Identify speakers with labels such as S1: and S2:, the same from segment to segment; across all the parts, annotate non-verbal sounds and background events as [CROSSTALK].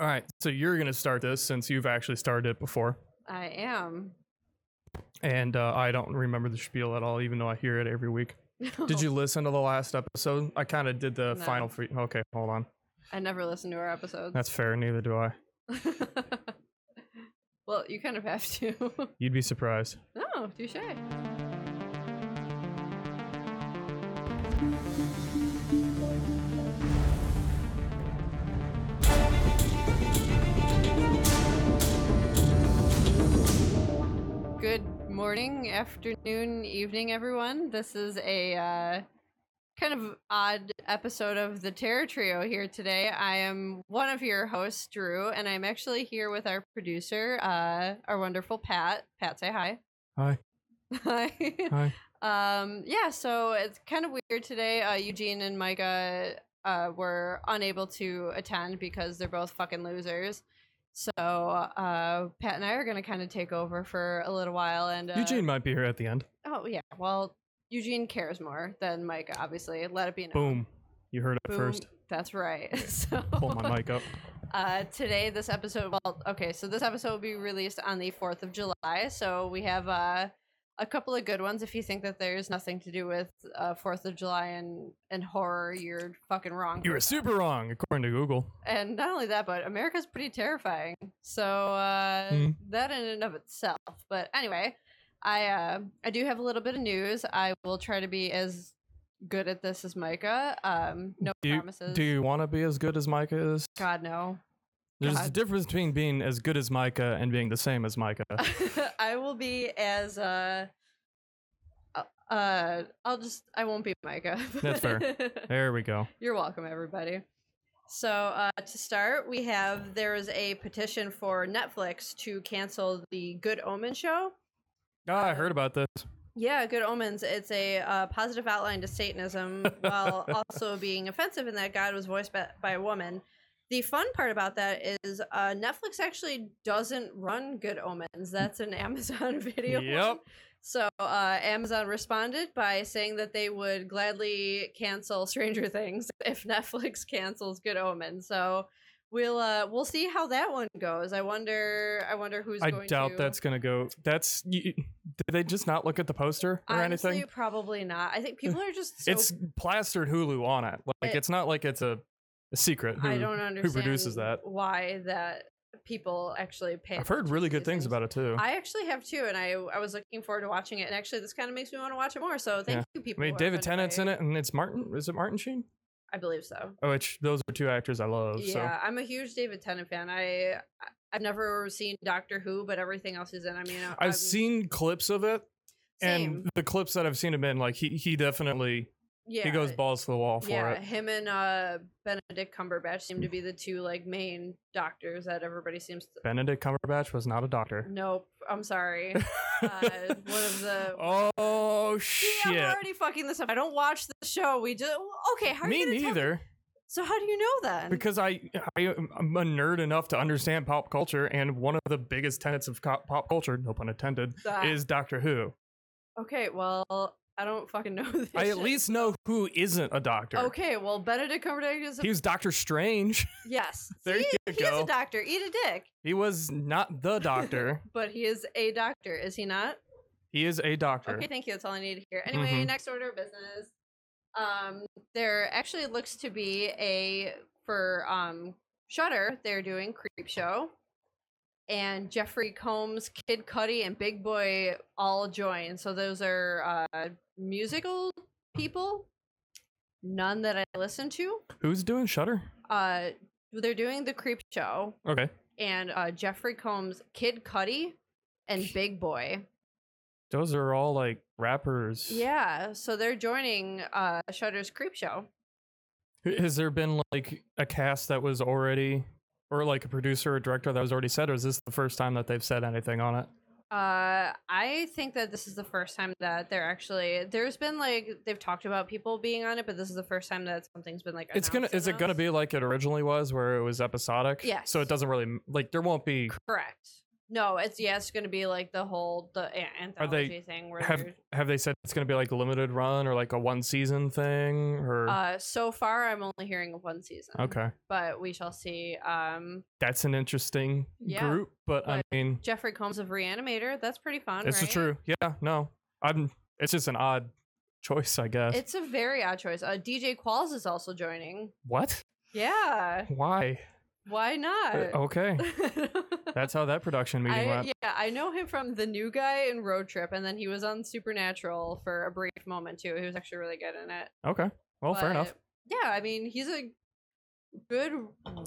S1: All right. So you're going to start this since you've actually started it before.
S2: I am. [LAUGHS]
S1: And uh, I don't remember the spiel at all, even though I hear it every week. Did you listen to the last episode? I kind of did the
S2: No.
S1: final three. Okay, hold on.
S2: I never listen to our episodes.
S1: That's fair. Neither do I.
S2: [LAUGHS] well, you kind of have to. [LAUGHS]
S1: You'd be surprised.
S2: no, touche. Good morning, afternoon, evening, everyone. This is a uh, kind of odd episode of the Terror Trio here today. I am one of your hosts, Drew, and I'm actually here with our producer, uh, our wonderful Pat. Pat, say hi.
S1: Hi.
S2: [LAUGHS] Hi.
S1: Hi.
S2: Um, yeah, so it's kind of weird today. Uh, Eugene and Micah uh, were unable to attend because they're both fucking losers. So uh, Pat and I are going to kind of take over for a little while. And uh,
S1: Eugene might be here at the end.
S2: Oh, yeah. Well, Eugene cares more than Micah, obviously. Let it be known.
S1: Boom. You heard it
S2: Boom.
S1: first.
S2: That's right. [LAUGHS] So
S1: Pull my mic
S2: [LAUGHS]
S1: up.
S2: uh, today, this episode. Well, okay, so this episode will be released on the fourth of July. So we have uh, a couple of good ones. If you think that there's nothing to do with uh, Fourth of July and and horror, you're fucking wrong.
S1: You were super wrong, according to Google.
S2: and not only that, but America's pretty terrifying. So uh,
S1: Hmm.
S2: that in and of itself. But anyway, I uh, I do have a little bit of news. I will try to be as good at this as Micah. Um, no
S1: Do you-
S2: promises.
S1: Do you want to be as good as Micah is?
S2: God no.
S1: There's a
S2: God.
S1: difference between being as good as Micah and being the same as
S2: [LAUGHS]
S1: Micah.
S2: I will be as uh uh, uh I'll just I won't be Micah. [LAUGHS]
S1: That's fair. there we go.
S2: You're welcome everybody. So uh to start, we have there is a petition for Netflix to cancel the Good Omen show.
S1: Oh, I heard about this.
S2: Yeah, Good Omens. It's a uh, positive outline
S1: [LAUGHS]
S2: to Satanism while also being offensive in that God was voiced by, by a woman. The fun part about that is uh, Netflix actually doesn't run Good Omens. That's an [LAUGHS] Amazon video. one.
S1: Yep.
S2: So uh, Amazon responded by saying that they would gladly cancel Stranger Things [LAUGHS] if Netflix cancels Good Omens. So we'll uh, we'll see how that one goes. I wonder. I wonder who's
S1: I
S2: going
S1: doubt
S2: to...
S1: that's gonna go. That's y y- did they just not look at the poster or
S2: Honestly,
S1: anything?
S2: probably not. I think
S1: [LAUGHS]
S2: people are just so
S1: it's plastered Hulu on it. Like
S2: It-
S1: it's not like it's a, a secret. Who,
S2: I don't understand
S1: produces that?
S2: Why that people actually pay?
S1: I've heard
S2: attention
S1: really
S2: to
S1: good
S2: these
S1: things about it too. I,
S2: I actually have too, and I I was looking forward to watching it. And actually, this kind of makes me want to watch it more. So thank
S1: Yeah.
S2: you, people.
S1: mean,
S2: who have
S1: David
S2: been
S1: Tennant's
S2: away.
S1: in it, and it's Martin. Is it Martin Sheen?
S2: I believe so.
S1: Oh, which those are two actors I love.
S2: Yeah, I'm a huge David Tennant fan. I I- I've never seen Doctor Who, but everything else he's in. I mean,
S1: So
S2: uh, I'm-
S1: I've seen clips of it,
S2: same.
S1: and the clips that I've seen have been like he he definitely
S2: yeah,
S1: [LAUGHS] he goes balls to the wall for
S2: yeah,
S1: it.
S2: him and uh, Benedict Cumberbatch seem to be the two like main doctors that everybody seems to
S1: Benedict Cumberbatch was not a doctor.
S2: Nope.
S1: [LAUGHS]
S2: I'm sorry. Uh, one of the.
S1: oh
S2: See,
S1: shit!
S2: I'm already fucking this up. I don't watch the show. We just okay. How are
S1: Me
S2: you gonna tell-
S1: neither.
S2: so how do you know then?
S1: because I, I am a nerd enough to understand pop culture, and one of the biggest tenets of co- pop culture, no pun intended,
S2: That-
S1: is Doctor Who.
S2: okay. Well, I don't fucking know [LAUGHS] this.
S1: I at
S2: shit.
S1: least know who isn't a doctor.
S2: Okay. Well, Benedict Cumberbatch is a,
S1: He was Doctor Strange. [LAUGHS]
S2: yes.
S1: There
S2: See?
S1: you
S2: He is
S1: go.
S2: a doctor. Eat a dick.
S1: he was not the
S2: [LAUGHS]
S1: doctor.
S2: But he is a doctor, is he not?
S1: he is a doctor.
S2: Okay, thank you. That's all I needed here. Anyway,
S1: Mhm.
S2: next order of business. Um, there actually looks to be a for um Shutter. They're doing Creep Show, and Jeffrey Combs, Kid Cudi, and Big Boy all join. So those are uh, musical people. None that I listen to.
S1: Who's doing Shutter?
S2: Uh, they're doing the Creep Show,
S1: Okay,
S2: and uh, Jeffrey Combs, Kid Cudi, and Big Boy.
S1: those are all like rappers.
S2: Yeah, so they're joining uh Shutter's Creep Show.
S1: H- Has there been like a cast that was already, or like a producer or director that was already said, or is this the first time that they've said anything on it?
S2: Uh I think that this is the first time that they're actually there's been like they've talked about people being on it, but this is the first time that something's been like
S1: it's gonna
S2: announced
S1: is it gonna
S2: announced.
S1: be like it originally was where it was episodic
S2: Yes.
S1: so it doesn't really like there won't be
S2: correct. No, it's yeah, it's gonna be like the whole the a- anthology thing where
S1: have
S2: there's-
S1: have they said it's going to be like a limited run or like a one season thing or
S2: uh so far I'm only hearing of one season.
S1: okay
S2: But we shall see. Um
S1: that's an interesting
S2: Yeah,
S1: group but, i
S2: but
S1: mean
S2: Jeffrey Combs of Reanimator, that's pretty fun,
S1: this
S2: right?
S1: is true yeah no i'm it's just an odd choice i guess
S2: It's a very odd choice. Uh, DJ Qualls is also joining.
S1: what
S2: Yeah.
S1: why
S2: Why not?
S1: Uh, okay
S2: [LAUGHS]
S1: that's how that production meeting
S2: I,
S1: went
S2: yeah, I know him from The New Guy and Road Trip, and then he was on Supernatural for a brief moment too. He was actually really good in it.
S1: okay well Oh, fair enough
S2: But, Yeah, I mean, he's a good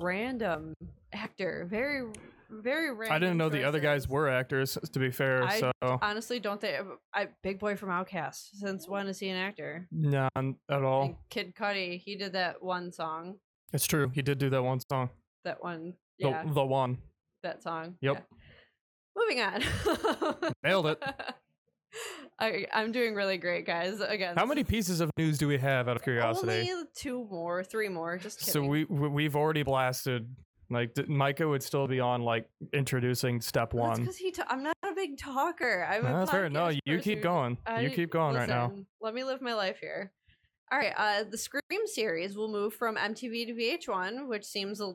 S2: random actor. Very, very random.
S1: i didn't know the other guys
S2: choices.
S1: were actors to be fair
S2: I-
S1: so
S2: Honestly, don't they? I, Big Boy from Outcast. Since when is he an actor?
S1: no at
S2: And
S1: all
S2: Kid Cudi, he did that one song.
S1: it's true he did do that one song
S2: That one.
S1: the,
S2: Yeah,
S1: the one
S2: that song.
S1: Yep.
S2: yeah. Moving on. [LAUGHS]
S1: nailed it
S2: I, I'm doing really great, guys. Again,
S1: how many pieces of news do we have out of curiosity
S2: Only two more, three more. Just kidding.
S1: So we we- we've already blasted. Like d- Micah would still be on like introducing step
S2: Well,
S1: one.
S2: That's because he. Ta- I'm not a big talker. I'm
S1: No,
S2: a
S1: that's fair. No,
S2: podcast
S1: you keep
S2: person.
S1: going.
S2: I-
S1: you keep going right now.
S2: listen, Let me live my life here. All right. Uh, the Scream series will move from MTV to VH1, which seems a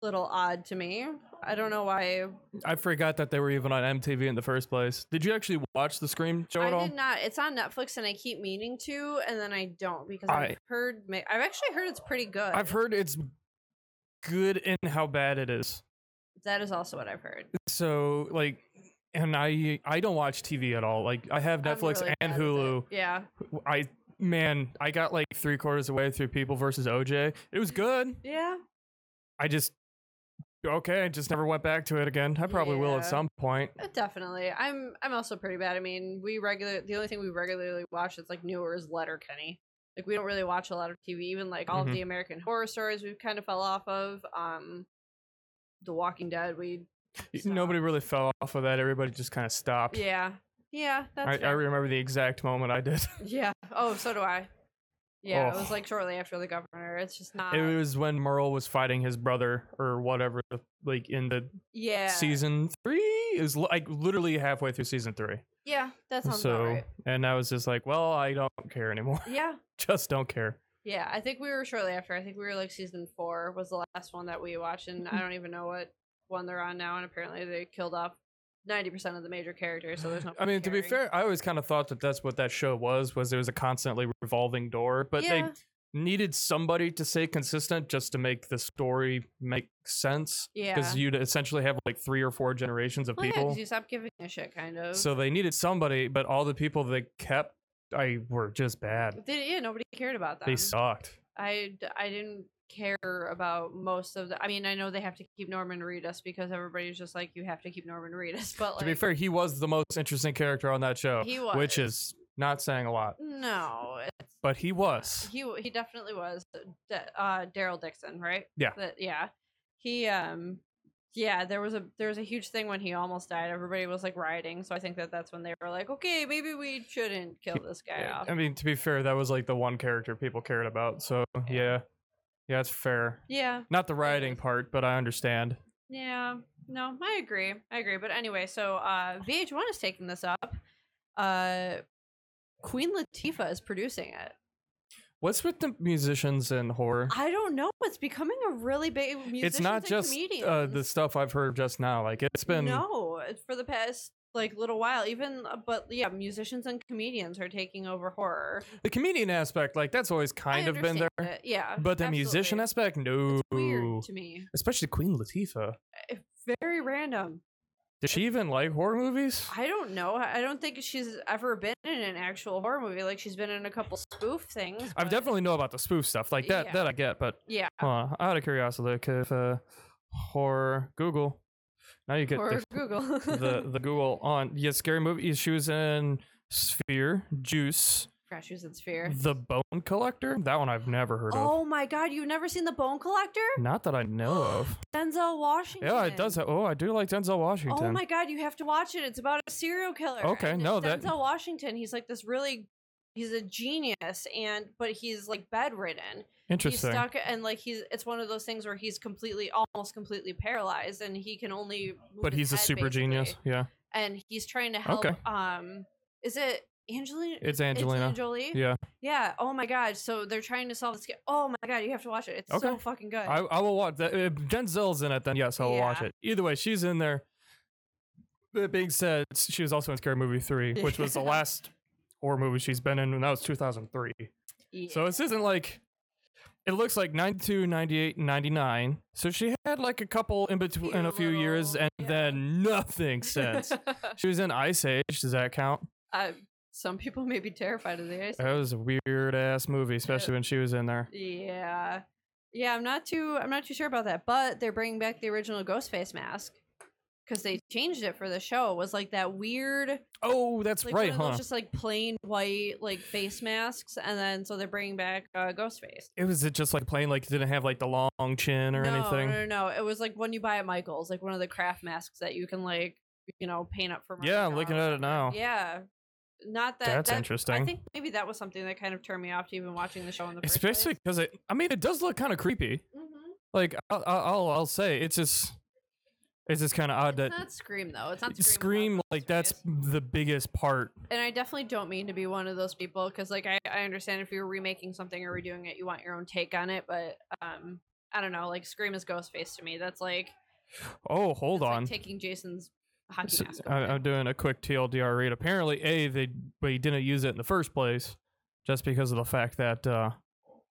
S2: little odd to me. I don't know why.
S1: I forgot that they were even on MTV in the first place. Did you actually watch the Scream show at
S2: I
S1: all?
S2: did not. It's on Netflix, and I keep meaning to, and then I don't because I've
S1: I-
S2: heard. ma- I've actually heard it's pretty good.
S1: I've heard it's good in how bad it is.
S2: That is also what I've heard.
S1: So like, and I I don't watch TV at all. Like I have
S2: I'm
S1: Netflix
S2: really
S1: and
S2: bad with it.
S1: Hulu.
S2: Yeah.
S1: I man, I got like three quarters away through People versus OJ. It was good.
S2: Yeah.
S1: I just okay, I just never went back to it again. I probably will
S2: Yeah.
S1: at some point.
S2: Uh, Definitely. I'm I'm also pretty bad. I mean, we regular the only thing we regularly watch that's like newer is Letterkenny. Like we don't really watch a lot of TV, even like all
S1: Mhm.
S2: of the American horror stories we've kind of fell off of. Um The Walking Dead, we
S1: Y-
S2: stopped.
S1: Nobody really fell off of that. Everybody just kind of stopped.
S2: Yeah. Yeah, that's
S1: I, I
S2: fair.
S1: remember the exact moment I did. [LAUGHS]
S2: Yeah. Oh, so do I. Yeah, it was
S1: Oh.
S2: like shortly after the governor. It's just not
S1: it was when Merle was fighting his brother or whatever, like in the
S2: Yeah.
S1: season three. It was li- like literally halfway through season three.
S2: Yeah, that sounds
S1: so,
S2: about right.
S1: and I was just like, well, I don't care anymore. [LAUGHS]
S2: Yeah.
S1: just don't care.
S2: Yeah, I think we were shortly after. I think we were like season four was the last one that we watched, and
S1: Mm-hmm.
S2: I don't even know what one they're on now. And apparently, they killed off ninety percent of the major characters,
S1: [SIGHS]
S2: so there's no.
S1: I
S2: point
S1: mean, to be
S2: caring.
S1: fair, I always kind of thought that that's what that show was. Was there was a constantly revolving door, but they
S2: yeah,
S1: needed somebody to stay consistent just to make the story make sense
S2: yeah,
S1: because you'd essentially have like three or four generations of
S2: well, yeah, 'cause
S1: people
S2: you stop giving a shit, kind of.
S1: so they needed somebody but all the people they kept i were just bad
S2: they, yeah, nobody cared about them.
S1: they sucked
S2: I d- I didn't care about most of the. I mean, I know they have to keep Norman Reedus because everybody's just like, you have to keep Norman Reedus. [LAUGHS] But like,
S1: to be fair he was the most interesting character on that show
S2: he
S1: which
S2: was.
S1: is not saying a lot
S2: no, it's
S1: but he was
S2: he w- he definitely was De- uh daryl dixon right
S1: Yeah.
S2: That- yeah he um yeah there was a there was a huge thing when he almost died everybody was like rioting so i think that that's when they were like okay maybe we shouldn't kill this guy
S1: Yeah,
S2: off
S1: i mean to be fair that was like the one character people cared about so yeah yeah it's fair
S2: yeah
S1: not the rioting
S2: is.
S1: part but i understand
S2: yeah no i agree i agree but anyway so uh vh1 is taking this up uh queen latifah is producing it
S1: what's with the musicians and horror
S2: i don't know it's becoming a really big Ah, musicians
S1: it's not
S2: and
S1: just uh,
S2: comedians.
S1: the stuff I've heard just now. Like it's been
S2: no it's for the past like little while even uh, but yeah musicians and comedians are taking over horror
S1: the comedian aspect. Like that's always
S2: I
S1: kind of been there,
S2: understand it, yeah
S1: but the musician
S2: absolutely.
S1: aspect, no.
S2: it's weird to me
S1: Especially Queen Latifah.
S2: It's very random
S1: Does she even like horror movies?
S2: i don't know i I don't think she's ever been in an actual horror movie like she's been in a couple spoof things
S1: I
S2: but-
S1: definitely know about the spoof stuff. Like that,
S2: Yeah. Uh
S1: that I get. But
S2: yeah
S1: huh, out of curiosity, like, if uh, horror Google, now you get
S2: or
S1: the,
S2: google
S1: the
S2: [LAUGHS]
S1: the Google on. Yeah, scary movie. She was in Sphere, Juice,
S2: Gosh, she was in sphere
S1: The Bone Collector. That one I've never heard of.
S2: oh my god you've never seen the bone collector
S1: Not that I know of.
S2: [GASPS] denzel washington
S1: Yeah, it does. Have, oh, I do like Denzel Washington.
S2: Oh my god, you have to watch it. It's about a serial killer.
S1: Okay,
S2: and it's
S1: no, that-
S2: Denzel Washington. He's like this really he's a genius and but he's like bedridden he's
S1: Interesting.
S2: stuck and like he's it's one of those things where he's completely almost completely paralyzed and he can only move
S1: but
S2: his
S1: he's a
S2: head,
S1: super genius.
S2: basically.
S1: Yeah.
S2: and he's trying to help
S1: Okay.
S2: um is it angelina
S1: It's Angelina.
S2: Jolie?
S1: Yeah.
S2: Yeah. Oh my god. So they're trying to solve this. ca- Oh my god. You have to watch it. It's so
S1: Okay.
S2: fucking good.
S1: I, I will watch that. If Denzel's in it, then yes, I will watch
S2: Yeah.
S1: it. Either way, she's in there. That being said, she was also in Scary Movie 3, which
S2: [LAUGHS]
S1: was the last horror movie she's been in, and that was 2003. So this isn't like. It looks like 92, 98, and 99. So she had like a couple in between, in a few years,
S2: Little-
S1: and
S2: yeah.
S1: then nothing
S2: [LAUGHS]
S1: since. she was in Ice Age. Does that count?
S2: uh, some people may be terrified of the ice.
S1: That was a weird ass movie, especially when she was in there.
S2: Yeah. Yeah, I'm not too I'm not too sure about that, but they're bringing back the original Ghostface mask because they changed it for the show. It was like that weird,
S1: Oh, that's
S2: like
S1: right,
S2: one of those
S1: huh?
S2: just like plain white like face masks, and then so they're bringing back uh, Ghostface.
S1: It was it just like plain like it didn't have like the long chin or
S2: no,
S1: anything.
S2: No, no, no. It was like one you buy at Michaels, like one of the craft masks that you can like you know paint up for. Mardi
S1: Yeah,
S2: Gras
S1: looking
S2: or
S1: at it now.
S2: whatever. Yeah, not that.
S1: That's
S2: that- I
S1: interesting.
S2: think maybe that was something that kind of turned me off to even watching the show in the first place.
S1: Especially because it, I mean, it does look kind of creepy.
S2: Mhm.
S1: Like I'll, I'll, I'll- I'll say, it's just, it's just kind of odd Uh, that
S2: It's not Scream though. It's not Scream.
S1: scream
S2: without
S1: like that's
S2: Ghostface.
S1: the biggest part.
S2: and I definitely don't mean to be one of those people because, like, I, I understand if you're remaking something or redoing it, you want your own take on it. But um, I don't know. Like, Scream is Ghostface to me. That's like
S1: Oh, hold
S2: that's like
S1: on. uh,
S2: taking Jason's hockey
S1: So,
S2: mask.
S1: I,
S2: away.
S1: I'm doing a quick TLDR read. Apparently, a they they didn't use it in the first place, just because of the fact that uh,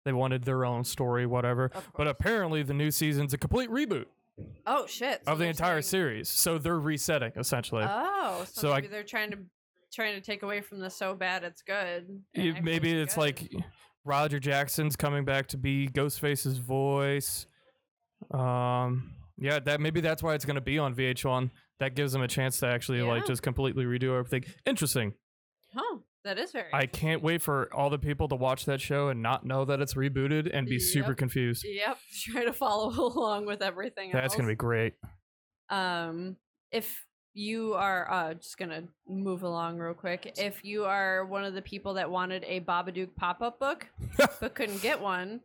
S1: they wanted their own story, whatever.
S2: Of
S1: But
S2: course.
S1: apparently, the new season's a complete reboot
S2: oh shit! so
S1: of the
S2: they're
S1: entire
S2: saying-
S1: series, so they're resetting essentially.
S2: Oh, so,
S1: So I-
S2: maybe they're trying to trying to take away from the so bad it's good. and
S1: Yeah,
S2: actually
S1: maybe it's
S2: good.
S1: like Roger Jackson's coming back to be Ghostface's voice. Um, yeah, that maybe that's why it's going to be on VH1. That gives them a chance to actually like
S2: Yeah.
S1: just completely redo everything. Interesting.
S2: huh? That is very.
S1: I can't wait for all the people to watch that show and not know that it's rebooted and be super
S2: Yep.
S1: confused.
S2: Yep, [LAUGHS] try to follow [LAUGHS] along with everything.
S1: That's going
S2: else.
S1: to be great.
S2: um if you are uh just gonna move along real quick if you are one of the people that wanted a babadook
S1: [LAUGHS]
S2: pop-up book but couldn't get one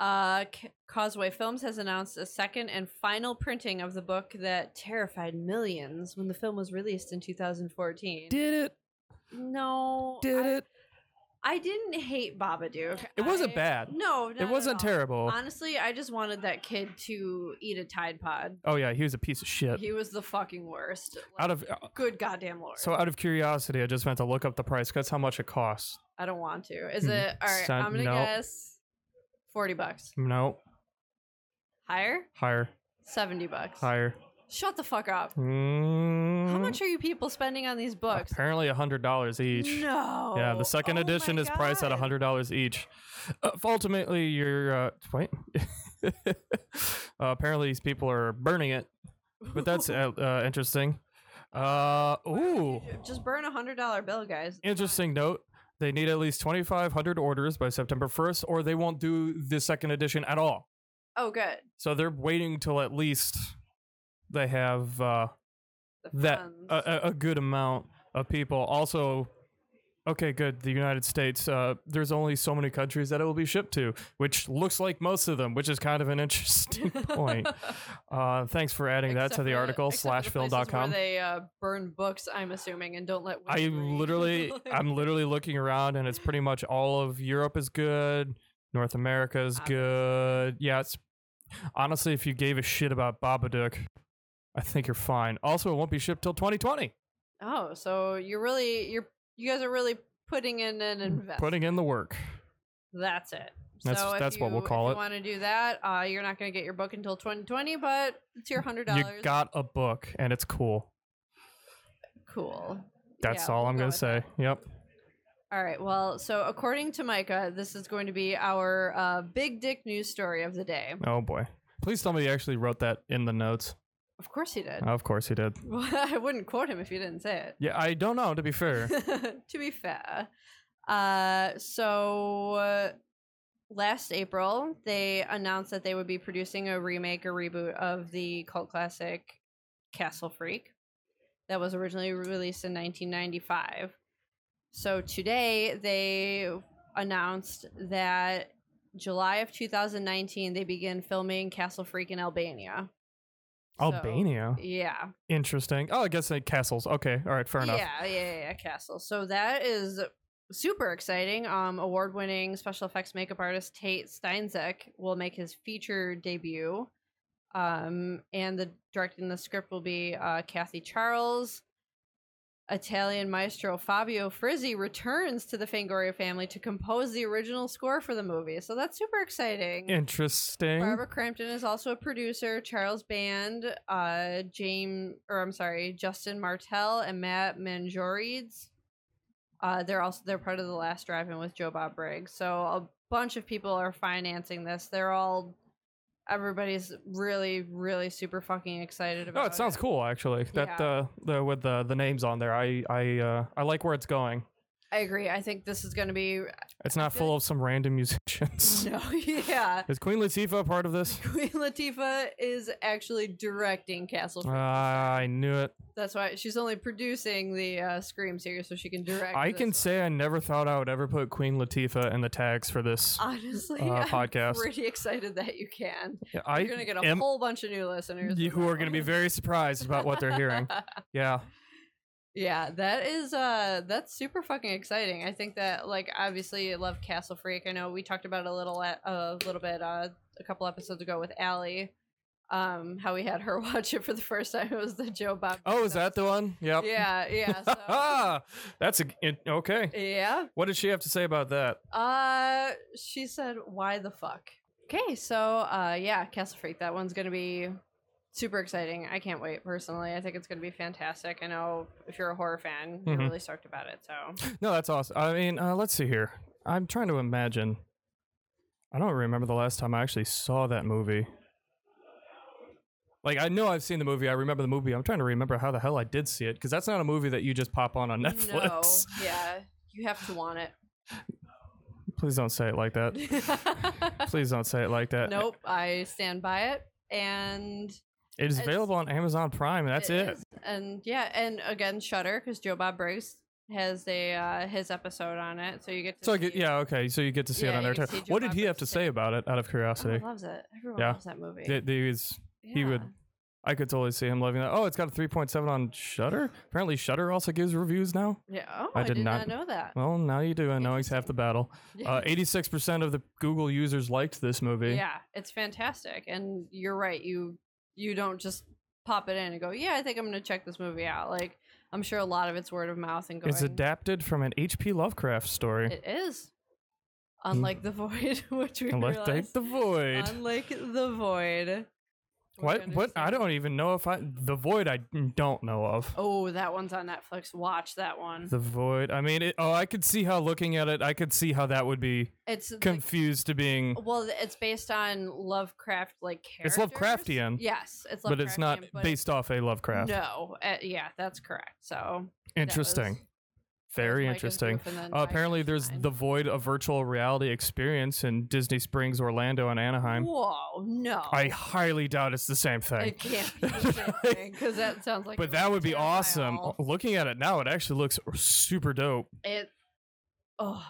S2: uh C- causeway films has announced a second and final printing of the book that terrified millions when the film was released in 2014
S1: Did it?
S2: no
S1: Did
S2: I,
S1: it?
S2: I didn't hate babadook
S1: It wasn't
S2: I-
S1: bad.
S2: no not
S1: It
S2: at
S1: wasn't
S2: all.
S1: terrible.
S2: honestly i just wanted that kid to eat a tide pod
S1: oh yeah, he was a piece of shit.
S2: he was the fucking worst
S1: Out of uh,
S2: Good goddamn lord.
S1: so out of curiosity, I just meant to look up the price. 'cause That's how much it costs.
S2: I don't want to. Is
S1: Hmm.
S2: it all right?
S1: So-
S2: I'm gonna
S1: no.
S2: guess forty bucks.
S1: No,
S2: Higher?
S1: higher,
S2: Seventy bucks.
S1: higher.
S2: Shut the fuck up. How
S1: Mm,
S2: much are you people spending on these books?
S1: Apparently, a hundred dollars each.
S2: No.
S1: Yeah, the second
S2: Oh
S1: edition
S2: my
S1: is priced at
S2: God.
S1: hundred dollars each. Uh, if ultimately, you're uh, [LAUGHS] wait. uh, apparently, these people are burning it, but that's
S2: [LAUGHS]
S1: uh, uh, interesting. Uh, ooh,
S2: Just burn a hundred dollar bill, guys.
S1: interesting note. They need at least twenty five hundred orders by September first, or they won't do the second edition at all.
S2: Oh, good.
S1: So they're waiting till at least they have. Uh,
S2: The
S1: that uh,
S2: funds.
S1: [LAUGHS] a, a, a good amount of people also okay good the united states uh, there's only so many countries that it will be shipped to which looks like most of them which is kind of an [LAUGHS] interesting
S2: [LAUGHS]
S1: point uh, thanks for adding that
S2: Except
S1: to
S2: for
S1: the article
S2: except for the
S1: slash
S2: places
S1: film.com
S2: Where they uh, burn books, I'm assuming, and don't let. women
S1: I
S2: read. [LAUGHS]
S1: literally,
S2: Like,
S1: I'm literally looking around, and it's pretty much all of Europe is good, North America is
S2: Obviously.
S1: good. Yeah, it's honestly, if you gave a shit about Babadook, I think you're fine. Also, it won't be shipped till 2020.
S2: Oh, so you're really you're you guys are really putting in an investment.
S1: Mm, Putting in the work.
S2: That's it.
S1: That's-
S2: so if
S1: that's what we'll
S2: you-
S1: call
S2: if
S1: it.
S2: you want to do that, uh, you're not going to get your book until 2020, but it's your hundred
S1: You
S2: dollars.
S1: got a book, and it's cool.
S2: cool.
S1: That's
S2: Yeah,
S1: all
S2: we'll
S1: I'm
S2: go
S1: gonna
S2: with
S1: say. Yep.
S2: All right. Well, so according to Micah, this is going to be our uh, big dick news story of the day.
S1: Oh boy. Please tell me you actually wrote that in the notes.
S2: Of course he did.
S1: Of course he did.
S2: [LAUGHS] Well, I wouldn't quote him if you didn't say it.
S1: Yeah, I don't know. To be
S2: [LAUGHS]
S1: fair,
S2: to be fair. Uh, so uh, last April, they announced that they would be producing a remake or reboot of the cult classic Castle Freak that was originally released in 1995. So today they announced that July of 2019 they begin filming Castle Freak in Albania. So,
S1: Albania.
S2: yeah.
S1: Interesting. Oh, I guess like castles. Okay. All right. Fair enough.
S2: Yeah, yeah, yeah, yeah, Castle. So that is super exciting. Um, award-winning special effects makeup artist Tate Steinzeck will make his feature debut. Um, and the directing the script will be uh, Kathy Charles. Italian maestro Fabio Frizzi returns to the Fangoria family to compose the original score for the movie. So that's super exciting.
S1: Interesting.
S2: Barbara Crampton is also a producer. Charles Band, uh, James, or I'm sorry, Justin Martell and Matt Manjorides. Uh, they're also they're part of the last drive-in with Joe Bob Briggs. So a bunch of people are financing this. They're all everybody's really really super fucking excited about.
S1: No, Oh, it sounds cool actually. That uh, the with the the names on there, I I uh, I like where it's going.
S2: I agree. I think this is going to be [LAUGHS]
S1: It's not
S2: feel
S1: full of some random
S2: [LAUGHS]
S1: musicians. [LAUGHS]
S2: no, yeah.
S1: Is Queen Latifah a part of
S2: [LAUGHS]
S1: this?
S2: Queen Latifah is actually directing Castle.
S1: Ah,
S2: Freak.
S1: I knew it.
S2: That's why she's only producing the uh, Scream series, so she can direct.
S1: I
S2: this
S1: can
S2: one.
S1: say I never thought I would ever put Queen Latifah in the tags for this
S2: honestly,
S1: uh,
S2: I'm
S1: podcast.
S2: pretty excited that you can.
S1: Yeah, I
S2: You're gonna get a
S1: am-
S2: whole bunch of new listeners
S1: you-
S2: with
S1: who
S2: that
S1: are going to be
S2: one.
S1: very surprised about what they're
S2: [LAUGHS]
S1: hearing. Yeah,
S2: Yeah, that is uh that's super fucking exciting. I think that like obviously I love Castle Freak. I know we talked about it a little at, a little bit uh a couple episodes ago with Allie. Um how we had her [LAUGHS] watch it for the first time. It was the Joe Bob.
S1: Oh, is
S2: Briggs
S1: that the one? Yep. [LAUGHS]
S2: episode. Yeah, yeah.
S1: Ah, That's a it, okay.
S2: So Yeah.
S1: What did she have to say about that?
S2: Uh she said, Why the fuck? Okay, so uh yeah, Castle Freak, that one's gonna be super exciting. I can't wait personally. I think it's gonna be fantastic. I know if you're a horror fan, you're
S1: Mhm.
S2: really stoked about it, so
S1: No, that's awesome. I mean, uh, let's see here. I'm trying to imagine. I don't remember the last time I actually saw that movie. Like I know I've seen the movie. I remember the movie. I'm trying to remember how the hell I did see it because that's not a movie that you just pop on on [LAUGHS] Netflix. [LAUGHS]
S2: No, yeah, you have to want it. [LAUGHS]
S1: Please don't say it like that. Please don't say it like that.
S2: nope, I stand by it. And
S1: It is
S2: It's-
S1: available on Amazon Prime, and that's it.
S2: is- And yeah, and again, Shutter because Joe Bob Briggs has a uh, his episode on it, so you get to.
S1: So I
S2: see
S1: get, yeah, okay. So you get to see
S2: Yeah,
S1: it on
S2: you
S1: there
S2: can
S1: too.
S2: see Joe
S1: What did he
S2: Roberts
S1: have to
S2: sing.
S1: say about it? Out of curiosity,
S2: Everyone loves it. Everyone
S1: Yeah.
S2: loves that movie.
S1: Th- these- he would-
S2: Yeah.
S1: I could totally see him loving that. Oh, it's got a 3.7 on Shutter. Apparently, Shutter also gives reviews now.
S2: Yeah. Oh,
S1: I
S2: I
S1: did
S2: did,
S1: not-
S2: not, know that. [LAUGHS]
S1: Well, now you do, and knowing's half the battle.
S2: Yeah.
S1: [LAUGHS] Uh, 86% of the Google users liked this movie.
S2: yeah, it's fantastic, and you're right. You you don't just pop it in and go, yeah, I think I'm gonna check this movie out. Like I'm sure a lot of it's word of mouth and going.
S1: It's adapted from an H.P. Lovecraft story. [LAUGHS]
S2: It is. Unlike the void, [LAUGHS] which we
S1: Unlike
S2: realized.
S1: Mm. the Void.
S2: Unlike the void. Oh We're
S1: what?
S2: gonna
S1: What? I
S2: see-
S1: don't even know if I. The Void, I don't know of.
S2: Oh, that one's on Netflix. Watch that one.
S1: The Void. I mean, it, oh, I could see how looking at it, I could see how that would be
S2: It's the-
S1: confused to being.
S2: well, it's based on Lovecraft like
S1: It's
S2: characters.
S1: Lovecraftian.
S2: Yes, it's Lovecraftian,
S1: but it's not
S2: but
S1: based off a Lovecraft.
S2: No, uh, yeah, that's correct. So that was-
S1: Interesting.
S2: that was
S1: Very
S2: Micah's
S1: interesting.
S2: goof, and then
S1: Uh,
S2: I
S1: apparently,
S2: goofed
S1: there's
S2: mine.
S1: the void of virtual reality experience in Disney Springs, Orlando, and Anaheim.
S2: Whoa, no,
S1: I highly doubt it's the same thing. [LAUGHS]
S2: it can't be the same thing because that sounds like.
S1: but
S2: it
S1: that would be
S2: terrify
S1: awesome. Oh.
S2: all.
S1: Looking at it now, it actually looks super dope.
S2: It. Oh.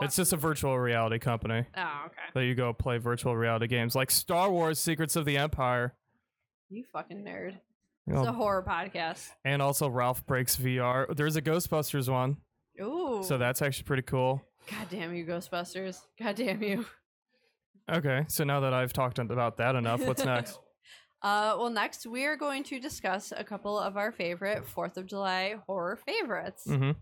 S1: It's just a virtual reality company
S2: Oh, okay.
S1: that you go play virtual reality games like Star Wars: Secrets of the Empire,
S2: You fucking nerd.
S1: you
S2: It's
S1: know,
S2: a horror podcast.
S1: and also Ralph Breaks VR. There's a Ghostbusters one,
S2: Ooh.
S1: so that's actually pretty cool.
S2: God damn you, Ghostbusters. God damn you.
S1: Okay, so now that I've talked about that enough,
S2: [LAUGHS]
S1: what's next?
S2: Uh, well, next we are going to discuss a couple of our favorite Fourth of July horror favorites.
S1: hmm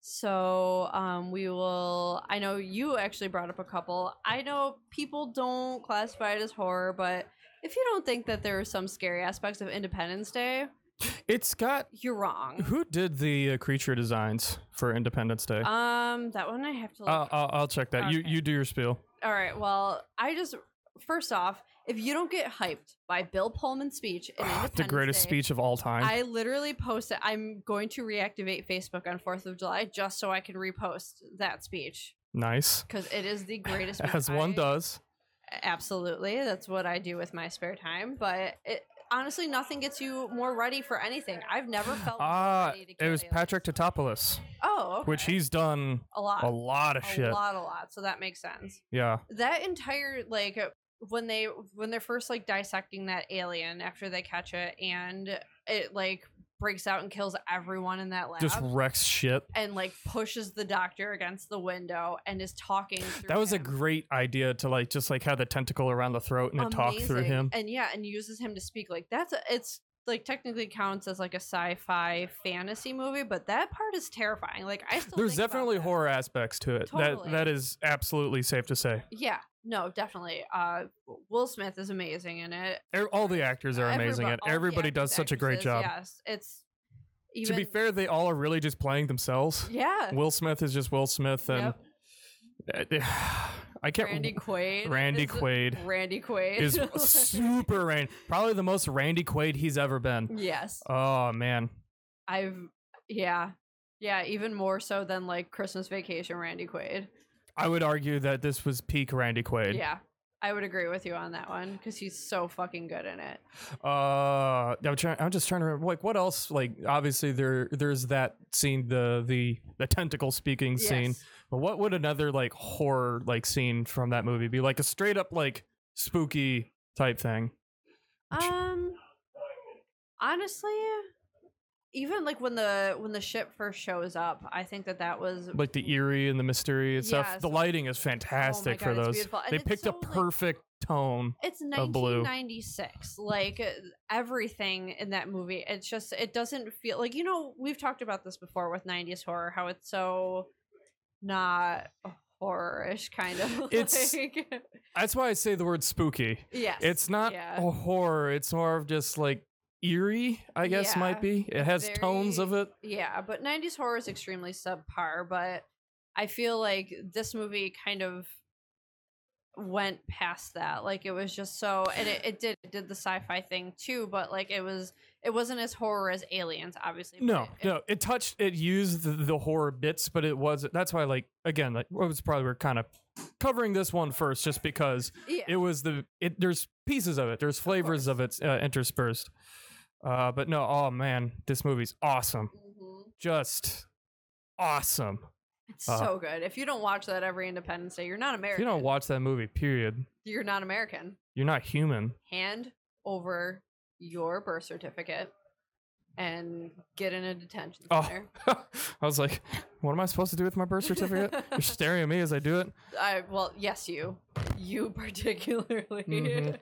S2: So um, we will. I know you actually brought up a couple. I know people don't classify it as horror, but if you don't think that there are some scary aspects of Independence Day,
S1: It's got
S2: you're
S1: [LAUGHS]
S2: wrong.
S1: Who did the uh, creature designs for Independence Day? Uh,
S2: Um, that one I have to. Look
S1: I'll, I'll check that. You
S2: Okay.
S1: you do your spiel.
S2: All right. Well, I just first off, if you don't get hyped by Bill Pullman's speech, in
S1: Ah, the
S2: Independence
S1: greatest
S2: Day,
S1: speech of all time.
S2: I literally posted. I'm going to reactivate Facebook on Fourth of July just so I can repost that speech
S1: nice,
S2: because it is the greatest. speech
S1: as one
S2: I-
S1: does.
S2: Absolutely, that's what I do with my spare time. But it, honestly, nothing gets you more ready for anything. I've
S1: [SIGHS]
S2: never felt.
S1: Ah,
S2: ready to
S1: it
S2: kill
S1: was
S2: aliens.
S1: Patrick Totopoulos,
S2: Oh, okay.
S1: which he's done
S2: a lot,
S1: a lot of shit.
S2: a lot, a lot. So that makes sense.
S1: Yeah.
S2: That entire like when they when they're first like dissecting that alien after they catch it and it like breaks out and kills everyone in that lab.
S1: Just wrecks shit.
S2: and like pushes the doctor against the window and is talking.
S1: [SIGHS]
S2: Through
S1: That was a
S2: him.
S1: great idea to like just like have the tentacle around the throat and it talk through
S2: Amazing.
S1: him.
S2: and yeah and uses him to speak like that's a, it's like technically counts as like a sci-fi fantasy movie but that part is terrifying like i still
S1: There's
S2: think about
S1: definitely
S2: that.
S1: horror aspects to it.
S2: Totally.
S1: That that is absolutely safe to say.
S2: yeah no definitely uh will smith is amazing in it
S1: E- All the actors are amazing
S2: Everybo-
S1: at.
S2: all the
S1: Everybody
S2: actors,
S1: does such a great
S2: actresses,
S1: job.
S2: yes it's
S1: To
S2: even,
S1: be fair, they all are really just playing themselves.
S2: yeah
S1: Will Smith is just Will Smith, and
S2: Uh,
S1: uh, [SIGHS]
S2: yep.
S1: I can't.
S2: randy quaid
S1: Randy
S2: is-
S1: Quaid
S2: randy quaid
S1: is
S2: [LAUGHS]
S1: super Randy. Probably the most Randy Quaid he's ever been.
S2: yes
S1: Oh man,
S2: i've yeah yeah even more so than like christmas vacation randy quaid
S1: I would argue that this was peak Randy Quaid.
S2: Yeah, I would agree with you on that one because he's so fucking good in it.
S1: Uh, I'm trying. I'm just trying to remember. Like, what else? Like, obviously there there's that scene, the the the tentacle speaking scene.
S2: Yes.
S1: But what would another like horror like scene from that movie be? Like a straight up like spooky type thing.
S2: Um, honestly, even like when the when the ship first shows up, I think that that was
S1: Like the eerie and the mystery and stuff.
S2: Yes.
S1: The
S2: Oh
S1: lighting is fantastic
S2: God,
S1: for
S2: it's
S1: those.
S2: beautiful. And
S1: They
S2: it's
S1: picked
S2: so,
S1: a
S2: like-
S1: perfect tone.
S2: it's
S1: Of blue.
S2: 1996. Like uh, everything in that movie, it's just it doesn't feel like you know we've talked about this before with 90s horror how it's so not horror-ish kind of. [LAUGHS]
S1: It's-
S2: like,
S1: That's why I say the word spooky.
S2: yes,
S1: It's not
S2: yeah.
S1: a horror. It's more of just like eerie. I guess
S2: Yeah.
S1: might be. It has tones
S2: Very-
S1: of it.
S2: Yeah, but 90s horror is extremely subpar, but I feel like this movie kind of went past that. Like it was just so and it, it did it did the sci-fi thing too, but like it was it wasn't as horror as aliens, obviously. but
S1: No,
S2: it-
S1: no. It touched. It used the, the horror bits, but it was. That's why, like, again, like, it was probably we're kind of covering this one first, just because
S2: [LAUGHS] yeah.
S1: it was the. It there's pieces of it. There's flavors of, it uh, interspersed. Uh, but no, oh man, this movie's awesome.
S2: Mhm.
S1: Just awesome.
S2: It's
S1: Uh,
S2: so good. If you don't watch that every Independence Day, you're not
S1: If
S2: American.
S1: you don't watch that movie, period,
S2: you're not American.
S1: you're not human. [LAUGHS]
S2: Hand over your birth certificate and get in a detention
S1: Oh.
S2: center.
S1: I was like, what am I supposed to do with my birth certificate?
S2: [LAUGHS]
S1: You're staring at me as I do it.
S2: I well, yes, you, you [LAUGHS] particularly.
S1: Mhm.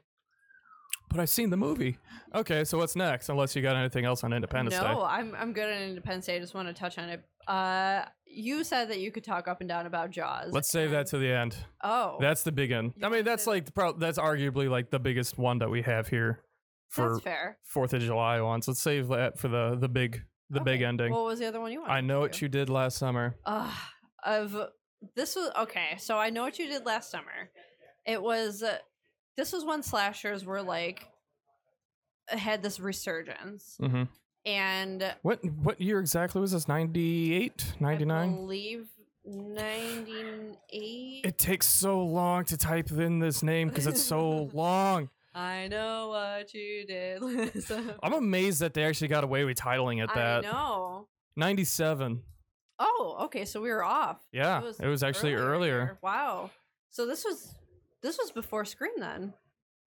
S1: But I've seen the movie. Okay, so what's next? Unless you got anything else on Independence
S2: no,
S1: Day.
S2: I'm I'm good on Independence Day. I just want to touch on it. Uh, you said that you could talk up and down about Jaws.
S1: Let's save that to the end.
S2: Oh,
S1: That's the big end. I
S2: You
S1: mean,
S2: want
S1: that's
S2: to-
S1: like the pro- that's arguably like the biggest one that we have here for
S2: that's fair.
S1: Fourth of July ones. Let's save that for the the big the big
S2: Okay.
S1: ending.
S2: What was the other one you wanted?
S1: I know
S2: to
S1: what
S2: do?
S1: you did last summer.
S2: Ugh, of this was okay. So I know what you did last summer. It was uh, this was when slashers were like had this resurgence
S1: hmm
S2: and
S1: What what year exactly was this? 98?
S2: I
S1: 99?
S2: believe ninety eight.
S1: It takes so long to type in this name because it's
S2: [LAUGHS]
S1: so long.
S2: I know what you did. [LAUGHS] last summer.
S1: I'm amazed that they actually got away with titling it
S2: I
S1: that.
S2: know.
S1: 97.
S2: Oh, okay. So we were off.
S1: Yeah,
S2: It was
S1: actually
S2: earlier.
S1: earlier.
S2: Wow. So this was this was before Scream then.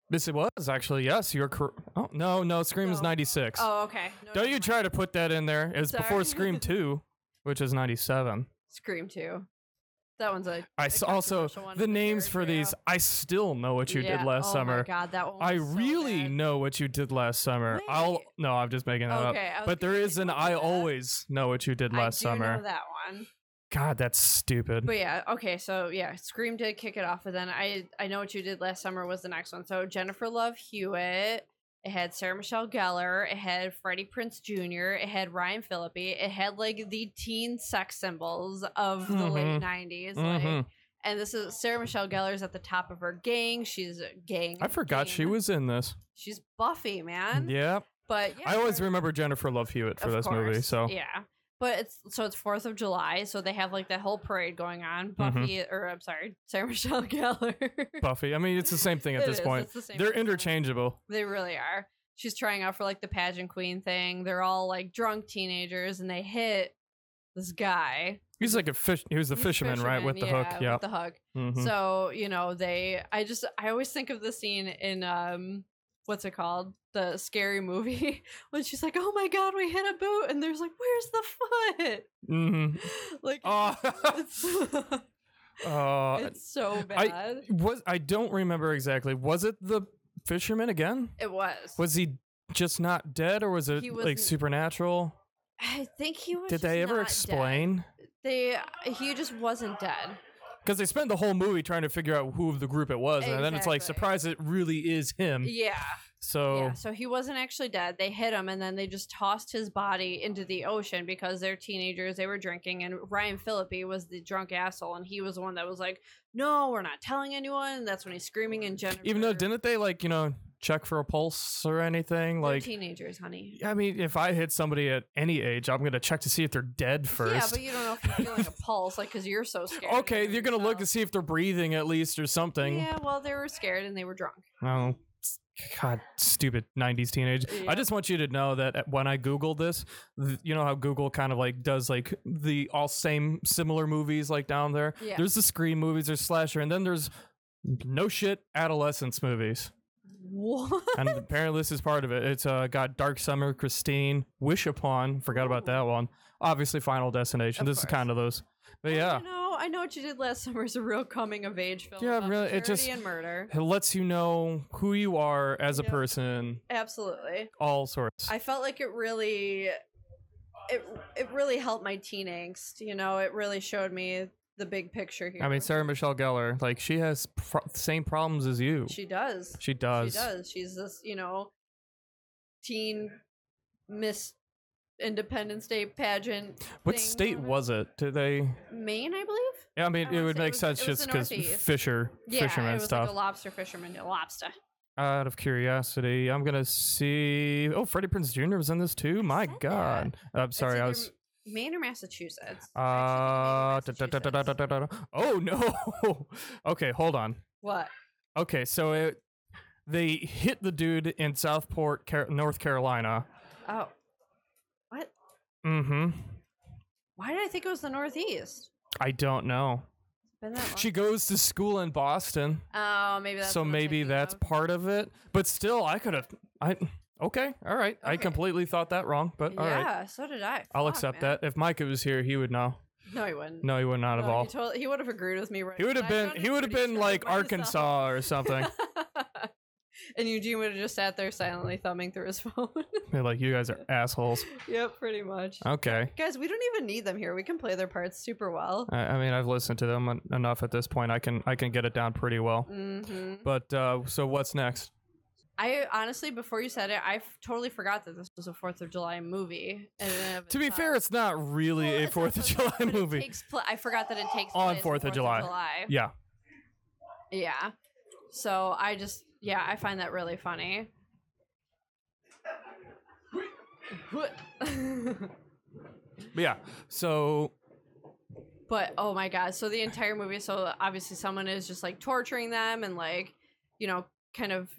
S1: This it was actually yes. You're cor- oh no no Scream is
S2: No.
S1: 96.
S2: Oh, okay. No,
S1: Don't
S2: never
S1: you
S2: mind.
S1: try to put that in there. It's before
S2: Sorry. [LAUGHS]
S1: Scream 2, which is 97.
S2: Scream two. That one's a.
S1: I
S2: a
S1: s- also
S2: controversial one
S1: the
S2: for
S1: names
S2: sure,
S1: for
S2: too.
S1: these. I still know what you
S2: Yeah.
S1: did last
S2: oh My
S1: summer.
S2: God, that one.
S1: I
S2: was so
S1: really
S2: bad.
S1: know what you did last summer. I'll
S2: Wait.
S1: no, I'm just making that up.
S2: Okay, I was
S1: But there
S2: gonna
S1: is an
S2: say,
S1: I
S2: what was that?
S1: always know what you did last
S2: I do
S1: summer.
S2: Know that one.
S1: God, that's stupid.
S2: But yeah, okay, so yeah, Scream did kick it off, and then I I know what you did last summer was the next one. So Jennifer Love Hewitt, it had Sarah Michelle Gellar, it had Freddie Prince Jr., it had Ryan Phillippe, it had like the teen sex symbols of the late 90s
S1: Mhm.
S2: like, and this is Sarah Michelle Gellar's at the top of her gang. She's a gang.
S1: I forgot she
S2: game.
S1: was in this.
S2: She's Buffy, man.
S1: Yeah.
S2: But yeah,
S1: I always
S2: Sarah-
S1: remember Jennifer Love Hewitt for
S2: of
S1: this movie.
S2: course,
S1: So
S2: yeah, [LAUGHS] but it's so it's Fourth of July, so they have like that whole parade going on. Buffy, or I'm sorry, Sarah [LAUGHS] Michelle Gellar.
S1: Mm-hmm. Buffy. I mean, it's the same thing at
S2: It
S1: this
S2: is,
S1: point.
S2: it's the same
S1: They're
S2: thing.
S1: interchangeable.
S2: They really are. she's trying out for like the pageant queen thing. They're all like drunk teenagers and they hit this guy.
S1: He's like a fish. He was the
S2: He's
S1: fisherman, right? With the hook.
S2: Yeah,
S1: Yeah.
S2: with the hook.
S1: Mhm.
S2: So, you know, they I just I always think of the scene in um what's it called? The scary movie [LAUGHS] when she's like, "Oh my god, we hit a boot." And there's like, "Where's the
S1: Mhm.
S2: foot?"
S1: [LAUGHS]
S2: Like
S1: Oh.
S2: it's,
S1: Uh,
S2: it's so
S1: I-
S2: bad.
S1: was I don't remember exactly. Was it the fisherman again?
S2: it was.
S1: Was he just not dead, or was it
S2: He
S1: like
S2: wasn't-
S1: supernatural?
S2: I think he was
S1: Did they
S2: just
S1: ever
S2: not dead.
S1: explain?
S2: They he just wasn't dead.
S1: Because they spend the whole movie trying to figure out who of the group it was, and then it's like,
S2: Exactly.
S1: surprise, it really is him.
S2: Yeah.
S1: So
S2: Yeah, so he wasn't actually dead. They hit him and then they just tossed his body into the ocean because they're teenagers, they were drinking, and Ryan Philippi was the drunk asshole, and he was the one that was like, No, we're not telling anyone. And that's when he's screaming and Jennifer.
S1: even though didn't they like you know check for a pulse or anything?
S2: they're
S1: Like,
S2: teenagers, honey.
S1: I mean, if I hit somebody at any age, I'm gonna check to see if they're dead first.
S2: Yeah, but you don't know if you're feeling a pulse, like because you're so scared.
S1: [LAUGHS] okay, you're gonna look to see if they're breathing at least or something.
S2: Yeah, well, they were scared and they were drunk.
S1: Oh, God, stupid 90s teenage.
S2: Yeah.
S1: I just want you to know that at- when I Googled this, th- you know how Google kind of like does like the all same similar movies like down there?
S2: Yeah.
S1: There's the Scream movies, there's Slasher, and then there's no shit adolescence movies.
S2: [LAUGHS] What?
S1: And apparently this is part of it. It's uh, got Dark Summer, Christine, Wish Upon, forgot about
S2: Ooh.
S1: that one. Obviously Final Destination.
S2: Of
S1: this
S2: course.
S1: is kind of those. But
S2: I
S1: yeah,
S2: know, I know what you did last [LAUGHS] summer is a real coming of age film.
S1: Yeah,
S2: about
S1: really, it
S2: maturity
S1: just-
S2: and murder.
S1: it lets you know who you are as a
S2: Yep.
S1: person,
S2: Absolutely.
S1: all sorts.
S2: I felt like it really it it really helped my teen angst, you know, it really showed me the big picture here.
S1: I mean, Sarah Michelle Gellar, like she has pro- same problems as you. She,
S2: she does.
S1: does.
S2: She does. She's this, you know, teen Miss Independence Day pageant
S1: What
S2: thing
S1: state
S2: woman.
S1: was it? Did they?
S2: Maine, I believe.
S1: Yeah, I mean,
S2: I
S1: it
S2: wanna
S1: would
S2: say it
S1: make
S2: was-
S1: sense
S2: it was
S1: just
S2: the
S1: because
S2: Northeast.
S1: Fisher,
S2: Yeah,
S1: fisherman
S2: it was
S1: stuff.
S2: like a lobster fisherman, a lobster.
S1: Out of curiosity, I'm gonna see. Oh, Freddie Prince Jr. was in this too. My
S2: said that?
S1: God. I'm
S2: It's
S1: sorry, I
S2: either
S1: was.
S2: Maine or Massachusetts.
S1: Uh,
S2: I
S1: da-
S2: actually
S1: da-
S2: think
S1: da-
S2: Maine
S1: da- da-
S2: or
S1: da-
S2: Massachusetts.
S1: da- da- da. Oh no. [LAUGHS] okay, hold on.
S2: What?
S1: Okay, so it, they hit the dude in Southport, Car- North Carolina.
S2: Oh, what?
S1: Mm-hmm.
S2: Why did I think it was the Northeast?
S1: I don't know.
S2: Been that long?
S1: She goes to school in Boston.
S2: Oh, maybe that's
S1: so
S2: what I'm
S1: maybe
S2: thinking
S1: that's
S2: of.
S1: part of it. But still, I could have. I okay, all right. I
S2: Okay.
S1: completely thought that wrong, but all
S2: yeah,
S1: right.
S2: so did I.
S1: I'll
S2: Fuck,
S1: accept
S2: man.
S1: that. If Micah was here, he would know.
S2: No, he wouldn't.
S1: No, he would not have
S2: No,
S1: all.
S2: he, totally- he would have agreed with me. Right?
S1: He would have
S2: I
S1: been.
S2: sounded
S1: He would have
S2: pretty
S1: been
S2: sure
S1: like
S2: myself.
S1: Arkansas or
S2: [LAUGHS]
S1: something.
S2: and Eugene would have just sat there silently thumbing through his [LAUGHS] phone.
S1: They're like you guys are assholes.
S2: yep, pretty much.
S1: Okay.
S2: Guys, we don't even need them here. We can play their parts super well.
S1: I, I mean, I've listened to them en- enough at this point. I can I can get it down pretty well.
S2: hmm
S1: But uh, so what's next?
S2: I honestly, before you said it, I f- totally forgot that this was a Fourth of July movie. in and of
S1: To be fair,
S2: itself.
S1: it's not really
S2: Well,
S1: a
S2: it's
S1: Fourth of
S2: also
S1: July [LAUGHS]
S2: not, but it
S1: movie.
S2: takes pla- I forgot that it takes
S1: On
S2: place
S1: Fourth of July. Yeah.
S2: Yeah. So I just yeah, I find that really funny. [LAUGHS]
S1: But yeah. So
S2: but oh my god, so the entire movie so obviously someone is just like torturing them and like, you know, kind of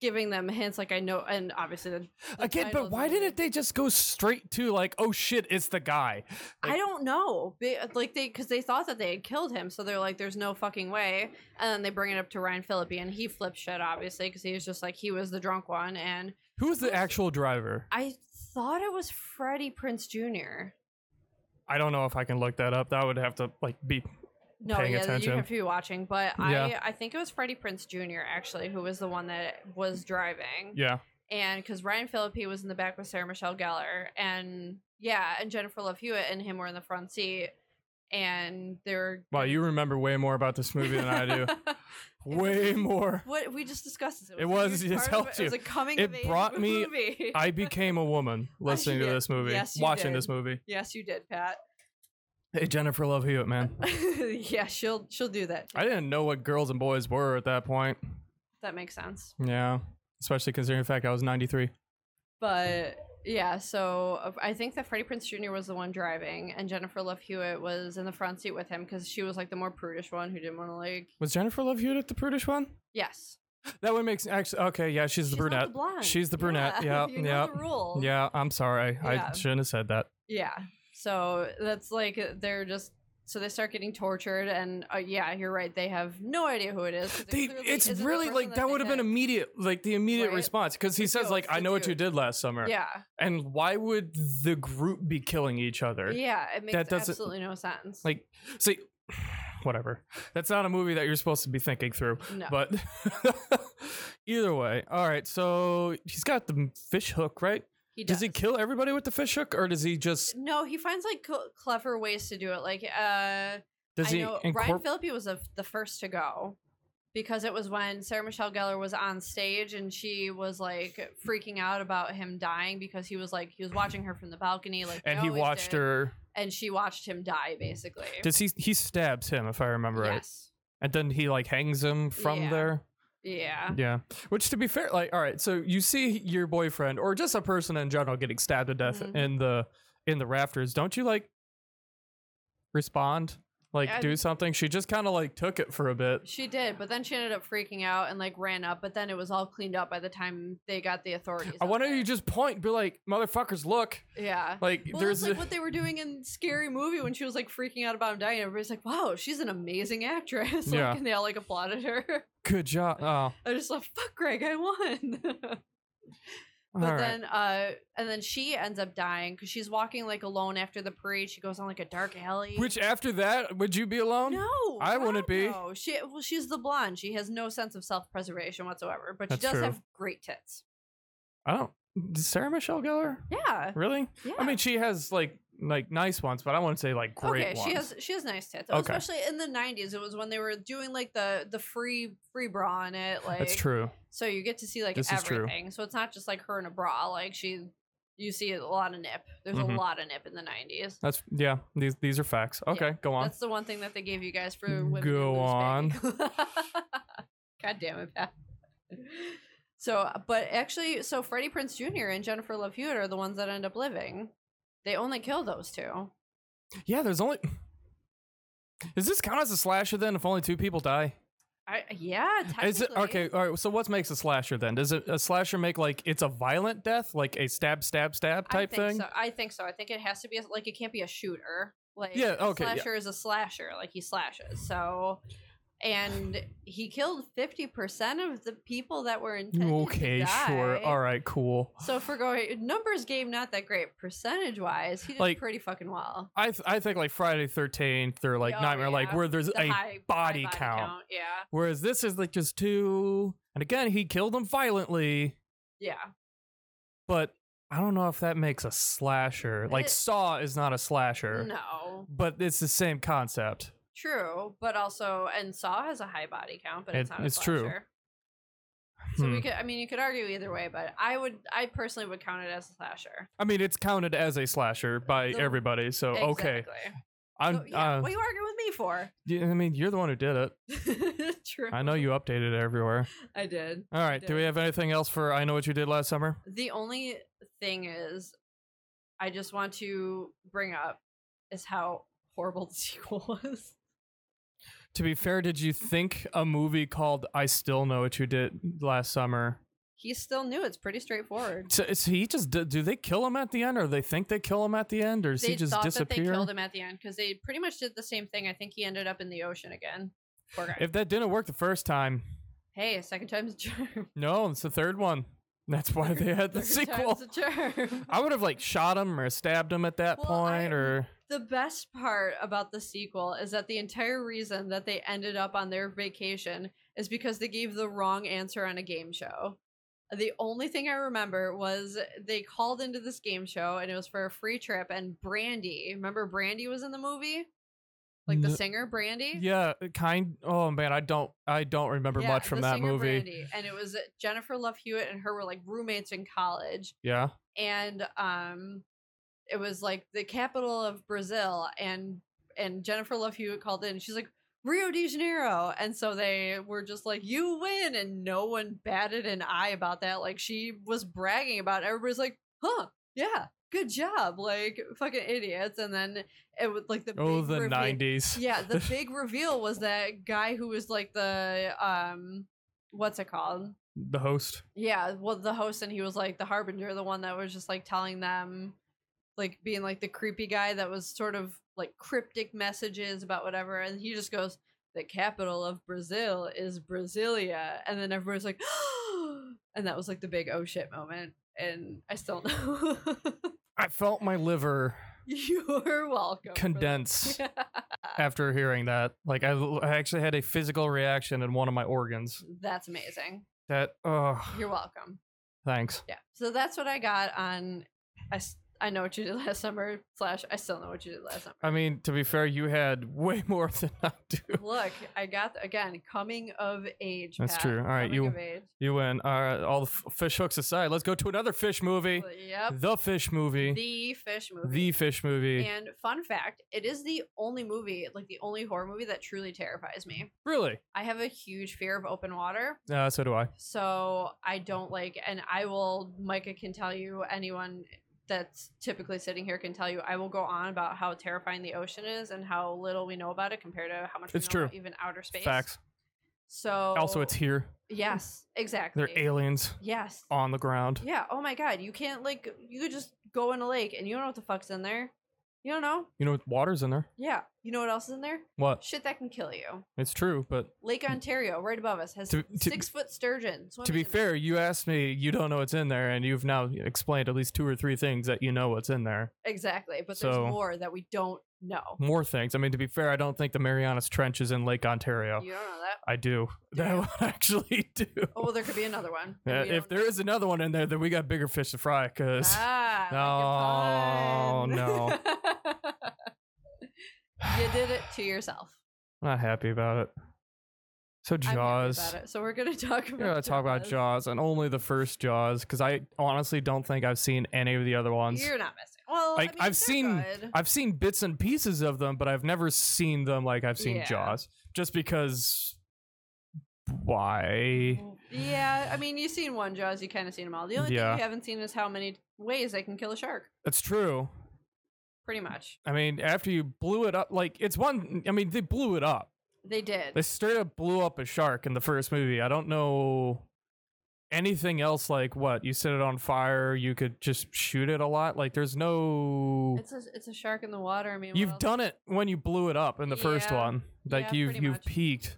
S2: giving them hints like I know and obviously the, the
S1: Again,
S2: title
S1: but
S2: of the
S1: why
S2: movie.
S1: didn't they just go straight to like, oh shit, it's the guy?
S2: I don't know. They, uh, like they, because they thought that they had killed him, so they're like, "There's no fucking way." And then they bring it up to Ryan Philippi, and he flips shit, obviously, because he was just like he was the drunk one. And
S1: Who was the actual driver?
S2: I thought it was Freddie Prince Jr.
S1: I don't know if I can look that up. That would have to like be.
S2: No,
S1: Paying
S2: yeah,
S1: attention.
S2: you have to be watching, but
S1: Yeah.
S2: I, I think it was Freddie Prince Jr. actually who was the one that was driving.
S1: Yeah.
S2: and because Ryan Phillippe was in the back with Sarah Michelle Gellar, and yeah, and Jennifer Love Hewitt and him were in the front seat, and they were.
S1: Wow, you remember way more about this movie than I
S2: [LAUGHS]
S1: do. way more.
S2: What we just discussed this.
S1: It
S2: a
S1: was-
S2: huge
S1: it
S2: part of
S1: helped
S2: It was
S1: you.
S2: a coming
S1: It
S2: of age
S1: brought me-
S2: Movie.
S1: I became a woman listening to
S2: did.
S1: this movie,
S2: Yes, you
S1: watching
S2: did.
S1: this movie.
S2: [LAUGHS] yes, you did, Pat. [LAUGHS]
S1: Hey, Jennifer Love Hewitt, man.
S2: yeah, she'll she'll do that.
S1: I didn't know what girls and boys were at that point.
S2: That makes sense.
S1: Yeah. Especially considering the fact I was 93.
S2: But yeah, so uh, I think that Freddie Prince Jr. was the one driving, and Jennifer Love Hewitt was in the front seat with him because she was like the more prudish one who didn't want to like.
S1: Was Jennifer Love Hewitt the prudish one?
S2: Yes,
S1: That one makes actually okay. Yeah, she's, the
S2: not
S1: brunette.
S2: blonde.
S1: She's the brunette,
S2: [LAUGHS]
S1: yeah,
S2: you know
S1: yeah,
S2: the rule.
S1: yeah, I'm sorry.
S2: Yeah.
S1: I shouldn't have said that.
S2: Yeah. So that's like uh, they're just so they start getting tortured, and uh, yeah, you're right. They have no idea who it is. 'cause it
S1: They,
S2: clearly
S1: it's
S2: isn't the
S1: really
S2: person
S1: like that
S2: they
S1: would have been
S2: had-
S1: immediate, like the immediate
S2: Right?
S1: response, because he
S2: The
S1: says like,
S2: dude,
S1: "I
S2: the
S1: know what you
S2: dude.
S1: did last summer,"
S2: Yeah,
S1: and why would the group be killing each other?
S2: yeah. It makes
S1: doesn't-
S2: absolutely no sense.
S1: Like, see, [SIGHS] whatever. That's not a movie that you're supposed to be thinking through.
S2: no.
S1: But [LAUGHS] either way, all right. So he's got the fish hook, right?
S2: he
S1: Does he kill everybody with the fish hook, or does he just
S2: No, he finds like cl- clever ways to do it. Like, uh,
S1: does
S2: I
S1: he
S2: know Ryan
S1: incorporate?
S2: Phillippe was the the first to go because it was when Sarah Michelle Gellar was on stage and she was like freaking out about him dying because he was like he was watching her from the balcony like
S1: and he watched her.
S2: and she watched him die basically.
S1: Does he? He stabs him, if I remember right.
S2: Yes.
S1: And then he like hangs him from
S2: Yeah.
S1: there.
S2: Yeah.
S1: Yeah. Which to be fair, like, all right, so you see your boyfriend or just a person in general getting stabbed to death
S2: Mhm.
S1: in the in the rafters, don't you like respond? Like
S2: Yeah, I-
S1: do something? She just kinda like took it for a bit.
S2: She did, but then she ended up freaking out and like ran up, but then it was all cleaned up by the time they got the authorities.
S1: I
S2: out
S1: wonder
S2: there.
S1: you just point, be like, motherfuckers, look.
S2: Yeah.
S1: Like
S2: Well,
S1: there's
S2: that's like
S1: a-
S2: what they were doing in Scary Movie when she was like freaking out about him dying. Everybody's like, "Wow, she's an amazing actress!" [LAUGHS] Like,
S1: Yeah.
S2: and they all like applauded her.
S1: [LAUGHS]
S2: [LAUGHS]
S1: good job. Oh.
S2: I was just like, "Fuck, Greg, I won!" [LAUGHS] but
S1: all right.
S2: then, uh, and then she ends up dying because she's walking like alone after the parade. She goes on like a dark alley.
S1: Which after that, would you be alone?
S2: no,
S1: I wouldn't
S2: God,
S1: be.
S2: No, she well, she's the blonde. She has no sense of self preservation whatsoever, but
S1: That's
S2: she does
S1: true.
S2: have great tits.
S1: I don't Sarah Michelle Gellar?
S2: Yeah,
S1: Really?
S2: yeah.
S1: I mean she has like like nice ones, but I wouldn't say like great
S2: okay,
S1: ones.
S2: she has she has nice tits.
S1: Okay.
S2: Especially in the '90s, it was when they were doing like the the free free bra on it. Like
S1: That's true.
S2: So you get to see like
S1: This is true.
S2: everything. So it's not just like her in a bra. Like she, you see a lot of nip. There's
S1: Mhm.
S2: a lot of nip in the '90s.
S1: That's yeah, these these are facts.
S2: Yeah,
S1: Okay, go on.
S2: That's the one thing that they gave you guys for women. who
S1: Go
S2: lose
S1: on.
S2: weight. [LAUGHS] God damn it, Pat. So, but actually, so Freddie Prince Jr. and Jennifer Love Hewitt are the ones that end up living. They only kill those two.
S1: Yeah, there's only. [LAUGHS] Does this count as a slasher then? If only two people die,
S2: I, yeah,
S1: is it
S2: technically.
S1: okay? All right. So what makes a slasher then? Does it, a slasher make like it's a violent death, like a stab, stab, stab type
S2: I think
S1: thing?
S2: So. I think so. I think it has to be a, like it can't be a shooter. Like
S1: Yeah,
S2: a
S1: okay, yeah.
S2: Slasher is a slasher. Like he slashes. So, and he killed fifty percent of the people that were intended
S1: Okay,
S2: to die.
S1: sure. All right, cool.
S2: So for going numbers game, not that great percentage wise. He did
S1: Like-
S2: pretty fucking well.
S1: I th- I think like Friday Thirteenth or like
S2: Oh,
S1: Nightmare, like
S2: yeah.
S1: where there's
S2: The
S1: a
S2: high
S1: body
S2: high
S1: count.
S2: Yeah,
S1: whereas this is like just two, and again he killed them violently,
S2: yeah.
S1: but I don't know if that makes a slasher. Like
S2: It-
S1: Saw is not a slasher,
S2: No,
S1: but it's the same concept.
S2: true, but also and Saw has a high body count, but it's
S1: It-
S2: not. A
S1: it's true.
S2: slasher. So
S1: Hmm.
S2: we could, I mean, you could argue either way, but I would, I personally would count it as a slasher.
S1: I mean, it's counted as a slasher by
S2: The-
S1: everybody, so Oh, okay.
S2: Exactly.
S1: I'm,
S2: So, yeah,
S1: uh,
S2: what you arguing with me for? [LAUGHS]
S1: yeah, I mean, you're the one who did it.
S2: True.
S1: I know you updated it
S2: [LAUGHS]
S1: everywhere.
S2: I did.
S1: All right, do we
S2: did.
S1: have anything else for I know what you did last summer?
S2: The only thing is, I just want to bring up is how horrible [LAUGHS] the sequel was.
S1: To be fair, did you think a movie called I Still Know What You Did Last Summer?
S2: He still knew it's pretty straightforward.
S1: So, so he just do, do they kill him at the end, or they think they kill him at the end, or does
S2: They
S1: he just
S2: thought
S1: disappear?
S2: that they killed him at the end because they pretty much did the same thing. I think he ended up in the ocean again. Poor guy.
S1: If that didn't work the first time,
S2: hey, second time's a charm.
S1: no, it's the third one. That's why they had [LAUGHS] the
S2: [LAUGHS] Third
S1: sequel.
S2: time's a charm.
S1: I would have like shot him or stabbed him at that
S2: Well, I-
S1: point, or
S2: The best part about the sequel is that the entire reason that they ended up on their vacation is because they gave the wrong answer on a game show. The only thing I remember was they called into this game show and it was for a free trip and Brandy, remember Brandy was in the movie? Like the
S1: No-
S2: singer Brandy?
S1: Yeah, it kind. Oh man, I don't. I don't remember
S2: Yeah,
S1: much from
S2: the
S1: that
S2: singer
S1: movie.
S2: Brandy. And it was Jennifer Love Hewitt and her were like roommates in college.
S1: Yeah.
S2: and um it was like the capital of Brazil and and Jennifer Love Hewitt called in. She's like Rio de Janeiro, and so they were just like, "You win," and no one batted an eye about that. Like she was bragging about. It. Everybody's like, "Huh, yeah, good job!" Like fucking idiots. And then it was like the
S1: Oh,
S2: big
S1: the [LAUGHS]
S2: reveal-
S1: nineties.
S2: yeah, the big reveal was that guy who was like the um what's it called?
S1: The host.
S2: Yeah, well, the host and he was like the harbinger, the one that was just like telling them, like being like the creepy guy that was sort of like cryptic messages about whatever, and he just goes, "The capital of Brazil is Brasilia," and then everybody's like, [GASPS] and that was like the big oh shit moment, and I still know. [LAUGHS]
S1: I felt my liver
S2: You're welcome. for that.
S1: condense after hearing that. Like I, I actually had a physical reaction in one of my organs.
S2: [LAUGHS] That's amazing.
S1: That oh,
S2: You're welcome.
S1: thanks.
S2: Yeah. So that's what I got on. I, s- I know what you did last summer. Slash, I still know what you did last summer.
S1: I mean, to be fair, you had [LAUGHS] way more than I do.
S2: Look, I got again coming of age.
S1: That's
S2: Pat.
S1: true. All right,
S2: Coming
S1: you-
S2: Of age.
S1: You win. All right, all the f- fish hooks aside, let's go to another fish movie.
S2: Yep.
S1: The fish movie. The,
S2: The fish movie.
S1: fish movie.
S2: And fun fact, it is the only movie, like the only horror movie that truly terrifies me.
S1: really?
S2: I have a huge fear of open water.
S1: Uh, so do I.
S2: So I don't like, and I will, Micah can tell you, anyone that's typically sitting here can tell you, I will go on about how terrifying the ocean is and how little we know about it compared to how much we
S1: It's
S2: know about
S1: true.
S2: even outer space.
S1: Facts.
S2: So
S1: Also, it's here.
S2: yes, exactly.
S1: They're aliens
S2: Yes.
S1: on the ground.
S2: Yeah. Oh my God. You can't like, you could just go in a lake and you don't know what the fuck's in there. You don't know.
S1: You know, water's in there.
S2: Yeah. You know what else is in there?
S1: What?
S2: Shit that can kill you.
S1: It's true, but
S2: Lake Ontario, right above us, has
S1: Mm. To- to-
S2: six foot sturgeon.
S1: to be fair, you asked me, you don't know what's in there, and you've now explained at least two or three things that you know what's in there.
S2: Exactly. But
S1: So-
S2: there's more that we don't know.
S1: More things. I mean, to be fair, I don't think the Marianas Trench is in Lake Ontario.
S2: You don't know that.
S1: I do. [LAUGHS] That
S2: Damn.
S1: one I actually [LAUGHS] do.
S2: Oh, well, there could be another one. and
S1: Yeah,
S2: we
S1: if
S2: don't Ah.
S1: there
S2: know.
S1: is another one in there, then we got bigger fish to fry. Cause
S2: ah,
S1: Oh, No,
S2: like a pun. [LAUGHS] you did it
S1: [SIGHS]
S2: to yourself.
S1: not happy about it. So
S2: I'm happy
S1: Jaws.
S2: about it. So we're gonna [LAUGHS] talk about.
S1: We're gonna talk about Jaws and only the first Jaws because I honestly don't think I've seen any of the other ones.
S2: You're not missing. Well, I
S1: Like,
S2: mean,
S1: I've
S2: they're
S1: seen-
S2: good.
S1: I've seen bits and pieces of them, but I've never seen them like I've seen
S2: Yeah.
S1: Jaws. Just because why?
S2: Yeah, I mean, you've seen one Jaws. You kind of seen them all. The only
S1: Yeah.
S2: thing you haven't seen is how many ways they can kill a shark.
S1: That's true.
S2: Pretty much,
S1: I mean, after you blew it up, like it's one. I mean, they blew it up.
S2: they did.
S1: They straight up blew up a shark in the first movie. I don't know anything else like what you set it on fire. You could just shoot it a lot. Like there's no.
S2: It's a it's a shark in the water. I mean, what
S1: You've
S2: else?
S1: done it when you blew it up in the first
S2: Yeah.
S1: one. Like
S2: Yeah,
S1: you've
S2: pretty
S1: you've
S2: much.
S1: peaked.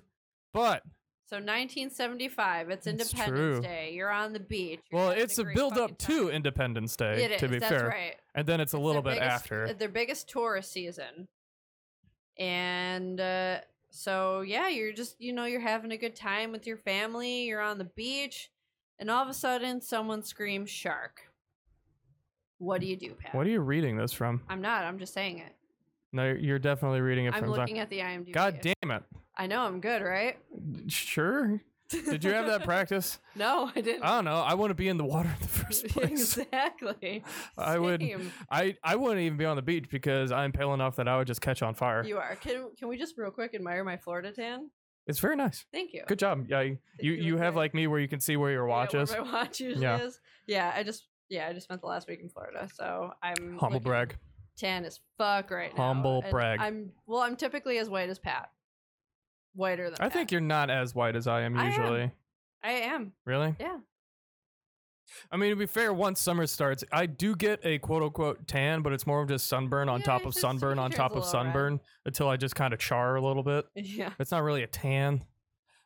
S1: But
S2: So 1975, it's
S1: That's
S2: Independence
S1: true.
S2: Day. You're on the beach. you're
S1: well,
S2: having
S1: it's a
S2: great
S1: build
S2: fucking
S1: up to
S2: time.
S1: Independence Day,
S2: It is.
S1: to be
S2: that's
S1: fair.
S2: right.
S1: And then it's a
S2: It's
S1: little
S2: their
S1: bit
S2: biggest- uh,
S1: after.
S2: their biggest tourist season, and uh, so yeah, you're just you know you're having a good time with your family. You're on the beach, and all of a sudden, someone screams "shark." What do you do, Pat?
S1: What are you reading this from?
S2: I'm not. I'm just saying it.
S1: No, you're- you're definitely reading it
S2: I'm
S1: from. Zach.
S2: looking at the IMDb.
S1: God damn it!
S2: I know I'm good, right?
S1: Sure. Did you have
S2: [LAUGHS]
S1: that practice?
S2: no, I [LAUGHS] didn't.
S1: I don't know. I want to be in the water
S2: [LAUGHS]
S1: in the first place.
S2: exactly.
S1: [LAUGHS] I would-
S2: Same.
S1: I, I wouldn't even be on the beach because I'm pale enough that I would just catch on fire.
S2: You are. Can can we just real quick admire my Florida tan?
S1: It's very nice.
S2: Thank you.
S1: Good job. Yeah, you you,
S2: you look
S1: you have
S2: great.
S1: like me where you can see where your
S2: Yeah,
S1: watch
S2: where
S1: is. [LAUGHS]
S2: my watch usually
S1: Yeah.
S2: is. Yeah, I just yeah, I just spent the last week in Florida, so I'm
S1: Humble
S2: looking
S1: brag.
S2: Tan as fuck right now.
S1: Humble
S2: and
S1: brag.
S2: I'm well. I'm typically as white as Pat. Whiter than
S1: I think you're not as white as I am
S2: I am.
S1: usually.
S2: I am. [LAUGHS]
S1: Really?
S2: Yeah.
S1: I mean, to be fair, once summer starts, I do get a quote unquote tan, but it's more of just sunburn on
S2: Yeah,
S1: top
S2: it
S1: of
S2: just- it
S1: sunburn on
S2: turns
S1: top
S2: a
S1: of
S2: little red.
S1: sunburn until I just kind of char a little bit.
S2: Yeah.
S1: It's not really a tan,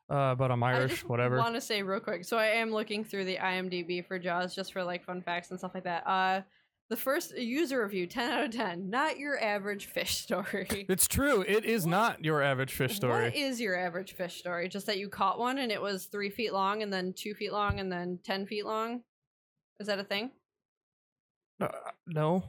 S1: uh, but I'm Irish,
S2: I just
S1: whatever.
S2: want to say real quick. So I am looking through the IMDb for Jaws just for like fun facts and stuff like that. Uh, the first user review, ten out of ten. Not your average fish [LAUGHS] story.
S1: It's true. It is not your average fish story.
S2: What is your average fish story? Just that you caught one and it was three feet long, and then two feet long, and then ten feet long. Is that a thing?
S1: Uh, no.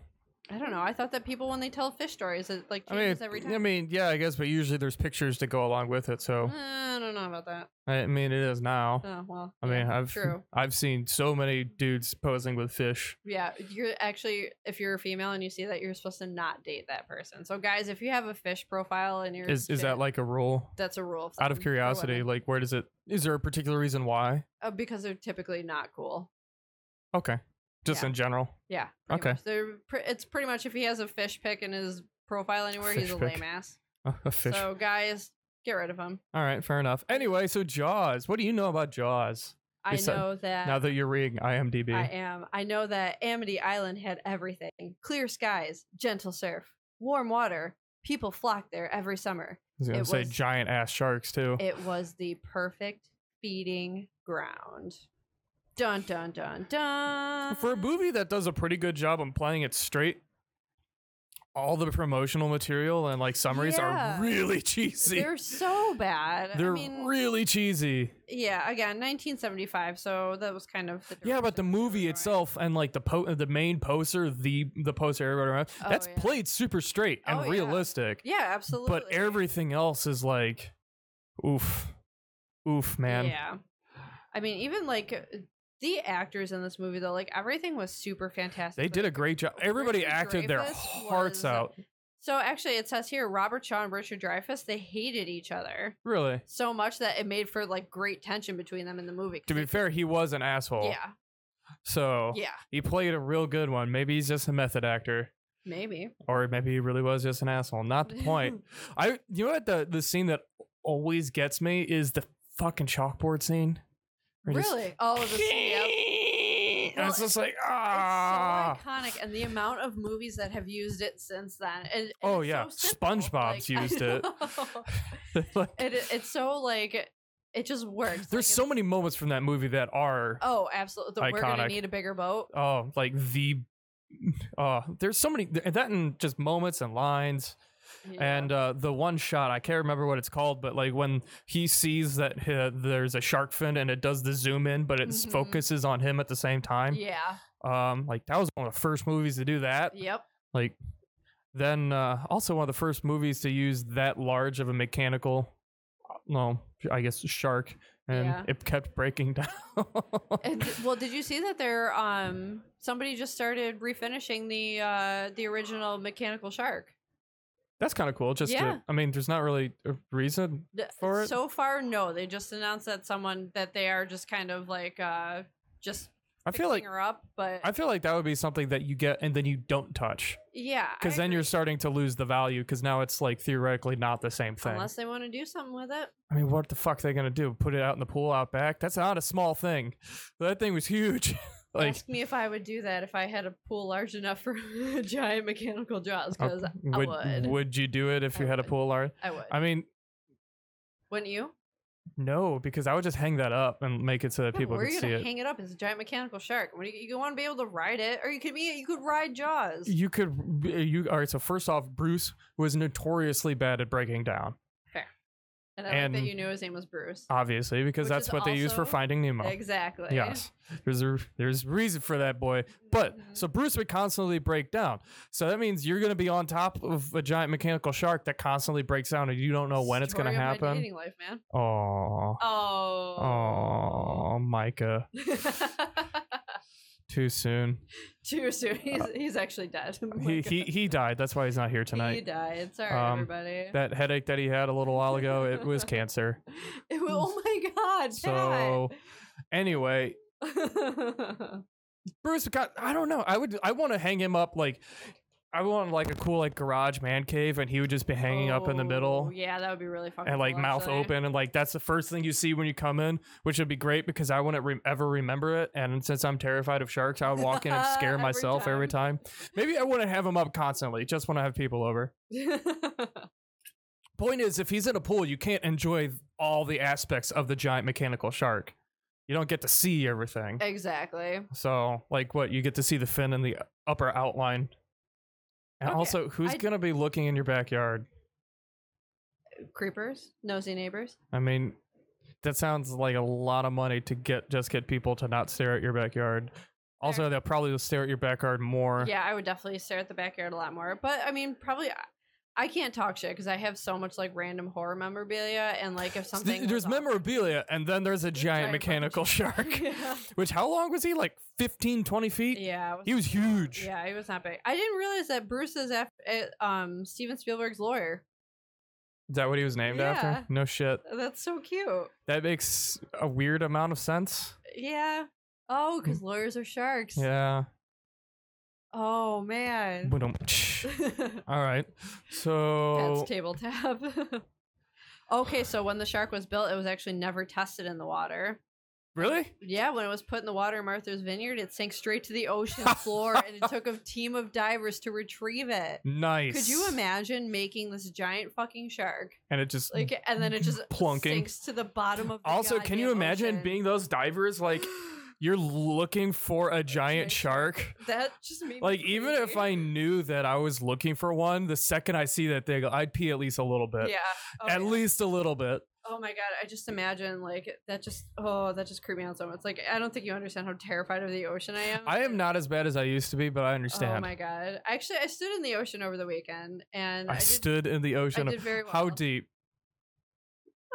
S2: I don't know. I thought that people when they tell fish stories, it like
S1: I mean,
S2: changes every time.
S1: I mean, yeah, I guess, but usually there's pictures to go along with it. So,
S2: Eh, I don't know about that.
S1: I mean, it is now.
S2: Oh well.
S1: I mean,
S2: yeah,
S1: I've
S2: true.
S1: I've seen so many dudes posing with fish.
S2: Yeah, you're actually if you're a female and you see that, you're supposed to not date that person. So guys, if you have a fish profile and you're
S1: Is is that
S2: shit,
S1: like a rule?
S2: that's a rule?
S1: Out
S2: thumb
S1: of
S2: for
S1: curiosity,
S2: women.
S1: like, where does it? Is there a particular reason why?
S2: Uh, because they're typically not cool.
S1: Okay. Just
S2: Yeah.
S1: in general. [LAUGHS]
S2: Yeah. pretty
S1: Okay.
S2: much. They're pre- it's pretty much if he has a fish pic in his profile anywhere, he's
S1: Fish
S2: a
S1: pic.
S2: lame ass.
S1: A- A fish.
S2: So guys, Get rid of him.
S1: All right, fair enough. Anyway, so Jaws. What do you know about Jaws?
S2: I
S1: Besi-
S2: know
S1: uh,
S2: that.
S1: Now that you're reading IMDb,
S2: I am. I know that Amity Island had everything clear skies, gentle surf, warm water. People flocked there every summer.
S1: I was gonna
S2: it
S1: say
S2: was-
S1: giant ass sharks too.
S2: It was the perfect feeding ground. Dun dun dun dun.
S1: For a movie that does a pretty good job on playing it straight, all the promotional material and like summaries
S2: Yeah.
S1: are really [LAUGHS] cheesy.
S2: they're so bad. I
S1: They're
S2: mean,
S1: really cheesy.
S2: yeah. Again, 1975. So that was kind of the
S1: Yeah, but the
S2: direction they were
S1: movie
S2: going.
S1: itself and like the po- the main poster, the the poster everybody around,
S2: Oh,
S1: that's
S2: yeah.
S1: played super straight and
S2: Oh, yeah.
S1: realistic.
S2: Yeah, absolutely.
S1: But everything else is like, oof, oof, man.
S2: Yeah. I mean, even like uh, the actors in this movie, though, like everything was super fantastic.
S1: They
S2: Like,
S1: did a great job. Everybody
S2: Richard
S1: acted their
S2: Dreyfuss
S1: hearts
S2: was-
S1: out.
S2: So actually, it says here Robert Shaw and Richard Dreyfuss they hated each other
S1: Really.
S2: so much that it made for like great tension between them in the movie. 'cause
S1: To be
S2: they-
S1: fair, he was an asshole.
S2: yeah,
S1: So
S2: yeah,
S1: he played a real good one. Maybe he's just a method actor.
S2: maybe.
S1: Or maybe he really was just an asshole. Not the
S2: [LAUGHS]
S1: point. I you know what the, the scene that always gets me is the fucking chalkboard scene. Where he just-
S2: really? Oh, this, yep.
S1: [LAUGHS] And
S2: Well,
S1: it's just like
S2: It's
S1: ah.
S2: so iconic, and the amount of movies that have used it since then. And, and
S1: Oh,
S2: it's
S1: yeah.
S2: so simple,
S1: SpongeBob's
S2: like, [LAUGHS] I
S1: used it.
S2: know.
S1: [LAUGHS] Like,
S2: it. It's so like it just works.
S1: there's
S2: like,
S1: so many moments from that movie that are oh,
S2: Oh, absolutely. The- We're gonna
S1: Iconic.
S2: need a bigger boat.
S1: like the uh there's so many th- that and just moments and lines
S2: Yeah.
S1: and uh the one shot I can't remember what it's called but like when he sees that uh, there's a shark fin and it does the zoom in but it s-
S2: Mhm.
S1: focuses on him at the same time
S2: yeah,
S1: um like that was one of the first movies to do that
S2: yep,
S1: like then uh also one of the first movies to use that large of a mechanical uh, no i guess shark and
S2: Yeah.
S1: it kept breaking [LAUGHS] down
S2: and th- well, did you see that there? Um, somebody just started refinishing the uh the original mechanical shark.
S1: [LAUGHS] that's kind of cool just to-
S2: Yeah.
S1: i mean there's not really a reason
S2: The-
S1: For it?
S2: So far, no. They just announced that someone that they are just kind of like uh just
S1: i feel like
S2: fixing her up, but
S1: i feel like that would be something that you get and then you don't touch
S2: yeah, I
S1: because then
S2: agree.
S1: you're starting to lose the value because now it's like theoretically not the same thing
S2: unless they want to do something with it.
S1: i mean what the fuck they gonna do put it out in the pool out back that's not a small thing that thing was huge [LAUGHS] like
S2: Ask me if I would do that if I had a pool large enough for [LAUGHS] a giant mechanical jaws,
S1: uh,
S2: because I
S1: would,
S2: would.
S1: would you do it if
S2: I
S1: you had a
S2: would.
S1: pool art
S2: I would.
S1: i mean
S2: Wouldn't you?
S1: No, because I would just hang that up and make it so that
S2: Yeah,
S1: people
S2: where
S1: could
S2: are you
S1: see
S2: gonna
S1: it.
S2: hang it up? It's a giant mechanical shark. What do you, you want to be able to ride it? Or you could be you could ride Jaws.
S1: you could uh, you all right. So first off, Bruce was notoriously bad at breaking down,
S2: And I like that
S1: and-
S2: you knew his name was Bruce.
S1: obviously, because
S2: Which
S1: that's
S2: is
S1: what they use for
S2: also
S1: Finding Nemo.
S2: Exactly. [LAUGHS]
S1: Yes, there's a there's a reason for that, boy. But
S2: Mhm.
S1: so Bruce would constantly break down. So that means you're gonna be on top of a giant mechanical shark that constantly breaks down, and you don't know when it's gonna
S2: Story of my
S1: happen.
S2: dating life, man.
S1: Oh,
S2: Oh.
S1: oh, Micah, Oh. too soon.
S2: [LAUGHS] Too soon. He's, he's actually dead. [LAUGHS] Oh my
S1: Uh, he
S2: God.
S1: he he died. That's why he's not here
S2: He
S1: tonight.
S2: died. Sorry,
S1: Um,
S2: everybody.
S1: That headache that he had a little while ago, it was cancer.
S2: [LAUGHS] It wa- oh my God.
S1: So anyway,
S2: Pat. [LAUGHS]
S1: Bruce got I don't know. I would I want to hang him up like I want like a cool like garage man cave and he would just be hanging up in the
S2: Oh,
S1: middle
S2: Yeah, that would be really fun.
S1: and like mouth open and like that's the first thing you see when you come in, which would be great because I wouldn't re- ever remember it and since I'm terrified of sharks, I would walk in
S2: [LAUGHS]
S1: and scare
S2: Every
S1: myself every time. Maybe I wouldn't have him up constantly just when I have people over. Point is if he's in a pool, you can't enjoy all the aspects of the giant mechanical shark. You don't get to see everything.
S2: [LAUGHS] Eh. exactly.
S1: So, like, what you get to see the fin and the upper outline, and
S2: Okay,
S1: also who's
S2: I-
S1: gonna be looking in your backyard?
S2: Creepers, nosy neighbors.
S1: I mean, that sounds like a lot of money to get just get people to not stare at your backyard. Also,
S2: Fair.
S1: they'll probably stare at your backyard more.
S2: Yeah, I would definitely stare at the backyard a lot more. But I mean, probably I- I can't talk shit because I have so much like random horror memorabilia and like if
S1: S-
S2: something
S1: there's
S2: was off-
S1: memorabilia, and then there's a giant
S2: giant
S1: mechanical shark.
S2: [LAUGHS]
S1: [LAUGHS]
S2: yeah,
S1: Which how long was he? Like 15, 20 feet.
S2: yeah, it
S1: He was huge.
S2: Yeah, he was not big. I didn't realize that Bruce is af- eh, um Steven Spielberg's lawyer.
S1: Is that what he was named
S2: Yeah.
S1: after? No shit.
S2: That's so cute.
S1: That makes a weird amount of
S2: [LAUGHS]
S1: sense.
S2: Yeah. Oh, because lawyers are sharks.
S1: Mm. Yeah.
S2: Oh man. [LAUGHS]
S1: All right. So Oh.
S2: That's table tab. [LAUGHS] Okay, so when the shark was built, it was actually never tested in the water.
S1: Really?
S2: Yeah, when it was put in the water in Martha's Vineyard, it sank straight to
S1: [LAUGHS]
S2: the ocean floor and it took a team of divers to retrieve it.
S1: Nice.
S2: Could you imagine making this giant fucking shark?
S1: And it just
S2: Like and then it just
S1: [LAUGHS] Plunking.
S2: sinks to the bottom of the
S1: also, can you
S2: goddamn
S1: imagine
S2: ocean.
S1: being those divers?
S2: [GASPS]
S1: Like you're looking for a giant
S2: [LAUGHS]
S1: shark.
S2: that just made me
S1: Like even if
S2: crazy.
S1: I knew that I was looking for one, the second I see that thing, I'd pee at least a little bit.
S2: Yeah. Oh,
S1: at
S2: yeah.
S1: least a little bit.
S2: Oh my god, I just imagine like that just oh that just creeped me out so much. Like I don't think you understand how terrified of the ocean I am.
S1: I am not as bad as I used to be, but I
S2: Oh
S1: understand.
S2: my god. Actually I stood in the ocean over the weekend and
S1: I,
S2: I, did,
S1: stood in the
S2: I
S1: ocean.
S2: did very well.
S1: How deep?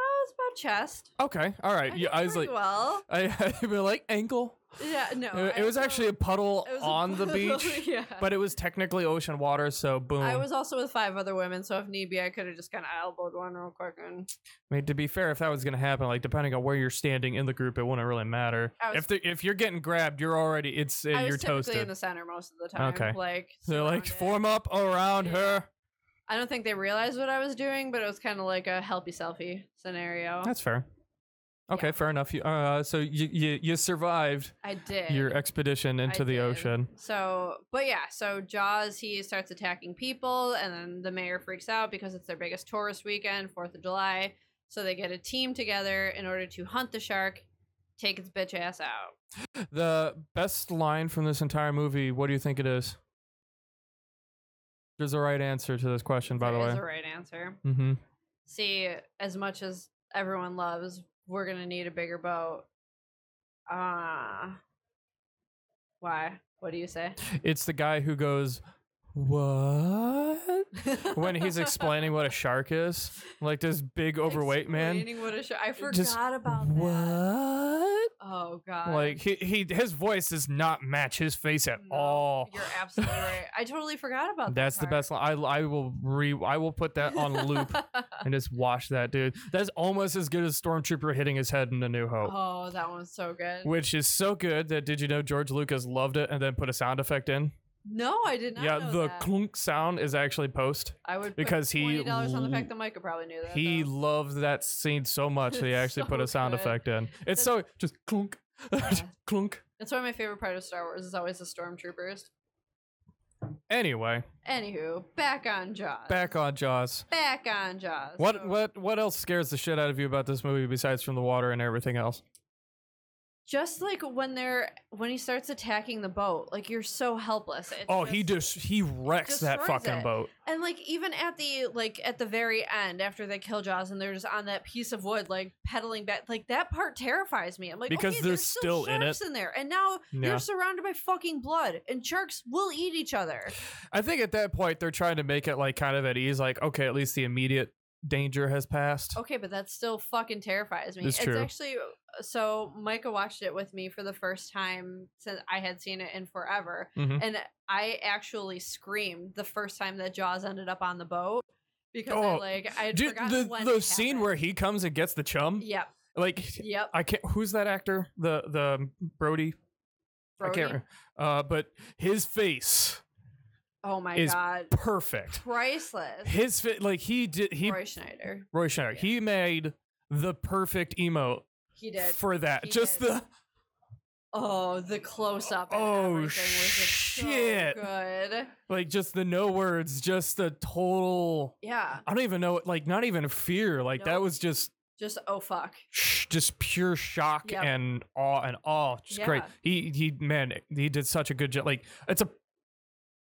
S2: Oh, it's about chest.
S1: Okay, all right.
S2: I,
S1: yeah,
S2: did
S1: I was
S2: pretty
S1: like,
S2: well.
S1: I, [LAUGHS] I were like ankle.
S2: Yeah, no.
S1: it, it
S2: I
S1: was
S2: also-
S1: actually a puddle
S2: it was a
S1: on
S2: [LAUGHS]
S1: the
S2: puddle,
S1: beach,
S2: yeah.
S1: but it was technically ocean water. So boom.
S2: I was also with five other women, so if need be, I could have just kind of elbowed one real quick. And
S1: I mean, to be fair, if that was gonna happen, like depending on where you're standing in the group, it wouldn't really matter.
S2: I was-
S1: if the, if you're getting grabbed, you're already it's uh,
S2: I
S1: you're
S2: was typically in
S1: toasted.
S2: the center most of the time.
S1: Okay.
S2: Like
S1: They're like
S2: surrounded.
S1: form up around
S2: Yeah.
S1: her.
S2: I don't think they realized what I was doing, but it was kind of like a helpy selfie scenario.
S1: That's fair. Okay,
S2: Yeah.
S1: fair enough. You, uh, so you, you you survived
S2: I did.
S1: your expedition into the
S2: did.
S1: ocean.
S2: So, but yeah, so Jaws, he starts attacking people, and then the mayor freaks out because it's their biggest tourist weekend, 4th of July. So they get a team together in order to hunt the shark, take its bitch ass out.
S1: The best line from this entire movie. What do you think it is? There's a right answer to this question, by the
S2: There is
S1: way.
S2: a right answer.
S1: mm-hmm.
S2: See, as much as everyone loves, we're going to need a bigger boat. Ah. why? What do you say?
S1: It's the guy who goes, "What?" [LAUGHS] when he's
S2: [LAUGHS]
S1: explaining what a shark is. Like this big overweight man.
S2: Explaining what a shark- I forgot
S1: Just,
S2: about that.
S1: What?
S2: Oh god.
S1: Like he, he his voice does not match his face at
S2: No,
S1: all. [LAUGHS]
S2: You're absolutely right. I totally forgot about that.
S1: That's the best line. I, I will re I will put that
S2: [LAUGHS]
S1: on loop Oh. and just watch that dude. That's almost as good as Stormtrooper hitting his head in A New Hope,
S2: oh, that one's so good.
S1: which is so good that did you know George Lucas loved it and then put a sound effect in?
S2: no, I did not.
S1: yeah,
S2: know
S1: the
S2: that.
S1: clunk sound is actually post.
S2: I would put
S1: because he
S2: twenty dollars on the
S1: l-
S2: fact that Micah probably knew that.
S1: He
S2: though.
S1: loved that scene so much that he
S2: [LAUGHS] It's
S1: actually put
S2: so
S1: a sound
S2: good.
S1: effect in. It's
S2: That's-
S1: so just clunk, [LAUGHS]
S2: Yeah.
S1: clunk.
S2: That's one of my favorite part of Star Wars is always the stormtroopers.
S1: Anyway,
S2: Anywho, back on Jaws.
S1: back on Jaws.
S2: Back on Jaws.
S1: What
S2: So,
S1: what what else scares the shit out of you about this movie besides from the water and everything else?
S2: Just like when they're when he starts attacking the boat, like you're so helpless. It's
S1: Oh, he
S2: just-
S1: just he wrecks that
S2: destroys
S1: fucking
S2: it.
S1: boat.
S2: And like even at the like at the very end after they kill Jaws and they're just on that piece of wood like pedaling back like that part terrifies me. I'm like
S1: Because
S2: okay,
S1: they're
S2: there's still,
S1: still in it.
S2: sharks in there and now
S1: Yeah.
S2: you're surrounded by fucking blood and sharks will eat each other.
S1: I think at that point they're trying to make it like kind of at ease, like okay, at least the immediate danger has passed.
S2: Okay, but that still fucking terrifies me.
S1: It's true.
S2: actually so Micah watched it with me for the first time since I had seen it in forever.
S1: Mhm.
S2: And I actually screamed the first time that Jaws ended up on the boat because I
S1: Oh,
S2: like I had
S1: Dude,
S2: forgotten
S1: the
S2: when
S1: the
S2: it
S1: scene
S2: happened.
S1: where he comes and gets the chum,
S2: Yep.
S1: like
S2: Yep.
S1: I can't. Who's that actor? The the Brody. I
S2: Brody?
S1: can't. Remember. Uh, but his face
S2: Oh my
S1: is
S2: god,
S1: perfect.
S2: priceless.
S1: His fa- like he did he
S2: Roy Schneider,
S1: Roy Schneider.
S2: Yeah.
S1: He made the perfect emote
S2: he did.
S1: for that.
S2: He
S1: Just
S2: did.
S1: the
S2: Oh, the close up.
S1: Oh,
S2: Oh shit!
S1: shit.
S2: good.
S1: like just the no words, just the total
S2: Yeah.
S1: I don't even know like not even fear. Like that
S2: Nope.
S1: was just
S2: Just oh fuck.
S1: sh- just pure shock
S2: Yep.
S1: and awe and awe. Just great.
S2: Yeah.
S1: He he man, he did such a good job. Like it's a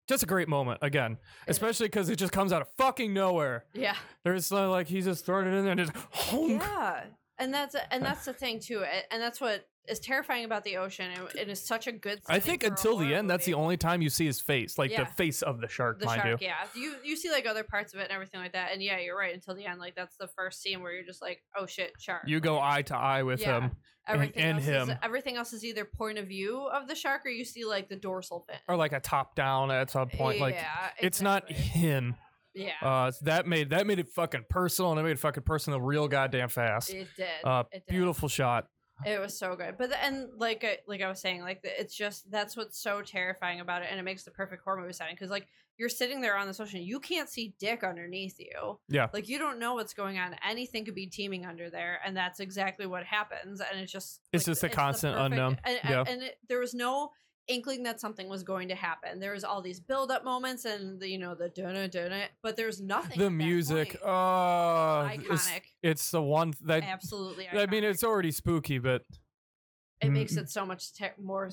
S1: just a great moment again,
S2: It is.
S1: especially because it just comes out of fucking nowhere.
S2: Yeah.
S1: There's uh, like he's just throwing it in there, and just honk.
S2: Yeah. And that's and that's the thing too, a- and that's what is terrifying about the ocean. and It is such a good.
S1: I
S2: setting
S1: think
S2: for a
S1: until the
S2: horror
S1: end, that's the
S2: movie.
S1: only time you see his face, like
S2: Yeah.
S1: the face of the shark,
S2: the
S1: mind
S2: shark.
S1: you.
S2: Yeah, you you see like other parts of it and everything like that. And yeah, you're right. Until the end, like that's the first scene where you're just like, oh shit, shark.
S1: You go eye to eye with
S2: Yeah.
S1: him, and-
S2: everything
S1: and
S2: else Is,
S1: him.
S2: everything else is either point of view of the shark or you see like the dorsal fin.
S1: or like a top down at some point. Like
S2: Yeah,
S1: it's not
S2: exactly.
S1: him.
S2: Yeah,
S1: Uh, that made that made it fucking personal, and it made it fucking personal real goddamn fast.
S2: it did.
S1: Uh,
S2: it did.
S1: beautiful shot.
S2: It was so good, but the, and like I- like I was saying, like the- it's just that's what's so terrifying about it, and it makes the perfect horror movie sounding because like you're sitting there on the ocean, you can't see dick underneath you.
S1: Yeah.
S2: like you don't know what's going on. Anything could be teeming under there, and that's exactly what happens. And it's just
S1: It's just a constant
S2: perfect-
S1: unknown.
S2: And,
S1: Yeah.
S2: and it, there was no inkling that something was going to happen. There was all these build up moments, and the, you know the dunna dunna, but there's nothing. at
S1: the
S2: that
S1: music,
S2: point.
S1: oh, it's,
S2: iconic,
S1: it's the one th- that
S2: absolutely.
S1: I mean,
S2: iconic.
S1: it's already spooky, but
S2: it makes it so much ter- more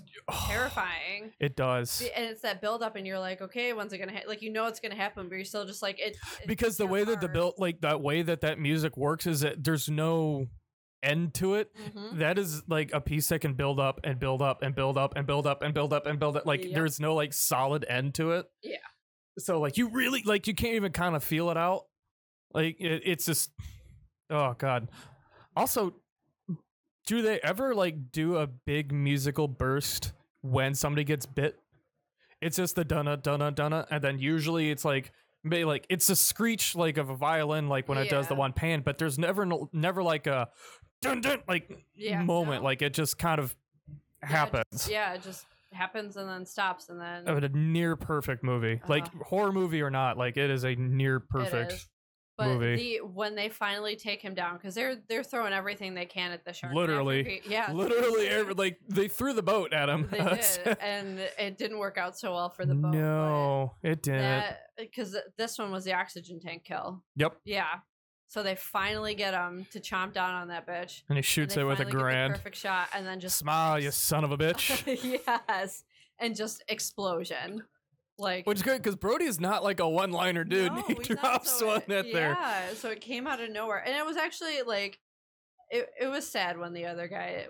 S2: terrifying.
S1: [SIGHS] it does
S2: And it's that build up, and you're like, okay, when's it gonna ha-? like you know it's gonna happen, but you're still just like it it
S1: because the
S2: hits
S1: way that the
S2: hard.
S1: built, like that way that that music works, is that there's no end to it.
S2: Mhm.
S1: That is like a piece that can build up and build up and build up and build up and build up and build up. Like
S2: Yep.
S1: there's no like solid end to it.
S2: Yeah.
S1: So like you really like you can't even kind of feel it out. Like it, it's just oh god. Also, do they ever like do a big musical burst when somebody gets bit? It's just the dunna dunna dunna, and then usually it's like maybe like it's a screech like of a violin, like when it does the
S2: Yeah.
S1: one pan, but there's never no- never like a dun dun like
S2: Yeah,
S1: moment.
S2: no.
S1: Like it just kind of
S2: Yeah, it just-
S1: happens.
S2: Yeah, it just happens and then stops and then
S1: A near perfect movie, like horror movie or not, like it is a near perfect.
S2: Uh-huh. It is. But
S1: movie.
S2: the when they finally take him down, because they're they're throwing everything they can at the shark. after
S1: Literally.
S2: he- yeah,
S1: Literally, [LAUGHS] every, like they threw the boat at him.
S2: they
S1: [LAUGHS]
S2: did, and it didn't work out so well for the boat. but
S1: No, it didn't.
S2: that because this one was the oxygen tank kill.
S1: yep,
S2: Yeah, so they finally get him to chomp down on that bitch.
S1: and he
S2: and
S1: shoots
S2: they
S1: it with a
S2: finally get the
S1: grand
S2: perfect shot, and then just
S1: smile, you son of a bitch.
S2: [LAUGHS]
S1: [LAUGHS]
S2: yes, and just explosion. Like
S1: Which is good because Brody is not like a one-liner dude. [LAUGHS]
S2: No,
S1: he
S2: he's not,
S1: drops
S2: so
S1: one
S2: it-
S1: at there.
S2: Yeah, so it came out of nowhere, and it was actually like it. It was sad when the other guy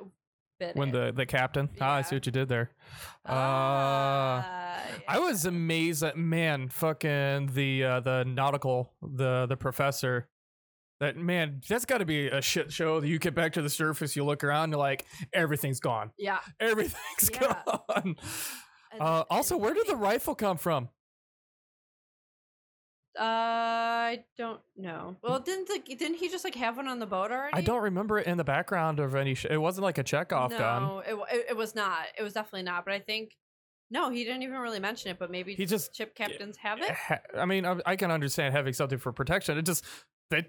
S2: bit
S1: When
S2: it. Ah,
S1: the the captain, ah, I
S2: Yeah.
S1: see what you did there. Uh,
S2: Ah,
S1: I was amazed that man, fucking the uh, the nautical the the professor. That man, that's got to be a shit show. You get back to the surface, you look around, you're like, everything's gone.
S2: yeah.
S1: Everything's
S2: Yeah.
S1: gone.
S2: And-
S1: Uh,
S2: and-
S1: also, where did the rifle come from?
S2: Uh, I don't know. Well, didn't the, didn't he just like have one on the boat already?
S1: I don't remember it in the background of any. Sh- it wasn't like a Chekhov
S2: no,
S1: gun.
S2: It, wa- it it was not. It was definitely not. But I think no, he didn't even really mention it. But maybe
S1: He just-
S2: ship captains have it.
S1: Ha- I mean, I, I can understand having something for protection. It just that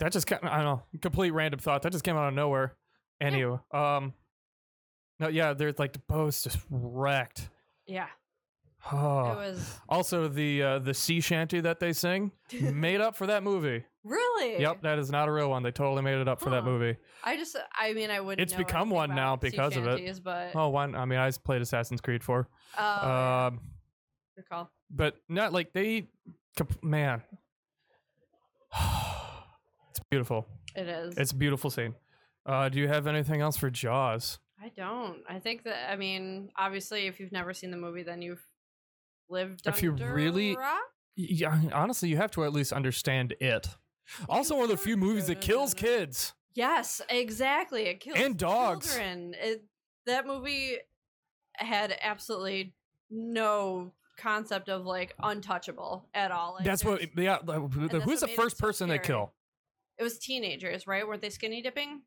S1: that just kind I don't know, complete random thought that just came out of nowhere. Anyway, um, no, yeah, there's like the boat's just wrecked.
S2: Yeah, it
S1: Oh. [LAUGHS]
S2: was [LAUGHS]
S1: Also, the uh, the sea shanty that they sing made up for that movie.
S2: really.
S1: Yep, that is not a real one. They totally made it up for that
S2: Huh.
S1: movie.
S2: I just, I mean, I wouldn't.
S1: It's
S2: know
S1: become
S2: anything
S1: one now
S2: about sea
S1: because of it.
S2: shanties, But oh,
S1: Oh, one. I mean, I played Assassin's Creed four.
S2: yeah,
S1: Um,
S2: good call.
S1: but not like they. comp- Man, [SIGHS] it's beautiful.
S2: It is.
S1: It's a beautiful scene. Uh, do you have anything else for Jaws?
S2: I don't. I think that. I mean, obviously, if you've never seen the movie, then you've lived.
S1: If you
S2: under
S1: really-
S2: a rock?
S1: Y- Yeah, honestly, you have to at least understand it. Also, one of the few movies that kills kids.
S2: Yes, exactly. It kills
S1: And dogs.
S2: Children. It, that movie had absolutely no concept of like untouchable at all. Like,
S1: That's what.
S2: there's-
S1: Yeah, like, who-
S2: that's
S1: who's
S2: what
S1: the
S2: made it
S1: first
S2: so
S1: person they
S2: scary.
S1: kill?
S2: it was. Teenagers, right? Weren't they skinny dipping?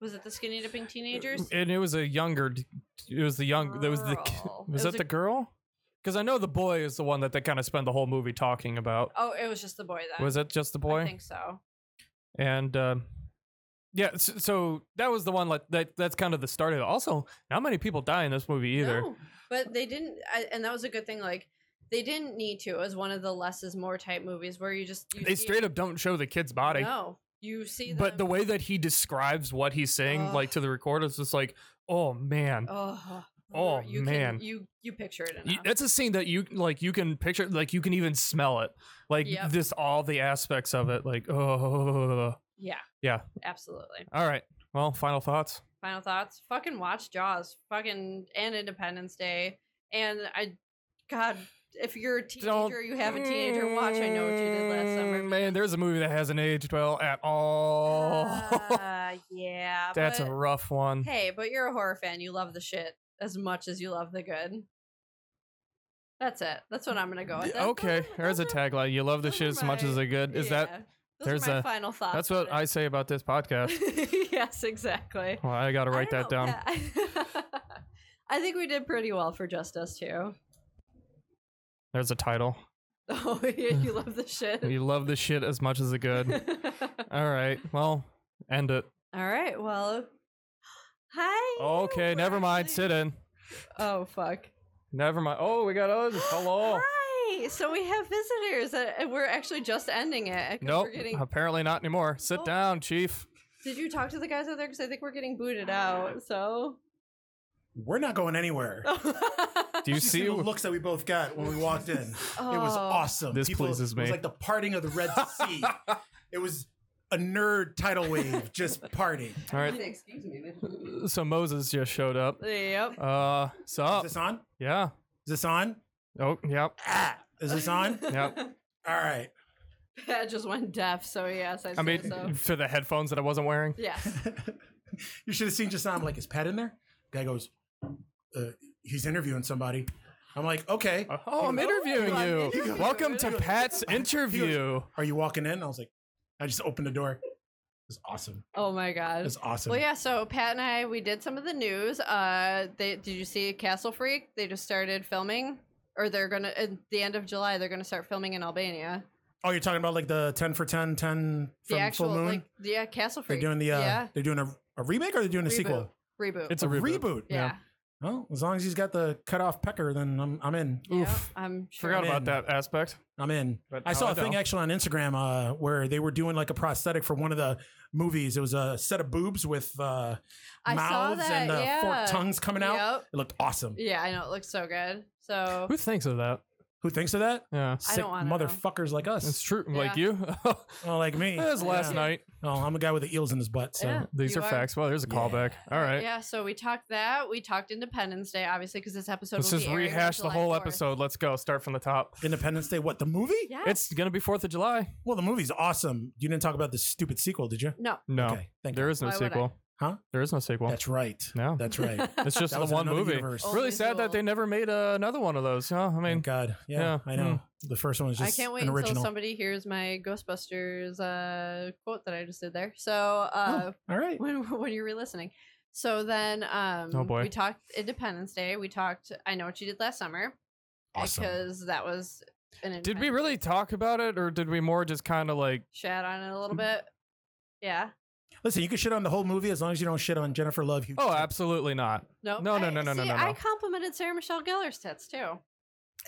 S2: Was it the skinny dipping teenagers?
S1: And it was a younger. d- It was the young. That was the. ki-
S2: Girl.
S1: Was
S2: It
S1: that
S2: was a-
S1: the girl? Because I know the boy is the one that they kind of spend the whole movie talking about.
S2: oh, it was just the boy then.
S1: Was it just the
S2: I
S1: boy?
S2: think so.
S1: and um, yeah, so, so that was the one like, that. That's kind of the start of it. Also, not many people die in this movie either.
S2: No, but they didn't, I, and that was a good thing. Like they didn't need to. It was one of the less is more type movies where you just you
S1: They
S2: see-
S1: straight up don't show the kid's body.
S2: No, you see,
S1: But the
S2: them-
S1: way that he describes what he's saying,
S2: Ugh.
S1: like to the recorder, it's just like, oh man,
S2: oh,
S1: Oh,
S2: you
S1: man. eh
S2: can, you you picture it
S1: Y-
S2: enough.
S1: that's a scene that you like. You can picture, like you can even smell it, like
S2: Yep.
S1: just all the aspects of it. Like, oh,
S2: yeah,
S1: yeah.
S2: absolutely.
S1: All right. Well, final thoughts.
S2: Final thoughts. Fucking watch Jaws. Fucking and Independence Day. And I, God, if you're a teenager,
S1: Don't-
S2: you have a teenager watch. I know what you did last summer.
S1: Mm, Man, there's a movie that hasn't aged well at all.
S2: Uh, yeah,
S1: [LAUGHS] that's
S2: but,
S1: a rough one.
S2: Hey, but you're a horror fan. You love the shit as much as you love the good. That's it. That's what I'm gonna go with. That's-
S1: okay,
S2: those are-
S1: there's a
S2: those are-
S1: tagline. You love the
S2: those
S1: shit
S2: are
S1: as much
S2: my-
S1: as a good. Is that
S2: yeah. Those
S1: There's
S2: are my
S1: a-
S2: final thoughts.
S1: That's what I
S2: on
S1: say about this podcast.
S2: it. [LAUGHS] yes, exactly.
S1: Well, I got to
S2: I
S1: write that
S2: don't know,
S1: down.
S2: yeah. [LAUGHS] I think we did pretty well for just us two. [LAUGHS]
S1: There's a title.
S2: Oh, yeah, you love the shit.
S1: You love the shit as much as the
S2: [LAUGHS]
S1: good. All right. Well, end it.
S2: All right. Well, hi.
S1: Okay,
S2: Oh, we're
S1: never mind.
S2: actually-
S1: Sit in.
S2: Oh fuck.
S1: Never mind. Oh, we got
S2: [GASPS]
S1: others. Hello.
S2: Hi. So we have visitors, uh, and we're actually just ending it. 'cause
S1: Nope.
S2: We're getting...
S1: Apparently not anymore. Sit
S2: Oh.
S1: down,
S2: [LAUGHS]
S1: chief.
S2: Did you talk to the guys out there? Because I think we're getting booted out. So. [LAUGHS]
S3: We're not going anywhere.
S2: Oh.
S1: Do you
S3: She's
S1: see?
S3: the looks that we both got when we walked in. It was
S2: Oh.
S3: awesome.
S1: This pleases
S3: It
S1: me.
S3: was like the parting of
S1: [LAUGHS]
S3: the Red Sea. it was a nerd tidal wave just parting.
S1: All right.
S2: Excuse me.
S1: So Moses just showed up.
S2: Yep.
S1: Uh,
S3: Is
S1: so
S3: this on? Is
S1: yeah.
S3: this on?
S1: Oh, yep.
S3: Ah, is
S2: [LAUGHS]
S3: this on?
S1: Yep.
S3: All
S1: [LAUGHS]
S3: right.
S2: Pat just went deaf, so yes, I,
S1: I mean, [LAUGHS]
S2: say so.
S1: for the headphones that I wasn't wearing.
S2: Yes.
S3: you should have seen Jason. I'm like, is Pat in there? Guy goes, uh, he's interviewing somebody. I'm like, okay.
S1: Oh, I'm interviewing
S2: I'm
S1: you.
S2: interviewed.
S1: Welcome to
S3: He
S2: [LAUGHS]
S3: goes-
S1: Pat's interview.
S3: Are you walking in? I was like, I just opened the door. It's awesome.
S2: Oh my god.
S3: It's awesome.
S2: Well, yeah. So Pat and I, we did some of the news. Uh, they did you see Castle Freak? They just started filming, or they're gonna at the end of July. They're gonna start filming in Albania.
S3: Oh, you're talking about like the 10 for 10, 10
S2: The
S3: from
S2: actual,
S3: Full Moon?
S2: like, yeah, Castle
S3: they're
S2: Freak.
S3: doing the, uh,
S2: yeah
S3: they're doing a, a remake or they're doing a
S2: Reboot.
S3: sequel?
S2: reboot.
S1: It's a reboot.
S2: yeah.
S3: Well, as long as he's got the cut off pecker, then I'm, I'm in.
S2: yeah.
S1: Oof.
S2: I'm sure.
S1: Forgot
S3: I'm
S1: about
S3: in.
S1: that aspect.
S3: I'm in.
S1: But
S3: I
S1: now
S3: saw
S1: I
S3: a thing
S1: know.
S3: actually on Instagram uh, where they were doing like a prosthetic for one of the movies. It was a set of boobs with uh,
S2: I saw
S3: mouths
S2: that.
S3: and uh,
S2: yeah.
S3: forked tongues coming out.
S2: Yep.
S3: It looked awesome.
S2: Yeah, I know it looks so good. So
S1: Who thinks of that?
S3: Who thinks of that?
S1: Yeah.
S2: I
S3: Sick
S2: don't wanna know.
S3: motherfuckers like us.
S1: It's true. Like
S2: Yeah.
S1: you. [LAUGHS]
S3: Oh, like me.
S1: It was last
S3: Yeah.
S1: night.
S3: Oh, I'm a guy with the eels in his butt.
S2: [LAUGHS]
S3: So
S2: Yeah.
S1: These
S2: You
S1: are,
S2: are-
S1: facts. Well, there's a
S3: Yeah.
S1: callback. All right.
S2: yeah, so we talked that. We talked Independence Day, obviously, because this episode.
S1: Let's
S2: will
S1: just
S2: be airing on
S1: rehash the
S2: July
S1: whole
S2: 4th.
S1: episode. Let's go. Start from the top.
S3: Independence Day, what the movie?
S2: Yeah.
S1: It's gonna be Fourth of July.
S3: Well, the movie's awesome. You didn't talk about the stupid sequel, did you?
S2: no.
S1: No,
S3: Okay, thank
S1: there
S3: God.
S1: is no
S2: Why would I?
S1: sequel.
S3: Huh?
S1: There is no sequel.
S3: That's right.
S1: No.
S3: That's right.
S2: [LAUGHS]
S1: it's just
S3: That
S1: the
S3: was
S1: one
S3: another
S1: movie.
S3: universe.
S2: Oh,
S1: Really
S2: Only
S1: sad that
S2: Zool.
S1: they never made uh, another one of those. Huh? I mean,
S3: Thank God. Yeah,
S1: yeah, hmm.
S3: I know. The first one was
S2: I
S3: just
S2: can't wait
S3: an
S2: until
S3: original.
S2: somebody hears my Ghostbusters uh, quote that I just did there. So uh,
S3: All right.
S2: [LAUGHS] when when you're re-listening, so then um,
S1: Oh, boy.
S2: we talked Independence Day. We talked. I know what you did last summer
S3: Awesome.
S2: because that was
S1: did
S2: an.
S1: we
S2: Independence
S1: really
S2: Day.
S1: talk about it, or did we more just kind of like?
S2: shat on it a
S1: Mm.
S2: little bit? Yeah.
S3: Listen, you can shit on the whole movie as long as you don't shit on Jennifer Love. Hugh
S1: Oh,
S3: Jackman.
S1: absolutely not.
S2: Nope.
S1: No, no,
S2: I-
S1: no, no, no,
S2: see,
S1: no,
S2: I
S1: no.
S2: complimented Sarah Michelle Gellar's tits too.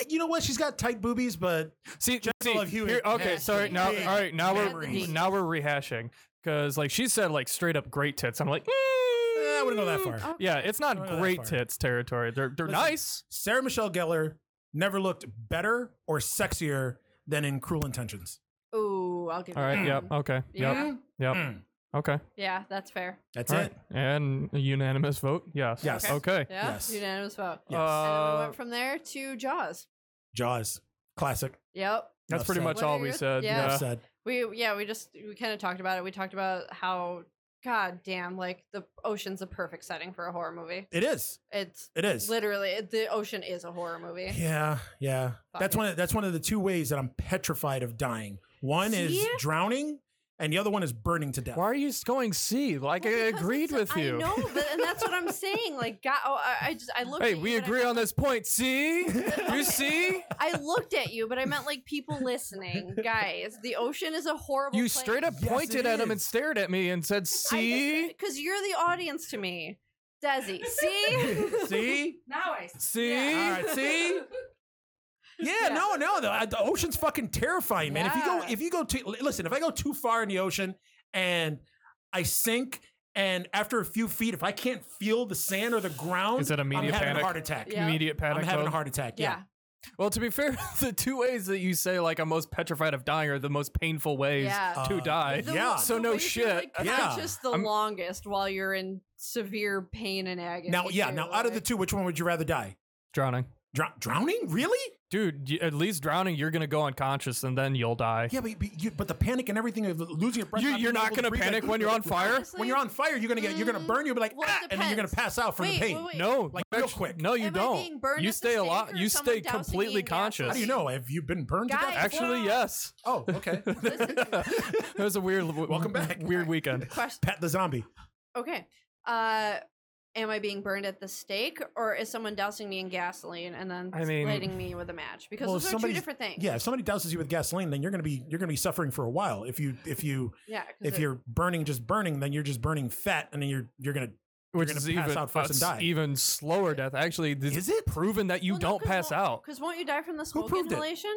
S3: You know what? She's got tight boobies, but
S1: See, see
S3: Love Hewitt
S1: here- okay,
S2: has
S1: sorry.
S2: the
S1: Now, all
S3: big
S1: right, now we're
S2: memories.
S1: now we're rehashing because like she said, like straight up great tits. I'm like,
S3: eh, I wouldn't go that far.
S2: Oh,
S1: yeah, it's
S3: Don't
S1: not
S3: go that
S1: great
S3: far.
S1: tits territory. They're they're
S3: Listen.
S1: nice.
S3: Sarah Michelle Gellar never looked better or sexier than in Cruel Intentions.
S2: Ooh, I'll give.
S1: All
S2: you
S1: right.
S2: that
S1: Yep.
S2: one.
S1: Okay. Yep.
S2: Mm.
S1: Yep.
S2: Yeah.
S3: Mm.
S1: Okay.
S2: Yeah, that's fair.
S3: That's
S1: All
S3: it.
S1: right. And a unanimous vote. Yes.
S3: Yes.
S2: Okay.
S1: Okay.
S2: Yeah.
S3: Yes.
S2: Unanimous vote. and then
S3: Yes.
S2: we
S1: Uh,
S2: went from there to Jaws.
S3: Jaws, classic.
S2: Yep.
S1: that's
S3: Enough
S1: pretty
S3: said.
S1: much
S2: What
S1: all
S2: are
S1: we
S2: your-
S1: said.
S2: yeah.
S3: Enough
S1: Yeah.
S3: said.
S2: We yeah, we just we kind of talked about it. We talked about how god damn like the ocean's the perfect setting for a horror movie.
S3: It is.
S2: It's
S3: It is.
S2: literally it- the ocean is a horror movie.
S3: Yeah, yeah.
S2: Fuck
S3: That's
S2: it.
S3: one. Of, that's one of the two ways that I'm petrified of dying. One is
S2: See?
S3: drowning, and the other one is burning to death.
S1: Why are you s- going C? Like
S2: Well,
S1: I
S2: because
S1: agreed
S2: it's-
S1: with you.
S2: I know, but, and that's
S1: [LAUGHS]
S2: what I'm saying. Like god, oh, I, I just I looked.
S1: Hey,
S2: at you
S1: we
S2: and I
S1: agree
S2: meant, [LAUGHS]
S1: on this point. See?
S2: Okay.
S1: You see?
S2: I looked at you, but I meant like people
S1: [LAUGHS]
S2: listening, guys. The ocean is a horrible.
S1: You straight up
S3: Yes,
S1: pointed
S3: it
S1: at him
S3: is.
S1: and stared at me and said, "See?
S2: because you're the audience to me,
S1: [LAUGHS]
S2: Desi. [LAUGHS] See,
S3: See?
S2: now I
S1: See?
S2: [LAUGHS]
S3: All right, see? Yeah,
S2: Yeah.
S3: no, no. The, uh, the ocean's fucking terrifying, man. If you go,
S2: Yeah.
S3: if you go too, listen. If I go too far in the ocean and I sink, and after a few feet, if I can't feel the sand or the ground,
S1: Is that
S3: I'm
S1: immediate
S3: having a
S1: panic?
S3: heart attack.
S2: Yeah.
S1: Immediate panic
S3: I'm having a
S1: mode?
S3: heart attack. Yeah.
S2: Yeah.
S1: Well, to be fair, [LAUGHS] the two ways that you say like I'm most petrified of dying are the most painful ways
S2: Yeah.
S1: to
S3: Uh,
S1: die.
S3: The- Yeah.
S1: So no
S2: way you're,
S1: shit.
S2: Like,
S3: Yeah.
S2: conscious the
S1: I'm-
S2: longest while you're in severe pain and agony.
S3: Now, yeah.
S2: too,
S3: Now, out of the
S2: like-
S3: two, which one would you rather die?
S1: Drowning.
S3: Drow- drowning? Really?
S1: dude, y- at least drowning, you're gonna go unconscious and then you'll die.
S3: Yeah, but but, you, but the panic and everything of losing your breath.
S1: you,
S3: being
S1: you're not
S3: able to
S1: gonna
S3: breathe, like,
S1: panic when
S3: [LAUGHS]
S1: you're on fire.
S2: Honestly,
S3: When you're on fire, you're gonna get you're gonna burn. You'll be like,
S2: Well, it
S3: "Ah," and then you're gonna
S2: depends.
S3: pass out from
S2: Wait,
S3: the pain.
S2: wait, wait.
S1: No,
S3: Like,
S1: you
S3: real
S1: actually-
S3: quick.
S1: No, you
S2: Am I being
S1: don't.
S2: burned
S1: You
S2: at the
S1: stay
S2: stake
S1: alive.
S2: or
S1: You
S2: someone
S1: stay
S2: dousing me
S1: completely
S2: in gasoline?
S1: conscious.
S3: How do you know? Have you been burned to
S2: Guys,
S3: death?
S1: Actually,
S2: Wow.
S1: yes.
S3: Oh, okay.
S2: [LAUGHS] Listen to me.
S1: [LAUGHS] That was a weird.
S3: Welcome back.
S1: Weird weekend. [LAUGHS]
S2: Question.
S3: Pat the zombie.
S2: Okay. Uh, am I being burned at the stake, or is someone dousing me in gasoline and then
S1: I mean-
S2: lighting me with a match? Because
S3: Well, if
S2: those are two
S3: somebody's-
S2: different things.
S3: Yeah, if somebody douses you with gasoline, then you're gonna be you're gonna be suffering for a while. If you if you
S2: Yeah. 'cause
S3: if
S2: it-
S3: you're burning just burning, then you're just burning fat, and then you're you're gonna
S1: Which
S3: gonna
S1: is
S3: pass
S1: even
S3: out first and
S1: it's
S3: die.
S1: even slower death. Actually, this
S3: is it?
S1: proven that you
S2: Well, no,
S1: don't
S2: 'cause
S1: pass
S2: won't-
S1: out.
S2: Because won't you die from the smoke
S3: proved it?
S2: inhalation?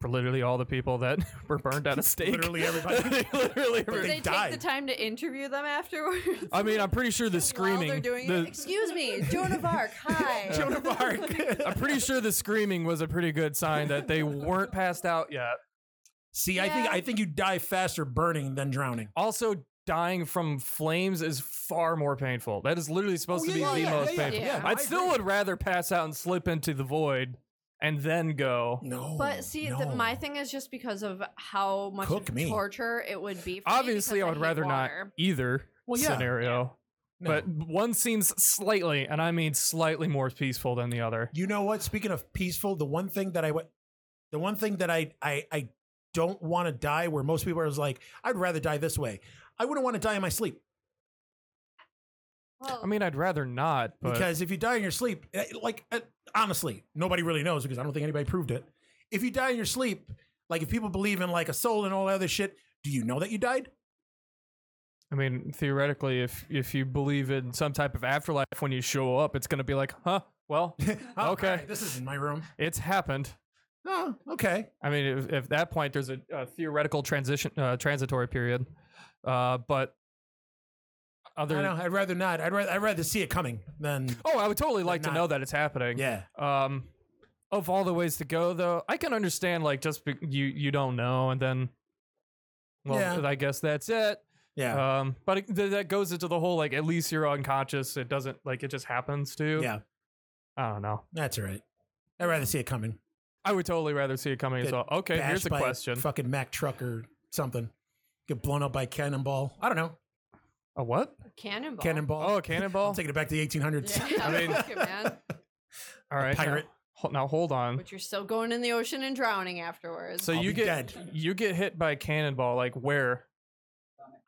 S1: For literally all the people that [LAUGHS] were burned at a stake. [LAUGHS]
S3: Literally everybody. [LAUGHS]
S1: literally.
S3: But
S2: Did
S1: every-
S2: they,
S3: they
S2: take
S3: died.
S2: the time to interview them afterwards?
S1: I
S2: [LAUGHS]
S1: mean, I'm pretty sure the
S2: While they're
S1: screaming.
S2: doing
S1: the-
S2: it. Excuse me, Joan
S1: [LAUGHS]
S2: of Arc. Hi.
S3: Joan of Arc.
S1: I'm pretty sure the screaming was a pretty good sign that they weren't passed out yet.
S3: See, I think
S2: Yeah.
S3: I think you die faster burning than drowning.
S1: Also, dying from flames is far more painful. That is literally supposed to be the
S2: Oh, yeah,
S1: most
S2: yeah,
S1: painful.
S2: yeah.
S1: I would still would rather pass out and slip into the void and then go.
S3: No,
S2: But see,
S3: no.
S2: the, my thing is just because of how much
S3: Cook
S2: of
S3: me.
S2: torture it would be. For me
S1: Obviously,
S2: because
S1: I would
S2: hate
S1: rather not
S2: water.
S1: either
S3: Well, yeah.
S1: scenario.
S3: No.
S1: But one seems slightly, and I mean slightly more peaceful than the other.
S3: you know what? Speaking of peaceful, the one thing that I wa- the one thing that I I I don't want to die where most people are is like, I'd rather die this way. I wouldn't want to die in my sleep
S2: Well,
S1: I mean, I'd rather not, but
S3: because if you die in your sleep, eh, like eh, honestly, nobody really knows because I don't think anybody proved it. If you die in your sleep, like if people believe in like a soul and all that other shit, do you know that you died? [LAUGHS]
S1: I mean, theoretically, if if you believe in some type of afterlife, when you show up, it's gonna be like, huh, well,
S3: Oh,
S1: Okay.
S3: all right, this is in my room.
S1: it's happened.
S3: Oh, okay.
S1: I mean, if, if that point there's a, a theoretical transition, uh, transitory period, uh, but
S3: I
S1: other.
S3: know. I'd rather not. I'd rather I'd rather see it coming than
S1: Oh, I would totally like to
S3: not-
S1: know that it's happening.
S3: yeah.
S1: Um, of all the ways to go, though, I can understand like just be- you you don't know, and then, well,
S3: Yeah.
S1: I guess that's it.
S3: Yeah.
S1: Um, but it, th- that goes into the whole like at least you're unconscious. It doesn't like it just happens to.
S3: yeah.
S1: I don't know.
S3: That's all right. I'd rather see it coming.
S1: I would totally rather see it coming as
S3: Get
S1: well. Okay, here's
S3: Bashed
S1: a
S3: by
S1: question.
S3: fucking Mack truck or something. Get blown up by cannonball. I don't know.
S1: a what?
S2: cannonball.
S3: Cannonball.
S1: Oh, a cannonball.
S3: I'm taking it back to the 1800s.
S2: [LAUGHS] Yeah, I
S1: mean-
S2: man.
S1: All right,
S3: pirate.
S1: Now, ho- now hold on.
S2: But you're still going in the ocean and drowning afterwards.
S1: So
S3: I'll
S1: you
S3: be
S1: get
S3: dead.
S1: you get hit by a cannonball. Like where?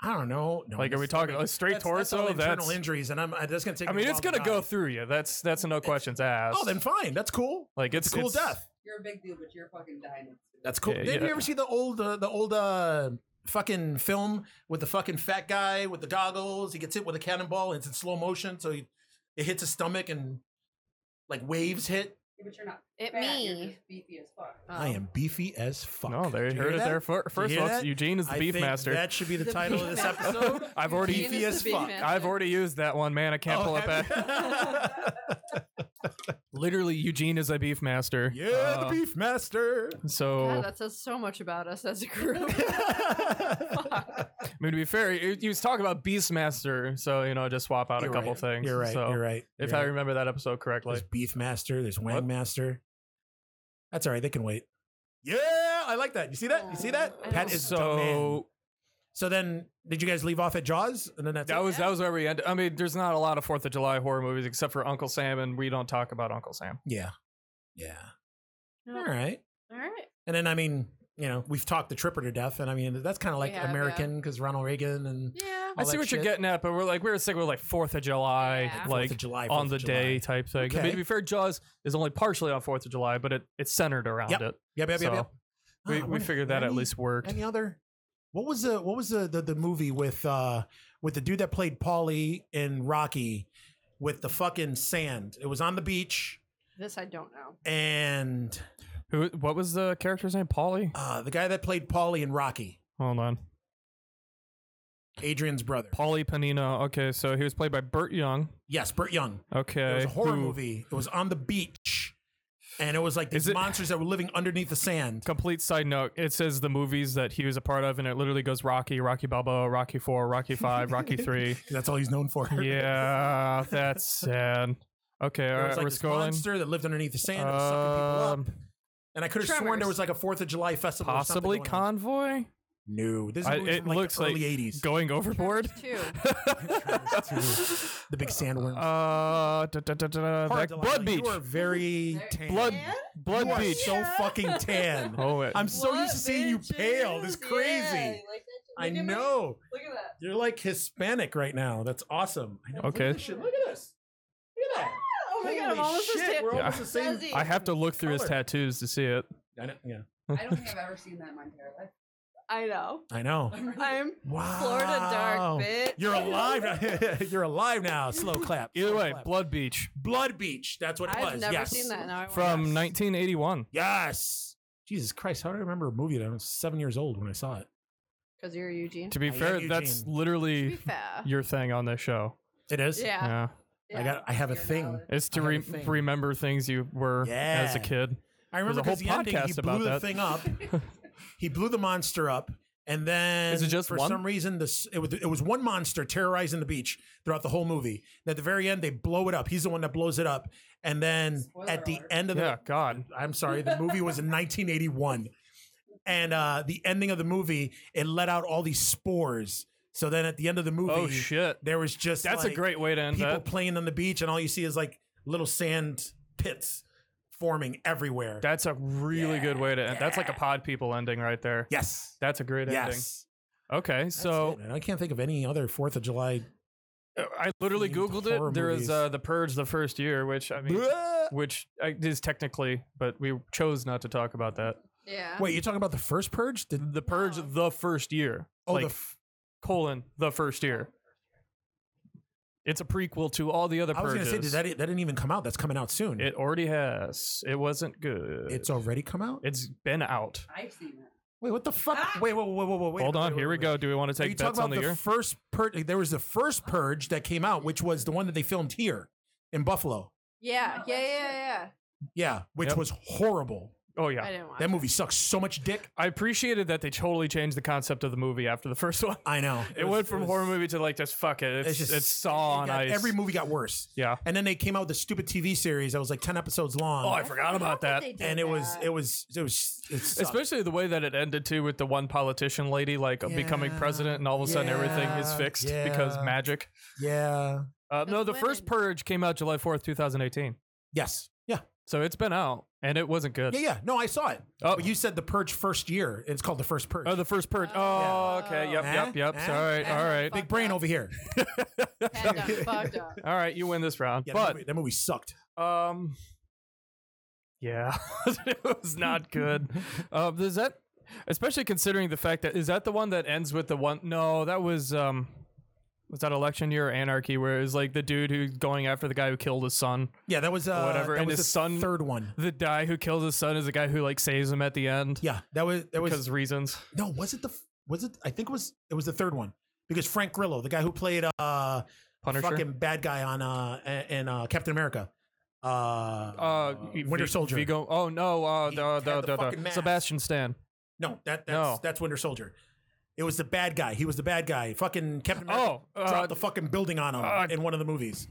S3: I don't know. No,
S1: Like are we
S3: that's-
S1: talking a straight
S3: that's, That's
S1: torso?
S3: all
S1: That's.
S3: internal injuries, and I'm I, that's gonna take.
S1: I
S3: me a
S1: mean, it's
S3: while
S1: gonna
S3: to
S1: go
S3: die.
S1: through you. That's that's a no questions asked.
S3: Oh, then fine. That's cool.
S1: like it's
S3: It's cool
S1: it's-
S3: death.
S4: You're a big deal, but you're fucking dying.
S3: That's cool.
S1: Yeah,
S3: Did
S1: yeah.
S3: you ever see the old uh, the old uh, fucking film with the fucking fat guy with the goggles? He gets hit with a cannonball. And it's in slow motion, so he, it hits his stomach and like waves hit.
S4: Yeah, but you're not.
S2: it
S4: fat, You're
S2: me.
S4: just beefy as fuck.
S2: Oh.
S3: I am beefy as fuck.
S1: No, there
S3: Did
S1: you
S3: you
S1: heard
S3: hear
S1: it
S3: that?
S1: there fir- first.
S3: hear
S1: Off,
S3: that?
S1: Eugene is the
S3: I
S1: beef
S3: think
S1: master.
S3: That should be the, title of
S2: beef
S3: this
S2: master.
S3: episode.
S1: I've already-
S2: Eugene is
S3: Beefy
S2: the
S3: as
S2: big
S3: fuck.
S2: master.
S1: I've already used that one, man. I [LAUGHS] can't
S3: Oh,
S1: pull it
S3: have [LAUGHS]
S1: back. Literally, Eugene is a beef master.
S3: you? [LAUGHS] yeah, the
S1: Uh,
S3: beef [LAUGHS] master.
S1: So,
S2: God, that says so much about us as a
S3: [LAUGHS]
S2: group.
S1: I mean, to be fair, you you was talking about Beastmaster, so you know, just swap out
S3: You're
S1: a couple
S3: right.
S1: things.
S3: You're right.
S1: So,
S3: you're right.
S1: If
S3: you're
S1: I
S3: right.
S1: remember that episode
S3: There's
S1: correctly,
S3: beef master. There's
S1: What?
S3: wang master. That's all right. They can wait. Yeah, I like that. You see that? You see that?
S2: I
S3: Pat
S2: know.
S3: is the man.
S1: so
S3: So then, did you guys leave off at Jaws? And then that's
S1: that
S3: it?
S1: was that was where we ended. I mean, there's not a lot of Fourth of July horror movies except for Uncle Sam, and we don't talk about Uncle Sam.
S3: yeah, yeah.
S2: [LAUGHS] No.
S3: All right.
S2: All right.
S3: And then I mean, you know, we've talked the tripper to death, and I mean that's kind of like
S2: We have, yeah.
S3: American because Ronald Reagan and
S2: Yeah.
S1: I
S3: All
S1: see
S3: that
S1: what you're
S3: shit.
S1: getting at, but we're like we were sick with like Fourth of July,
S2: Yeah.
S1: like
S3: Fourth of July
S1: on
S3: Fourth
S1: the
S3: of July.
S1: day type thing. I mean,
S3: Okay.
S1: to be fair, Jaws is only partially on Fourth of July, but it it's centered around it.
S3: Yep, yep, yep,
S1: So,
S3: yep.
S1: We,
S3: Ah,
S1: we
S3: what-
S1: figured that at
S3: any-
S1: least worked.
S3: Any other? What was the what was the the, the movie with uh with the dude that played Paulie in Rocky with the fucking sand? It was on the beach
S2: This I don't know.
S3: and
S1: Who? What was the character's name? Polly.
S3: uh the guy that played Paulie in Rocky,
S1: Hold on.
S3: Adrian's brother.
S1: Paulie Panino. Okay, so he was played by Burt Young.
S3: yes, Burt Young.
S1: Okay.
S3: It was a horror
S1: who
S3: movie. It was on the beach. And it was like
S1: Is
S3: these
S1: it-
S3: monsters that were living underneath the sand.
S1: Complete side note: It says the movies that he was a part of, and it literally goes Rocky, Rocky Balboa, Rocky Four, Rocky Five,
S3: [LAUGHS]
S1: Rocky Three.
S3: That's all he's known for.
S1: Yeah, that's sad. Okay, all
S3: [LAUGHS] It was
S1: right,
S3: like
S1: we're
S3: this
S1: scrolling.
S3: monster that lived underneath the sand that was sucking people up.
S1: Um,
S3: And I could have sworn
S2: Tremors.
S3: there was like a Fourth of July festival. or something
S1: Possibly
S3: going on.
S1: Convoy
S3: No, this
S1: I-
S3: movie was
S1: it
S3: from like
S1: looks
S3: the early
S1: like
S3: '80s. [LAUGHS]
S1: going overboard.
S2: Too.
S3: the big sandworm.
S1: [LAUGHS] Uh, da, da, da, da,
S3: Hard,
S1: that-
S3: Delilah,
S1: Blood Beach.
S3: You are very tan.
S1: Blood,
S2: Yeah?
S1: Blood
S3: you are
S1: Beach.
S3: so fucking tan.
S1: [LAUGHS] Oh, wait.
S3: I'm so used to seeing you pale. This is crazy. I know.
S2: Look at that.
S3: You're like Hispanic right now. That's awesome. I know. Look at
S1: Okay.
S3: this shit. Look at this. Look at that.
S2: Oh my god,
S3: Holy
S2: I'm almost
S3: shit,
S2: as
S3: We're
S1: Yeah.
S3: almost the same.
S2: Fuzzy.
S1: I have to look through his
S3: Color.
S1: tattoos to see it.
S3: I know. Yeah.
S4: I don't think I've ever seen that in my entire life. [LAUGHS]
S2: I know.
S3: [LAUGHS] I know.
S4: I'm really-
S2: I'm
S3: Wow.
S2: Florida dark, bitch. [LAUGHS]
S3: You're alive. You're alive now. [LAUGHS] Slow clap.
S1: Either
S3: Slow
S1: way,
S3: clap.
S1: Blood Beach
S3: Blood Beach. That's what it
S2: I've
S3: was.
S2: never
S3: yes.
S2: seen that. Now I wanna
S1: from
S2: watch.
S1: 1981.
S3: Yes. Jesus Christ, how do I remember a movie that I was seven years old when I saw it?
S2: because you're Eugene.
S1: To be
S3: I
S1: fair,
S3: am
S1: that's
S2: To
S3: Eugene.
S2: be
S1: literally
S2: fair.
S1: your thing on this show.
S3: It is.
S2: yeah.
S1: Yeah,
S3: I got. I have a
S4: Your
S3: thing.
S4: knowledge.
S1: it's to
S3: I have a
S1: re-
S3: thing.
S1: remember things you were as a
S3: Yeah.
S1: kid.
S3: I remember
S1: There's a whole
S3: 'cause the ending, he
S1: podcast
S3: blew
S1: about
S3: the
S1: that.
S3: thing up. he blew the monster up, and then
S1: Is it just
S3: for
S1: one?
S3: some reason this it was it was one monster terrorizing the beach throughout the whole movie. And at the very end, they blow it up. He's the one that blows it up, and then
S4: Spoiler
S3: at the
S4: alert.
S3: end of the
S1: Yeah, God.
S3: I'm sorry, the movie was in 1981, and uh, the ending of the movie it let out all these spores. So then at the end of the movie,
S1: Oh shit.
S3: there was just
S1: That's a
S3: like,
S1: great way to end
S3: people
S1: that.
S3: playing on the beach, and all you see is like little sand pits forming everywhere.
S1: That's a really good way to end. That's like a
S3: yeah.
S1: pod people ending right there.
S3: yes,
S1: That's a great ending.
S3: yes.
S1: Okay,
S3: That's
S1: so
S3: it, man. I can't think of any other Fourth of July.
S1: uh, I literally
S3: themed
S1: googled it.
S3: horror
S1: There is
S3: movies.
S1: uh, the Purge, the first year, which I mean, which uh, is technically, but we chose not to talk about that.
S2: Yeah.
S3: Wait, you're talking about the first purge? Did
S1: The Purge,
S2: No.
S1: the first year,
S3: oh
S1: like
S3: the f-
S1: colon the first year. It's a prequel to all the other
S3: I was
S1: purges.
S3: gonna say did that that didn't even come out. That's coming out soon.
S1: it already has. It wasn't good.
S3: it's already come out.
S1: it's been out.
S4: [LAUGHS] I've seen it.
S3: wait, what the fuck?
S4: Ah!
S3: Wait, whoa, whoa, whoa, whoa, wait.
S1: Hold
S3: wait,
S1: on,
S3: wait,
S1: here we
S3: wait,
S1: go. Do we want to
S3: Are
S1: take
S3: you talking
S1: bets on
S3: about
S1: the,
S3: the,
S1: year?
S3: first purge? There was the first purge that came out, which was the one that they filmed here in Buffalo.
S2: Yeah.
S4: No,
S2: Yeah.
S4: that's
S2: Yeah. Yeah.
S3: Yeah, which
S1: Yep.
S3: was horrible.
S1: oh
S2: I
S1: yeah,
S2: didn't watch.
S3: That movie sucks so much dick.
S1: I appreciated that they totally changed the concept of the movie after the [LAUGHS] first one.
S3: I know.
S1: It, went
S3: was-
S1: from
S3: was-
S1: horror movie to like just fuck it. It's,
S3: It's just
S1: it's saw
S3: it
S1: on
S3: got-
S1: ice.
S3: Every movie got worse.
S1: yeah.
S3: And then they came out with a stupid TV series that was like ten episodes long.
S1: Oh, I forgot about that.
S2: they did
S3: and it was
S2: that.
S3: it was it was it sucked.
S1: Especially the way that it ended too, with the one politician lady like uh, becoming
S3: Yeah.
S1: president, and all of a sudden everything is
S3: Yeah.
S1: fixed because
S3: Yeah.
S1: magic.
S3: yeah
S1: Uh, no, the
S2: Because
S1: first
S2: women-
S1: purge came out July fourth, two thousand eighteen.
S3: yes yeah
S1: So it's been out, and it wasn't good.
S3: yeah yeah no I saw it.
S1: Oh,
S3: But you said the purge first year. It's called the first Eh? purge.
S1: oh, the first purge.
S2: Oh.
S1: Oh, okay. Yep,
S3: Huh?
S1: yep, yep.
S3: Huh?
S1: all right,
S2: Huh?
S1: all right,
S3: Big brain
S1: [LAUGHS]
S3: over here.
S2: Hand up, fucked up.
S1: all right. You win this round,
S3: Yeah, that,
S1: but
S3: movie, that movie sucked.
S1: um, yeah, [LAUGHS] it was not
S3: [LAUGHS]
S1: good. Uh, is that especially considering the fact that is that the one that ends with the one? No, that was um, was that election year or anarchy where it was like the dude who's going after the guy who killed his son.
S3: Yeah, that was uh,
S1: Whatever,
S3: That
S1: and
S3: was
S1: his
S3: the
S1: son- [LAUGHS]
S3: third one.
S1: The guy who kills his son is the guy who like saves him at the end
S3: Yeah, that was that was
S1: because reasons.
S3: no. Was it the f- was it? I think it was it was the third one because Frank Grillo, the guy who played uh
S1: Punisher.
S3: fucking bad guy on uh a- in uh, Captain America, uh,
S1: uh,
S3: Winter
S1: Vi-
S3: Soldier.
S1: Vigo. Oh no, uh,
S3: He
S1: the,
S3: had
S1: the,
S3: the
S1: the, the-
S3: fucking mask.
S1: Sebastian Stan.
S3: No, that that's
S1: No.
S3: that's Winter Soldier. It was the bad guy. He was the bad guy. Fucking Captain America
S1: Oh, uh,
S3: dropped the fucking building on him
S1: uh,
S3: in one of the movies.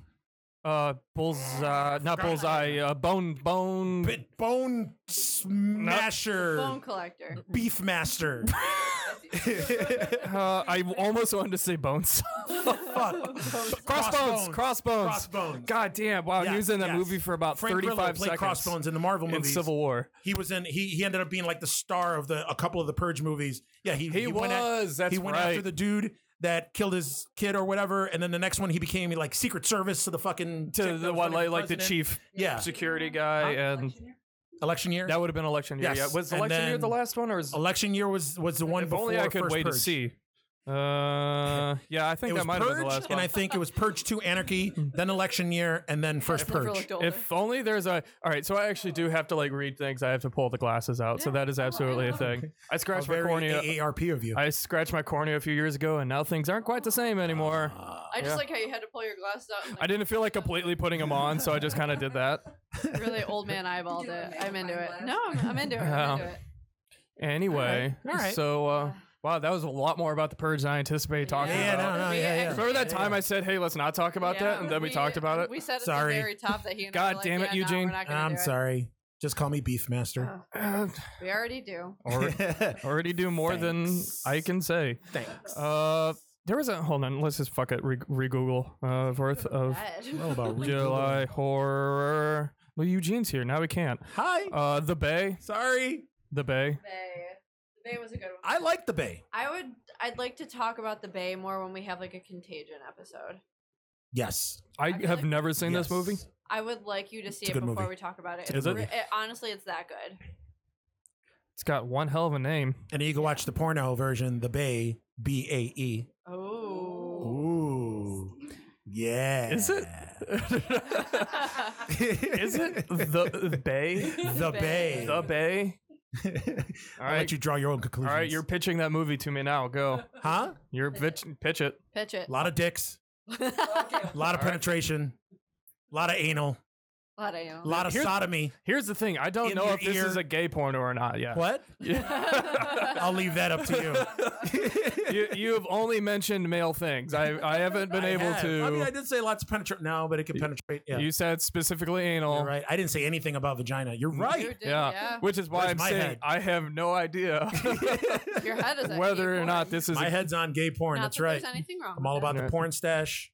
S1: uh, bullseye, not bullseye, uh, bone, bone.
S3: [LAUGHS] Bit bone smasher,
S2: Bone collector.
S3: beef master.
S1: Uh, I almost wanted to say bones. [LAUGHS]
S3: Fuck.
S1: crossbones,
S3: Crossbones.
S1: crossbones.
S3: Crossbones.
S1: God damn! Wow, he
S3: Yeah,
S1: was in that
S3: yes.
S1: movie for about
S3: Frank Grillo
S1: thirty-five
S3: played
S1: seconds.
S3: Crossbones in the Marvel
S1: in
S3: movies.
S1: Civil War,
S3: he was in. He he ended up being like the star of the a couple of the Purge movies. Yeah, he
S1: he,
S3: Went at,
S1: was. that's
S3: he went
S1: right.
S3: after the dude that killed his kid or whatever, and then the next one he became like Secret Service to the fucking chick
S1: to
S3: that
S1: the
S3: was
S1: one
S3: running
S1: like, like
S3: for
S1: the
S3: president.
S1: chief
S3: [LAUGHS] Yeah,
S1: security guy, and
S3: election
S4: Election year?
S3: year.
S1: that would have been election year.
S3: Yes,
S1: Yeah, was
S3: and
S1: election year
S3: then-
S1: the last one, or is
S3: election year was was the one
S1: if
S3: before
S1: only I could
S3: First
S1: wait
S3: Purge.
S1: to see. Uh, yeah, I
S3: It
S1: think
S3: was
S1: that might have been the
S3: Purge,
S1: last
S3: and
S1: one.
S3: I think it was Purge Two Anarchy, then Election Year, and then First
S2: Never
S3: Purge.
S2: looked older.
S1: If only there's a. All right, so I actually do have to like read things. I have to pull the glasses out. So that is
S3: Oh,
S1: absolutely a thing. I
S3: A
S1: scratched my
S3: very
S1: cornea.
S3: AARP of you.
S1: I scratched my cornea a few years ago, and now things aren't quite the same anymore.
S3: Ah.
S2: I just
S1: Yeah.
S2: like how you had to pull your glasses out. And,
S1: I
S2: like,
S1: didn't feel like completely putting them on, so I just kind of did that.
S2: [LAUGHS] really old man eyeballed
S4: Did you
S2: it.
S4: have
S2: I'm into it.
S4: eyeglasses?
S2: No, I'm, I'm into it.
S1: Wow.
S2: I'm into it.
S1: Anyway,
S3: All right, all right.
S1: so uh, wow, that was a lot more about the purge than I anticipated talking
S3: Yeah,
S1: about.
S3: no, no, yeah, yeah.
S1: Remember that
S3: Yeah,
S1: time
S3: yeah.
S1: I said, "Hey, let's not talk about
S2: Yeah,
S3: [LAUGHS]
S1: that," and then we, talked about it.
S2: We said at
S3: Sorry.
S2: the very top that he. And I
S1: God
S2: were like,
S1: damn it,
S2: yeah, no, we're
S1: Eugene.
S2: not gonna
S3: I'm
S2: do it."
S3: sorry. Just call me Beefmaster.
S2: Uh, we already do. [LAUGHS]
S1: Or, already do more
S3: Thanks.
S1: than I can say.
S3: Thanks.
S1: Uh, there was a hold on. Let's just fuck it. Re- re-Google uh, worth of
S2: Bad. [LAUGHS]
S3: Know about re-
S1: July horror. Well, Eugene's here now. We can't.
S3: Hi.
S1: Uh, the Bay.
S3: Sorry.
S1: The Bay.
S2: Bay. The Bay was a good one.
S3: I like the Bay.
S2: I would. I'd like to talk about the Bay more when we have like a Contagion episode.
S3: Yes.
S1: I
S2: I feel
S1: have
S2: like-
S1: never seen this movie.
S3: Yes.
S2: I would like you to see
S3: It's a
S2: it
S3: good
S2: before
S3: movie.
S2: we talk about it.
S1: a
S2: It's
S1: good
S2: re-
S1: movie.
S2: it- honestly, it's that good.
S1: It's got one hell of a
S3: [LAUGHS]
S1: name.
S3: And you can watch the porno version, the Bay, B A E.
S2: Oh.
S3: Ooh. Yeah.
S1: Is it? Is
S3: [LAUGHS]
S1: it the Bay?
S3: The Bay.
S1: The Bay. All
S3: I'll let
S1: right.
S3: you draw your own
S1: All
S3: conclusions.
S1: right. You're pitching that movie to me now.
S3: [LAUGHS]
S1: Go.
S3: huh?
S1: You're pitch, pitch it.
S2: [LAUGHS] Pitch it.
S3: A lot of dicks,
S2: [LAUGHS] Lot
S3: a lot of
S1: All right.
S3: penetration, a lot of anal,
S2: I know.
S3: a lot of
S1: Here's-
S3: sodomy.
S1: Here's the thing. I don't
S3: In
S1: know
S3: your
S1: if this
S3: ear.
S1: is a gay porno or not yet.
S3: What?
S1: Yeah.
S3: I'll leave that up to you.
S1: [LAUGHS] you, you have only mentioned male things. I, I haven't [LAUGHS] been
S3: I
S1: able
S3: have.
S1: to.
S3: I mean, I did say lots of penetrate. No, but it can penetrate. Yeah,
S1: You said specifically anal.
S3: you're right. I didn't say anything about vagina. You're
S2: You
S3: right.
S2: did,
S1: Yeah.
S2: yeah.
S1: Which is why
S3: Where's
S1: I'm
S3: my
S1: saying
S3: head?
S1: I have no
S3: [LAUGHS]
S1: idea [LAUGHS]
S2: Your head is
S1: whether or not
S2: this.
S1: this is.
S3: My
S1: a-
S3: head's on gay porn.
S2: Not
S3: That's
S2: that
S3: right.
S2: There's anything wrong.
S3: I'm all
S2: with
S3: about the
S1: Yeah.
S3: porn stash.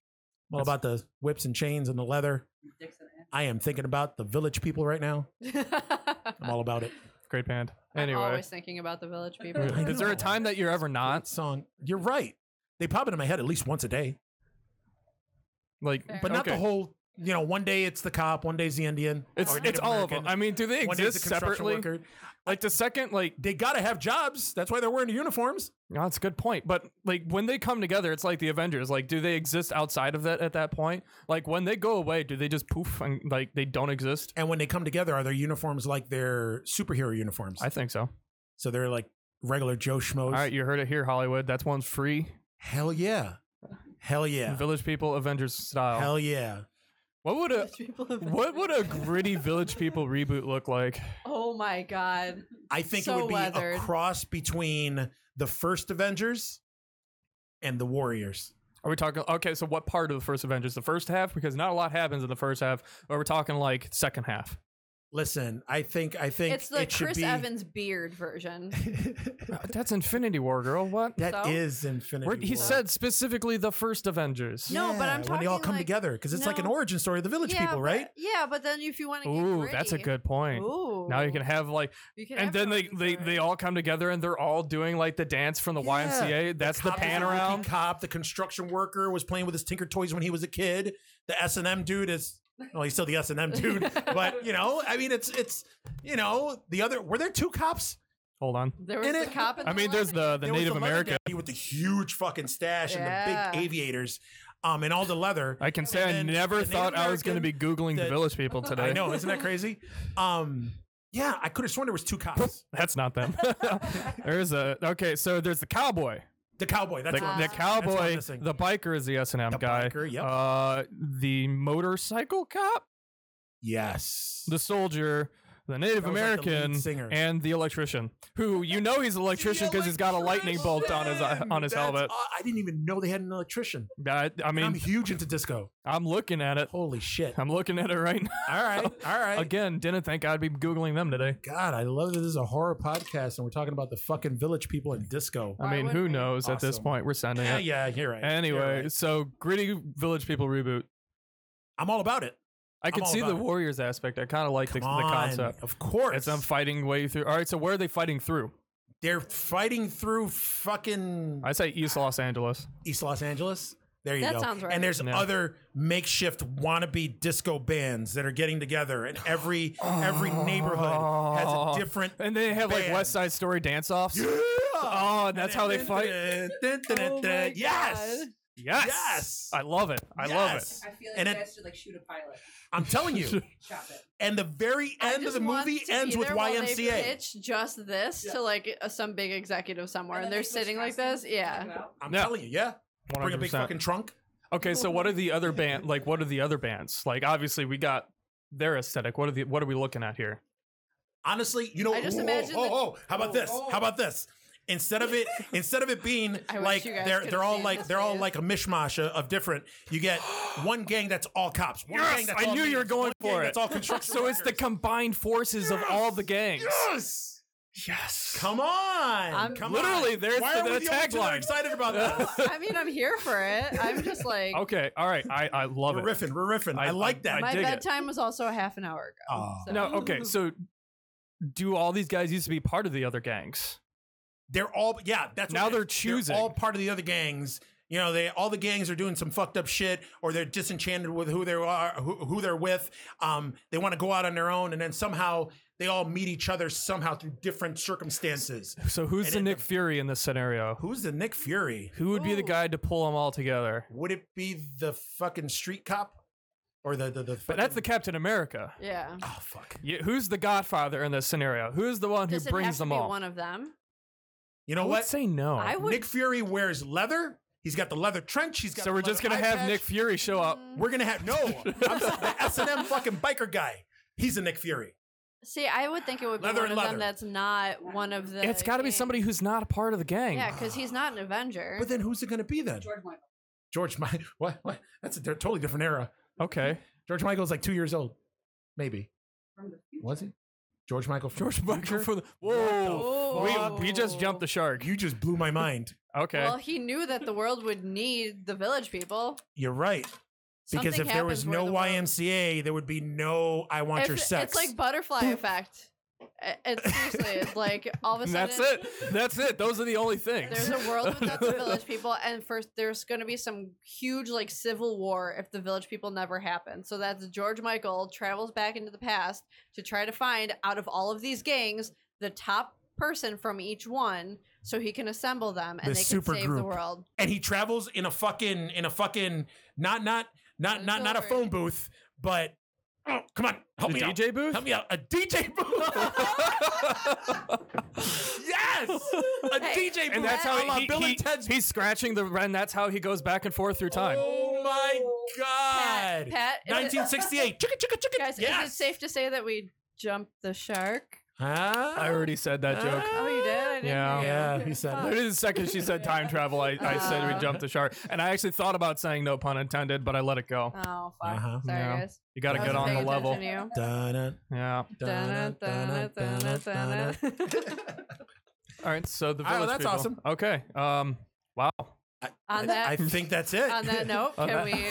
S3: I'm all about the whips and chains and the leather.
S4: Dicks in it.
S3: I am thinking about the village people right now.
S2: it. [LAUGHS]
S1: Uh,
S3: I'm all about it.
S1: Great band.
S2: I'm
S1: Anyway.
S2: always thinking about the village
S1: [LAUGHS]
S2: people. [LAUGHS]
S4: I
S1: Is there
S3: know.
S1: a time that you're ever not?
S3: Song. You're right. They pop it in my head at least once a day,
S1: Like,
S2: Fair.
S3: but not the
S1: okay.
S3: whole. You know, one day it's the cop, one day's the Indian.
S1: It's,
S3: or
S1: it's
S3: Native
S1: all of
S3: American,
S1: them. I mean, do they
S3: one day's
S1: exist
S3: the construction
S1: separately?
S3: worker.
S1: Like the second, like,
S3: They gotta have jobs. That's why they're wearing uniforms.
S1: no, that's a good point. But like when they come together, it's like the Avengers. Like, do they exist outside of that at that point? Like when they go away, do they just poof and like they don't exist?
S3: And when they come together, are their uniforms like their superhero uniforms?
S1: I think so.
S3: so they're like regular Joe Schmoes.
S1: All right, you heard it here, Hollywood. That's one's free.
S3: Hell yeah. Hell yeah.
S1: Village people, Avengers style.
S3: Hell yeah.
S1: what would a
S2: People have been-
S1: what would a gritty Village People reboot look like?
S2: Oh my god.
S3: I think
S2: So
S3: it would be
S2: weathered.
S3: a cross between the first Avengers and the Warriors.
S1: Are we talking? Okay, so what part of the first Avengers? The first half, because not a lot happens in the first half. Or we're talking like second half.
S3: Listen, I think I think
S2: It's the
S3: it should
S2: Chris
S3: be
S2: Evans
S1: [LAUGHS]
S2: beard version.
S1: Uh, That's Infinity War, girl. What?
S3: [LAUGHS] That
S2: So?
S3: is Infinity.
S1: Where, he
S3: War.
S1: said specifically the first Avengers.
S2: No, but
S3: Yeah,
S2: I'm
S3: when they all
S2: talking,
S3: come
S2: like-
S3: together because it's like an
S2: no.
S3: origin story of the Village
S2: yeah,
S3: People,
S2: but-
S3: right?
S2: Yeah, but then if you want to
S1: Ooh, that's a good point.
S2: Ooh.
S1: Now you can have like,
S2: You can
S1: and
S2: have
S1: then
S2: an
S1: they
S2: origin
S1: they,
S2: story.
S1: they all come together and they're all doing like the dance from the
S3: Yeah.
S1: YMCA. That's the,
S3: cop
S1: pan
S3: is a
S1: around.
S3: rookie Cop, the construction worker was playing with his Tinker Toys when he was a kid. The S and M dude is well, he's still the S and
S2: [LAUGHS]
S3: M dude, but you know, I mean, it's it's you know, the other were there two cops?
S1: Hold on.
S2: There was
S3: in
S2: the
S3: it-
S2: cop. And
S1: I mean, there's the the
S3: There was
S1: Native
S3: the leather
S1: American.
S3: guy with the huge fucking stash and the
S2: Yeah.
S3: big aviators, um, and all the leather.
S1: [LAUGHS] I can say I
S3: then
S1: never
S3: the
S1: thought
S3: Native
S1: I was going to be googling the
S3: that-
S1: Village People today.
S3: I know, isn't that crazy? Um, yeah, I could have sworn there was
S1: [LAUGHS]
S3: two cops.
S1: That's not
S3: [LAUGHS]
S1: them. there's a okay. So there's the cowboy.
S3: The cowboy. That's
S1: The,
S3: what I'm
S1: the
S3: missing. That's what I'm
S1: cowboy.
S3: missing.
S1: The biker is the S and M
S3: The
S1: guy.
S3: biker, yep.
S1: Uh, the motorcycle cop,
S3: yes.
S1: the soldier, the Native
S3: That was like the lead
S1: American,
S3: singer.
S1: and the electrician. Who you know he's an electrician because he's got a lightning bolt on his uh, on his
S3: That's
S1: helmet.
S3: aw- I didn't even know they had an electrician.
S1: I, I
S3: I am
S1: mean,
S3: huge into disco.
S1: I'm looking at it.
S3: Holy
S1: [LAUGHS]
S3: shit! All
S1: I'm looking at it right now.
S3: right, all right.
S1: Again, didn't think I'd be googling them today.
S3: God, I love that this is a horror podcast and we're talking about the fucking village people in disco.
S1: I
S2: Why
S1: mean,
S2: would
S1: who
S2: we?
S1: knows at this
S3: Awesome.
S1: point? We're sending
S3: Yeah,
S1: it.
S3: yeah, you're right. You're
S1: Anyway,
S3: right.
S1: so gritty Village People reboot.
S3: I'm all about it.
S1: I
S3: I'm
S1: can
S3: all
S1: see the
S3: about it.
S1: Warriors aspect. I kind of like the, the
S3: Come on,
S1: concept.
S3: Of course,
S1: It's them fighting way through. All right, so where are they fighting through?
S3: they're fighting through fucking
S1: I say East Los Angeles.
S3: East Los Angeles. There you
S2: That
S3: go.
S2: sounds right.
S3: And there's
S1: Yeah.
S3: other makeshift wannabe disco bands that are getting together, and every every neighborhood has
S1: Oh.
S3: a different.
S1: And they have like
S3: band.
S1: West Side Story dance offs. Oh, and that's how they fight.
S2: Oh my
S3: yes,
S2: God.
S1: Yes.
S3: Yes.
S1: I love it. I love it.
S3: Yes.
S4: I feel like
S3: And
S4: you
S3: it-
S4: guys should like shoot a
S1: [LAUGHS]
S4: pilot.
S3: I'm telling you.
S4: Chop it.
S3: And the very
S2: I
S3: end of
S2: just
S3: the
S2: want
S3: movie
S2: to be
S3: ends with
S2: there while they
S3: YMCA.
S2: pitch just this
S4: Yeah.
S2: to like uh, some big executive somewhere, and,
S4: then
S2: they're
S4: they put
S2: sitting like
S4: costumes
S2: this.
S4: and
S2: Yeah.
S4: you out.
S3: I'm
S1: Yeah.
S3: telling you, yeah. Bring a big
S1: 100%.
S3: fucking trunk.
S1: Okay, so what are the other band? Like, what are the other bands? Like, obviously, we got their aesthetic. What are the? What are we looking at here?
S3: Honestly, you know.
S2: I just
S3: oh,
S2: imagine
S3: Oh,
S2: the-
S3: oh, how about
S4: Oh,
S3: this?
S4: oh.
S3: How about this?
S2: [LAUGHS]
S3: instead of it instead of it being
S2: I wish
S3: like
S2: you guys
S3: they're
S2: could
S3: they're
S2: have
S3: all
S2: seen
S3: like
S2: this
S3: they're all
S2: face.
S3: like a mishmash of- of different.
S2: [GASPS]
S3: You get one gang that's all cops. One gang
S1: Yes,
S3: that's
S1: I
S3: all
S1: knew you were
S3: natives,
S1: going
S3: one gang
S1: for it.
S3: That's all
S1: [LAUGHS]
S3: construction.
S1: So it's the
S3: workers.
S1: combined forces of all the gangs.
S3: yes.
S1: Yes.
S3: Come on,
S2: I'm-
S3: come
S1: Literally,
S3: on.
S1: there's
S3: Why
S1: the-
S3: are we
S1: the
S3: the only two that are
S1: tagline.
S3: Excited about that.
S2: I mean, I'm here for it. I'm just like
S1: [LAUGHS] Okay. All right. I, I [LAUGHS] love
S3: We're
S1: it.
S3: riffing. We're riffing. I,
S1: I-
S3: like that.
S1: I
S2: my
S1: dig it. Ah.
S2: bedtime was also a half an hour ago.
S3: Oh.
S2: so-
S4: [LAUGHS]
S1: No.
S2: [LAUGHS]
S1: Okay. So, do all these guys used to be part of the other gangs?
S3: They're all yeah. That's
S1: Now
S3: what-
S1: they're choosing.
S3: all part of the other gangs. You know, they all the gangs are doing some fucked up shit, or they're disenchanted with who they are, who, who they're with. Um, they want to go out on their own, and then somehow they all meet each other somehow through different circumstances.
S1: So who's
S3: And
S1: the
S3: it-
S1: Nick Fury in this scenario?
S3: Who's the Nick Fury?
S1: Who would be the
S2: Ooh.
S1: guy to pull them all together?
S3: Would it be the fucking street cop, or the the the?
S1: But that's the
S3: fucking-
S1: Captain America.
S2: Yeah.
S3: oh fuck.
S1: Yeah, who's the Godfather in this scenario? Who's the one who
S2: Does it
S1: brings
S2: have to
S1: them Oh,
S2: be
S1: all?
S2: one of them?
S1: I
S3: You know
S1: would
S3: what?
S1: say no.
S2: I would.
S3: Nick Fury wears leather. He's got the leather trench. He's got.
S1: so
S3: the
S1: we're just
S3: leather
S1: gonna
S3: eye
S1: have
S3: patch.
S1: Nick Fury show up.
S2: Mm,
S3: We're gonna have no. I'm sorry, the S and M fucking biker guy. He's a Nick Fury.
S2: See, I would think it would be
S3: Leather
S2: one
S3: and
S2: of
S3: leather.
S2: them that's not one of the.
S1: It's got to be
S2: gang-
S1: somebody who's not a part of the gang.
S2: Yeah, because he's not an Avenger.
S3: But then who's it gonna be then?
S4: George Michael.
S3: George Michael. [LAUGHS] What? What? That's a di- totally different era.
S2: [LAUGHS]
S1: Okay.
S3: George Michael's like two years old, maybe.
S4: From the future.
S3: Was he? George Michael. from
S1: George
S3: the
S1: Michael
S3: future?
S1: for the [LAUGHS]
S3: Whoa.
S1: whoa.
S2: fuck?
S1: oh, We, we just jumped the shark.
S3: You just blew my mind.
S1: Okay.
S2: Well, he knew that the world would need the village people.
S3: You're right. Because
S2: Something
S3: if there was
S2: happens where
S3: no
S2: the world-
S3: YMCA, there would be no I want
S2: If-
S3: your sex.
S2: It's like butterfly effect. I- It's seriously
S3: [LAUGHS]
S2: it's like all of a
S1: And
S2: sudden
S1: that's it. That's it. Those are the only things.
S2: There's a world
S1: [LAUGHS]
S2: without the
S3: [LAUGHS]
S2: village people, and first there's going to be some huge like civil war if the village people never happen. So that's George Michael travels back into the past to try to find out of all of these gangs the top person from each one, so he can assemble them and
S3: The
S2: they
S3: super
S2: can save the
S3: group.
S2: world.
S3: and he travels in a fucking in a fucking not not not
S2: I'm
S3: not not a
S2: sorry.
S3: phone booth, but oh, come on, help
S1: The
S3: me out.
S1: DJ booth.
S3: Help me out. A DJ
S1: [LAUGHS]
S3: booth. yes. [LAUGHS] A
S2: Hey,
S3: DJ
S1: [LAUGHS]
S3: booth.
S1: and that's how
S3: a la
S1: he,
S3: Bill
S1: he-
S3: and Ted's
S1: he's scratching the and that's how he goes back and forth through time.
S3: Oh my
S2: Pat,
S3: god.
S2: Pat, is it-
S3: 1968. Chicka chicka
S2: [LAUGHS]
S3: chicka.
S2: guys,
S3: yes.
S2: is it safe to say that we jumped the shark?
S3: Huh?
S1: I already said that joke.
S2: Oh, you did.
S3: [LAUGHS]
S2: I didn't hear
S1: Yeah.
S2: you. [LAUGHS]
S3: Yeah, he said it.
S2: Fuck.
S1: Literally the second she said time travel, I, I said we
S2: Uh.
S1: jumped the shark. And I actually thought about saying no pun intended, but I let it go.
S2: Oh fuck!
S3: Uh-huh.
S2: Sorry,
S1: Yeah.
S2: guys.
S1: You got to
S3: I
S1: get
S3: wasn't
S1: on the
S2: paying
S1: level.
S2: attention to you.
S3: Dun-dun,
S1: Yeah.
S3: dun-dun, dun-dun, dun-dun, dun-dun. [LAUGHS]
S1: All right. So the village.
S3: All right, well, Oh, that's
S1: people.
S3: awesome.
S1: Okay. Um. Wow.
S2: On that-
S3: I Uh-huh. think that's it.
S2: On that
S3: [LAUGHS]
S2: note,
S1: On
S2: can we?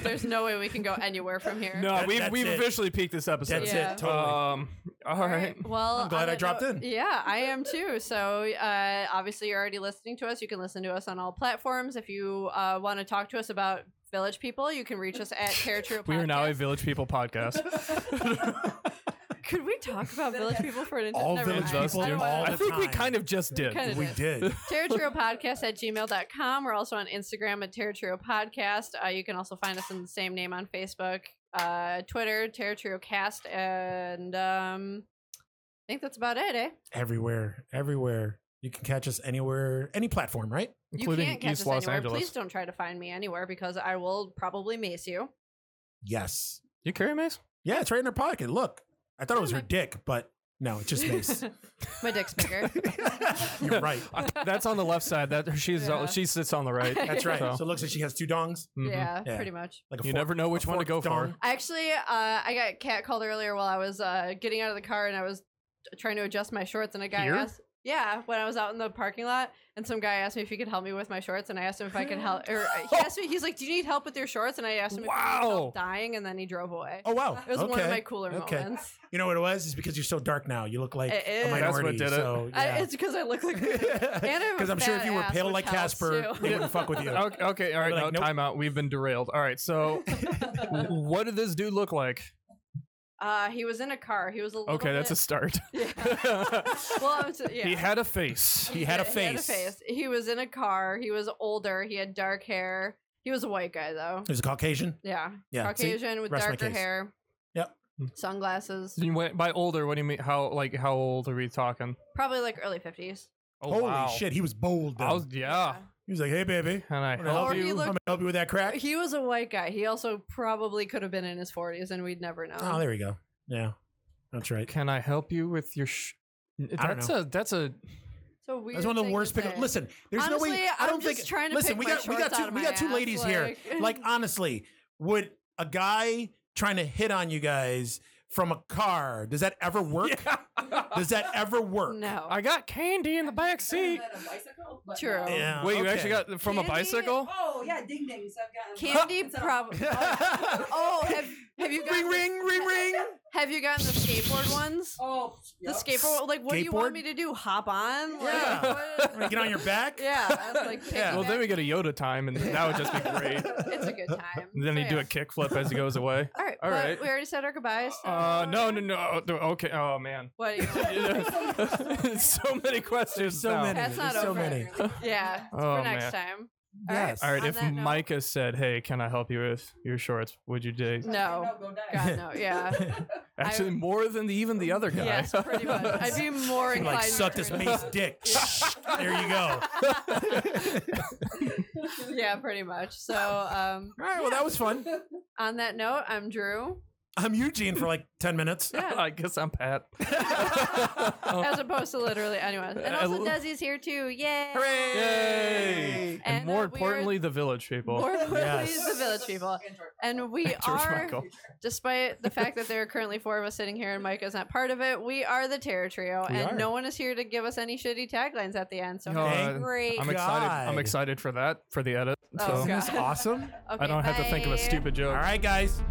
S2: There's no way we can go anywhere from here.
S1: No,
S3: That-
S1: we've
S3: that's
S1: we've
S3: it.
S1: officially peaked this episode.
S3: That's
S2: Yeah. Oh,
S3: it. Totally.
S1: Um. All right.
S2: Well,
S3: I'm glad
S2: on
S3: I
S2: that
S3: dropped
S2: note-
S3: in.
S2: Yeah, I am too. So uh, obviously, you're already listening to us. You can listen to us on all platforms. If you uh, want to talk to us about village people, you can reach us
S3: [LAUGHS]
S2: at Territory.
S1: We are now a
S2: Podcast.
S1: Village People podcast.
S2: Could we talk about village people for an
S3: All
S2: never
S3: village
S2: mind.
S3: people
S2: I don't
S3: all
S2: wanna-
S1: I think we
S3: time.
S1: kind of just did.
S2: Kind of
S3: we
S2: [LAUGHS]
S3: did.
S2: podcast at gmail.com. We're also on Instagram at Territorio Podcast. Uh, you can also find us in the same name on Facebook, uh, Twitter, Territorio Cast, and um, I think that's about it, eh?
S3: everywhere, everywhere. You can catch us anywhere, any platform, right?
S1: including
S2: you can't catch
S1: East
S2: us
S1: Los
S2: anywhere.
S1: Angeles.
S2: Please don't try to find me anywhere because I will probably mace you.
S3: Yes.
S1: You carry mace?
S3: Yeah, it's right in her pocket. Look, I thought it was her dick, but no, it's just
S2: [LAUGHS]
S3: Mace. [LAUGHS]
S2: My dick's
S1: [LAUGHS]
S2: bigger.
S3: You're right.
S1: That's on the left side. That she's
S2: Yeah.
S1: she sits on the right.
S3: That's right.
S1: So-
S3: So it looks like she has two dongs.
S1: Mhm.
S2: yeah,
S3: Yeah.
S2: pretty much.
S3: Like a
S1: You
S3: fork-
S1: never know
S3: a
S1: which one to
S3: forked
S1: go for.
S3: dong.
S2: Actually, uh, I got cat called earlier while I was uh, getting out of the car and I was t- trying to adjust my shorts and a guy
S1: Here?
S2: asked. Yeah, when I was out in the parking lot and some guy asked me if he could help me with my shorts and I asked him if I could help or uh, he asked me he's like, "Do you need help with your shorts?" and I asked him if he needed
S1: Wow.
S2: help dying and then he drove away.
S3: Oh wow!
S2: It was
S3: okay.
S2: one of my cooler
S3: Okay.
S2: moments.
S3: You know what it was? It's because you're so dark now. You look like
S2: It is.
S3: a
S1: That's what
S3: minority.
S1: did it.
S3: So, yeah. [LAUGHS]
S2: I, it's because I look like And I have a
S3: Because I'm sure if
S2: fat
S3: you were
S2: ass,
S3: pale
S2: which
S3: like
S2: helps,
S3: Casper,
S2: too.
S3: they wouldn't fuck with
S1: [LAUGHS]
S3: you.
S1: Okay, okay, all right,
S3: They're
S1: no,
S3: like, nope.
S1: time out. We've been derailed. All right, so
S2: [LAUGHS]
S1: what did this dude look like?
S2: Uh, he was in a car. He was a little
S1: Okay, that's a
S2: bit-
S1: start. [LAUGHS]
S2: Yeah. well, I was, [LAUGHS] yeah.
S1: He had a face.
S3: He had a
S2: He had a
S3: face.
S2: face. He was in a car. He was older. He had dark hair. He was a white guy though.
S3: There's a Caucasian.
S2: Yeah.
S3: Yeah. see?
S2: Caucasian with
S3: Rest my
S2: darker
S3: case. mm.
S2: hair.
S3: Yep.
S2: Sunglasses.
S1: You went- By older, what do you mean? How like how old are we talking?
S2: Probably like early 50s.
S1: Oh,
S3: Holy
S1: wow.
S3: shit, he was bold.
S1: I
S3: Though.
S1: was, yeah.
S3: he was like, "Hey, baby,
S1: Can I
S3: I'm gonna help
S2: Or
S1: help
S2: he
S3: you.
S1: you?
S2: looked-
S3: I'm gonna help you with that crack."
S2: He was a white guy. He also probably could have been in his 40s and we'd never know.
S3: Oh, there we go. Yeah, that's right.
S1: Can I help you with your? Sh-
S3: don't
S1: that's
S3: know.
S1: a that's a
S2: So weird.
S3: That's one of the
S2: thing to
S3: worst pickup.
S2: say.
S3: Listen, there's
S2: Honestly,
S3: no way. I
S2: I'm
S3: don't
S2: just
S3: think.
S2: trying to
S3: listen,
S2: pick
S3: we
S2: my
S3: got we got
S2: shorts out
S3: two
S2: of
S3: we
S2: my
S3: got two
S2: ass,
S3: ladies here.
S2: like- [LAUGHS]
S3: Like honestly, would a guy trying to hit on you guys from a car? Does that
S2: [LAUGHS]
S3: ever work? Does that ever work?
S2: No.
S1: I got candy in the back seat.
S4: Better than a bicycle, but
S2: True.
S4: no.
S3: Yeah.
S1: Wait, you
S3: okay.
S1: actually got from
S2: Candy?
S1: a bicycle?
S4: Oh yeah, ding dings. I've gotten
S2: [LAUGHS]
S3: [LAUGHS]
S2: Candy
S4: [LAUGHS] It's an-
S2: probably. Oh,
S1: [LAUGHS]
S2: oh, have, have you
S3: ring
S2: gotten
S3: ring
S2: [LAUGHS]
S3: ring ring.
S2: have you gotten the skateboard
S3: [LAUGHS]
S2: ones?
S4: Oh,
S2: The
S4: yep.
S2: skateboard, like, what do you want
S3: Skateboard?
S2: me to do? Hop on? Like,
S3: Yeah.
S2: [LAUGHS] what-
S3: Get on your back.
S2: yeah. that's like
S3: [LAUGHS] Yeah.
S1: Well, then we get a Yoda time, and [LAUGHS] that would just be
S2: [LAUGHS]
S1: great.
S2: piggyback. it's a
S3: [LAUGHS]
S2: good time.
S1: And then
S2: So,
S1: he do
S2: yeah.
S1: a kickflip as he goes
S2: [LAUGHS]
S1: away.
S2: All right,
S1: All
S2: but
S1: right.
S2: We already said our goodbyes. so-
S1: Uh, no, no, no. no, Okay. Oh
S2: [LAUGHS]
S1: man. [LAUGHS]
S2: What? Do you want?
S1: so many questions.
S3: So
S1: now.
S3: many.
S2: That's not
S3: There's so
S2: over. [LAUGHS]
S3: many.
S2: Yeah,
S1: Oh,
S2: for
S1: man. [LAUGHS]
S2: next time.
S3: Yes.
S1: All right.
S2: [LAUGHS] On
S1: If
S2: that note-
S1: Micah said, "Hey, can I help you with your shorts?" Would you dig?
S2: No.
S4: go die.
S2: God
S1: [LAUGHS]
S2: no. Yeah.
S3: [LAUGHS]
S1: Actually, more than the, even the other guy.
S2: Yes,
S1: [LAUGHS]
S2: pretty much. I'd be more inclined.
S3: Like
S2: to [LAUGHS]
S3: suck this
S2: turn it
S3: mate's
S2: down.
S3: dick. there you go.
S2: [LAUGHS] Yeah, pretty much. So, um,
S3: All right. Well, that
S2: [LAUGHS]
S3: was fun.
S2: on that note, I'm Drew.
S3: I'm Eugene for like ten
S1: [LAUGHS]
S3: minutes.
S1: I guess I'm Pat.
S2: [LAUGHS]
S1: Oh,
S2: as opposed to literally anyone.
S1: [LAUGHS]
S2: And
S1: I
S2: also,
S1: lo-
S2: Desi's here too. Yay!
S1: Yay! And,
S2: And,
S1: more
S2: uh, we are-
S1: importantly, the village people.
S2: More importantly,
S3: Yes.
S2: the village people. And we
S1: [LAUGHS] George
S2: are,
S1: Michael.
S2: despite the fact that there are currently four of us sitting here and Mike is not part of it, we are the Terror Trio,
S3: We
S2: and
S3: are.
S2: no one is here to give us any shitty taglines at the end. So
S1: No,
S2: have a
S1: I-
S2: great.
S1: I'm excited. I'm
S3: God.
S1: excited for that for the edit.
S2: Oh,
S1: so
S2: God.
S3: Isn't this awesome?
S1: I don't have to think of a
S2: [LAUGHS] Okay, bye.
S1: stupid joke.
S3: All right, guys.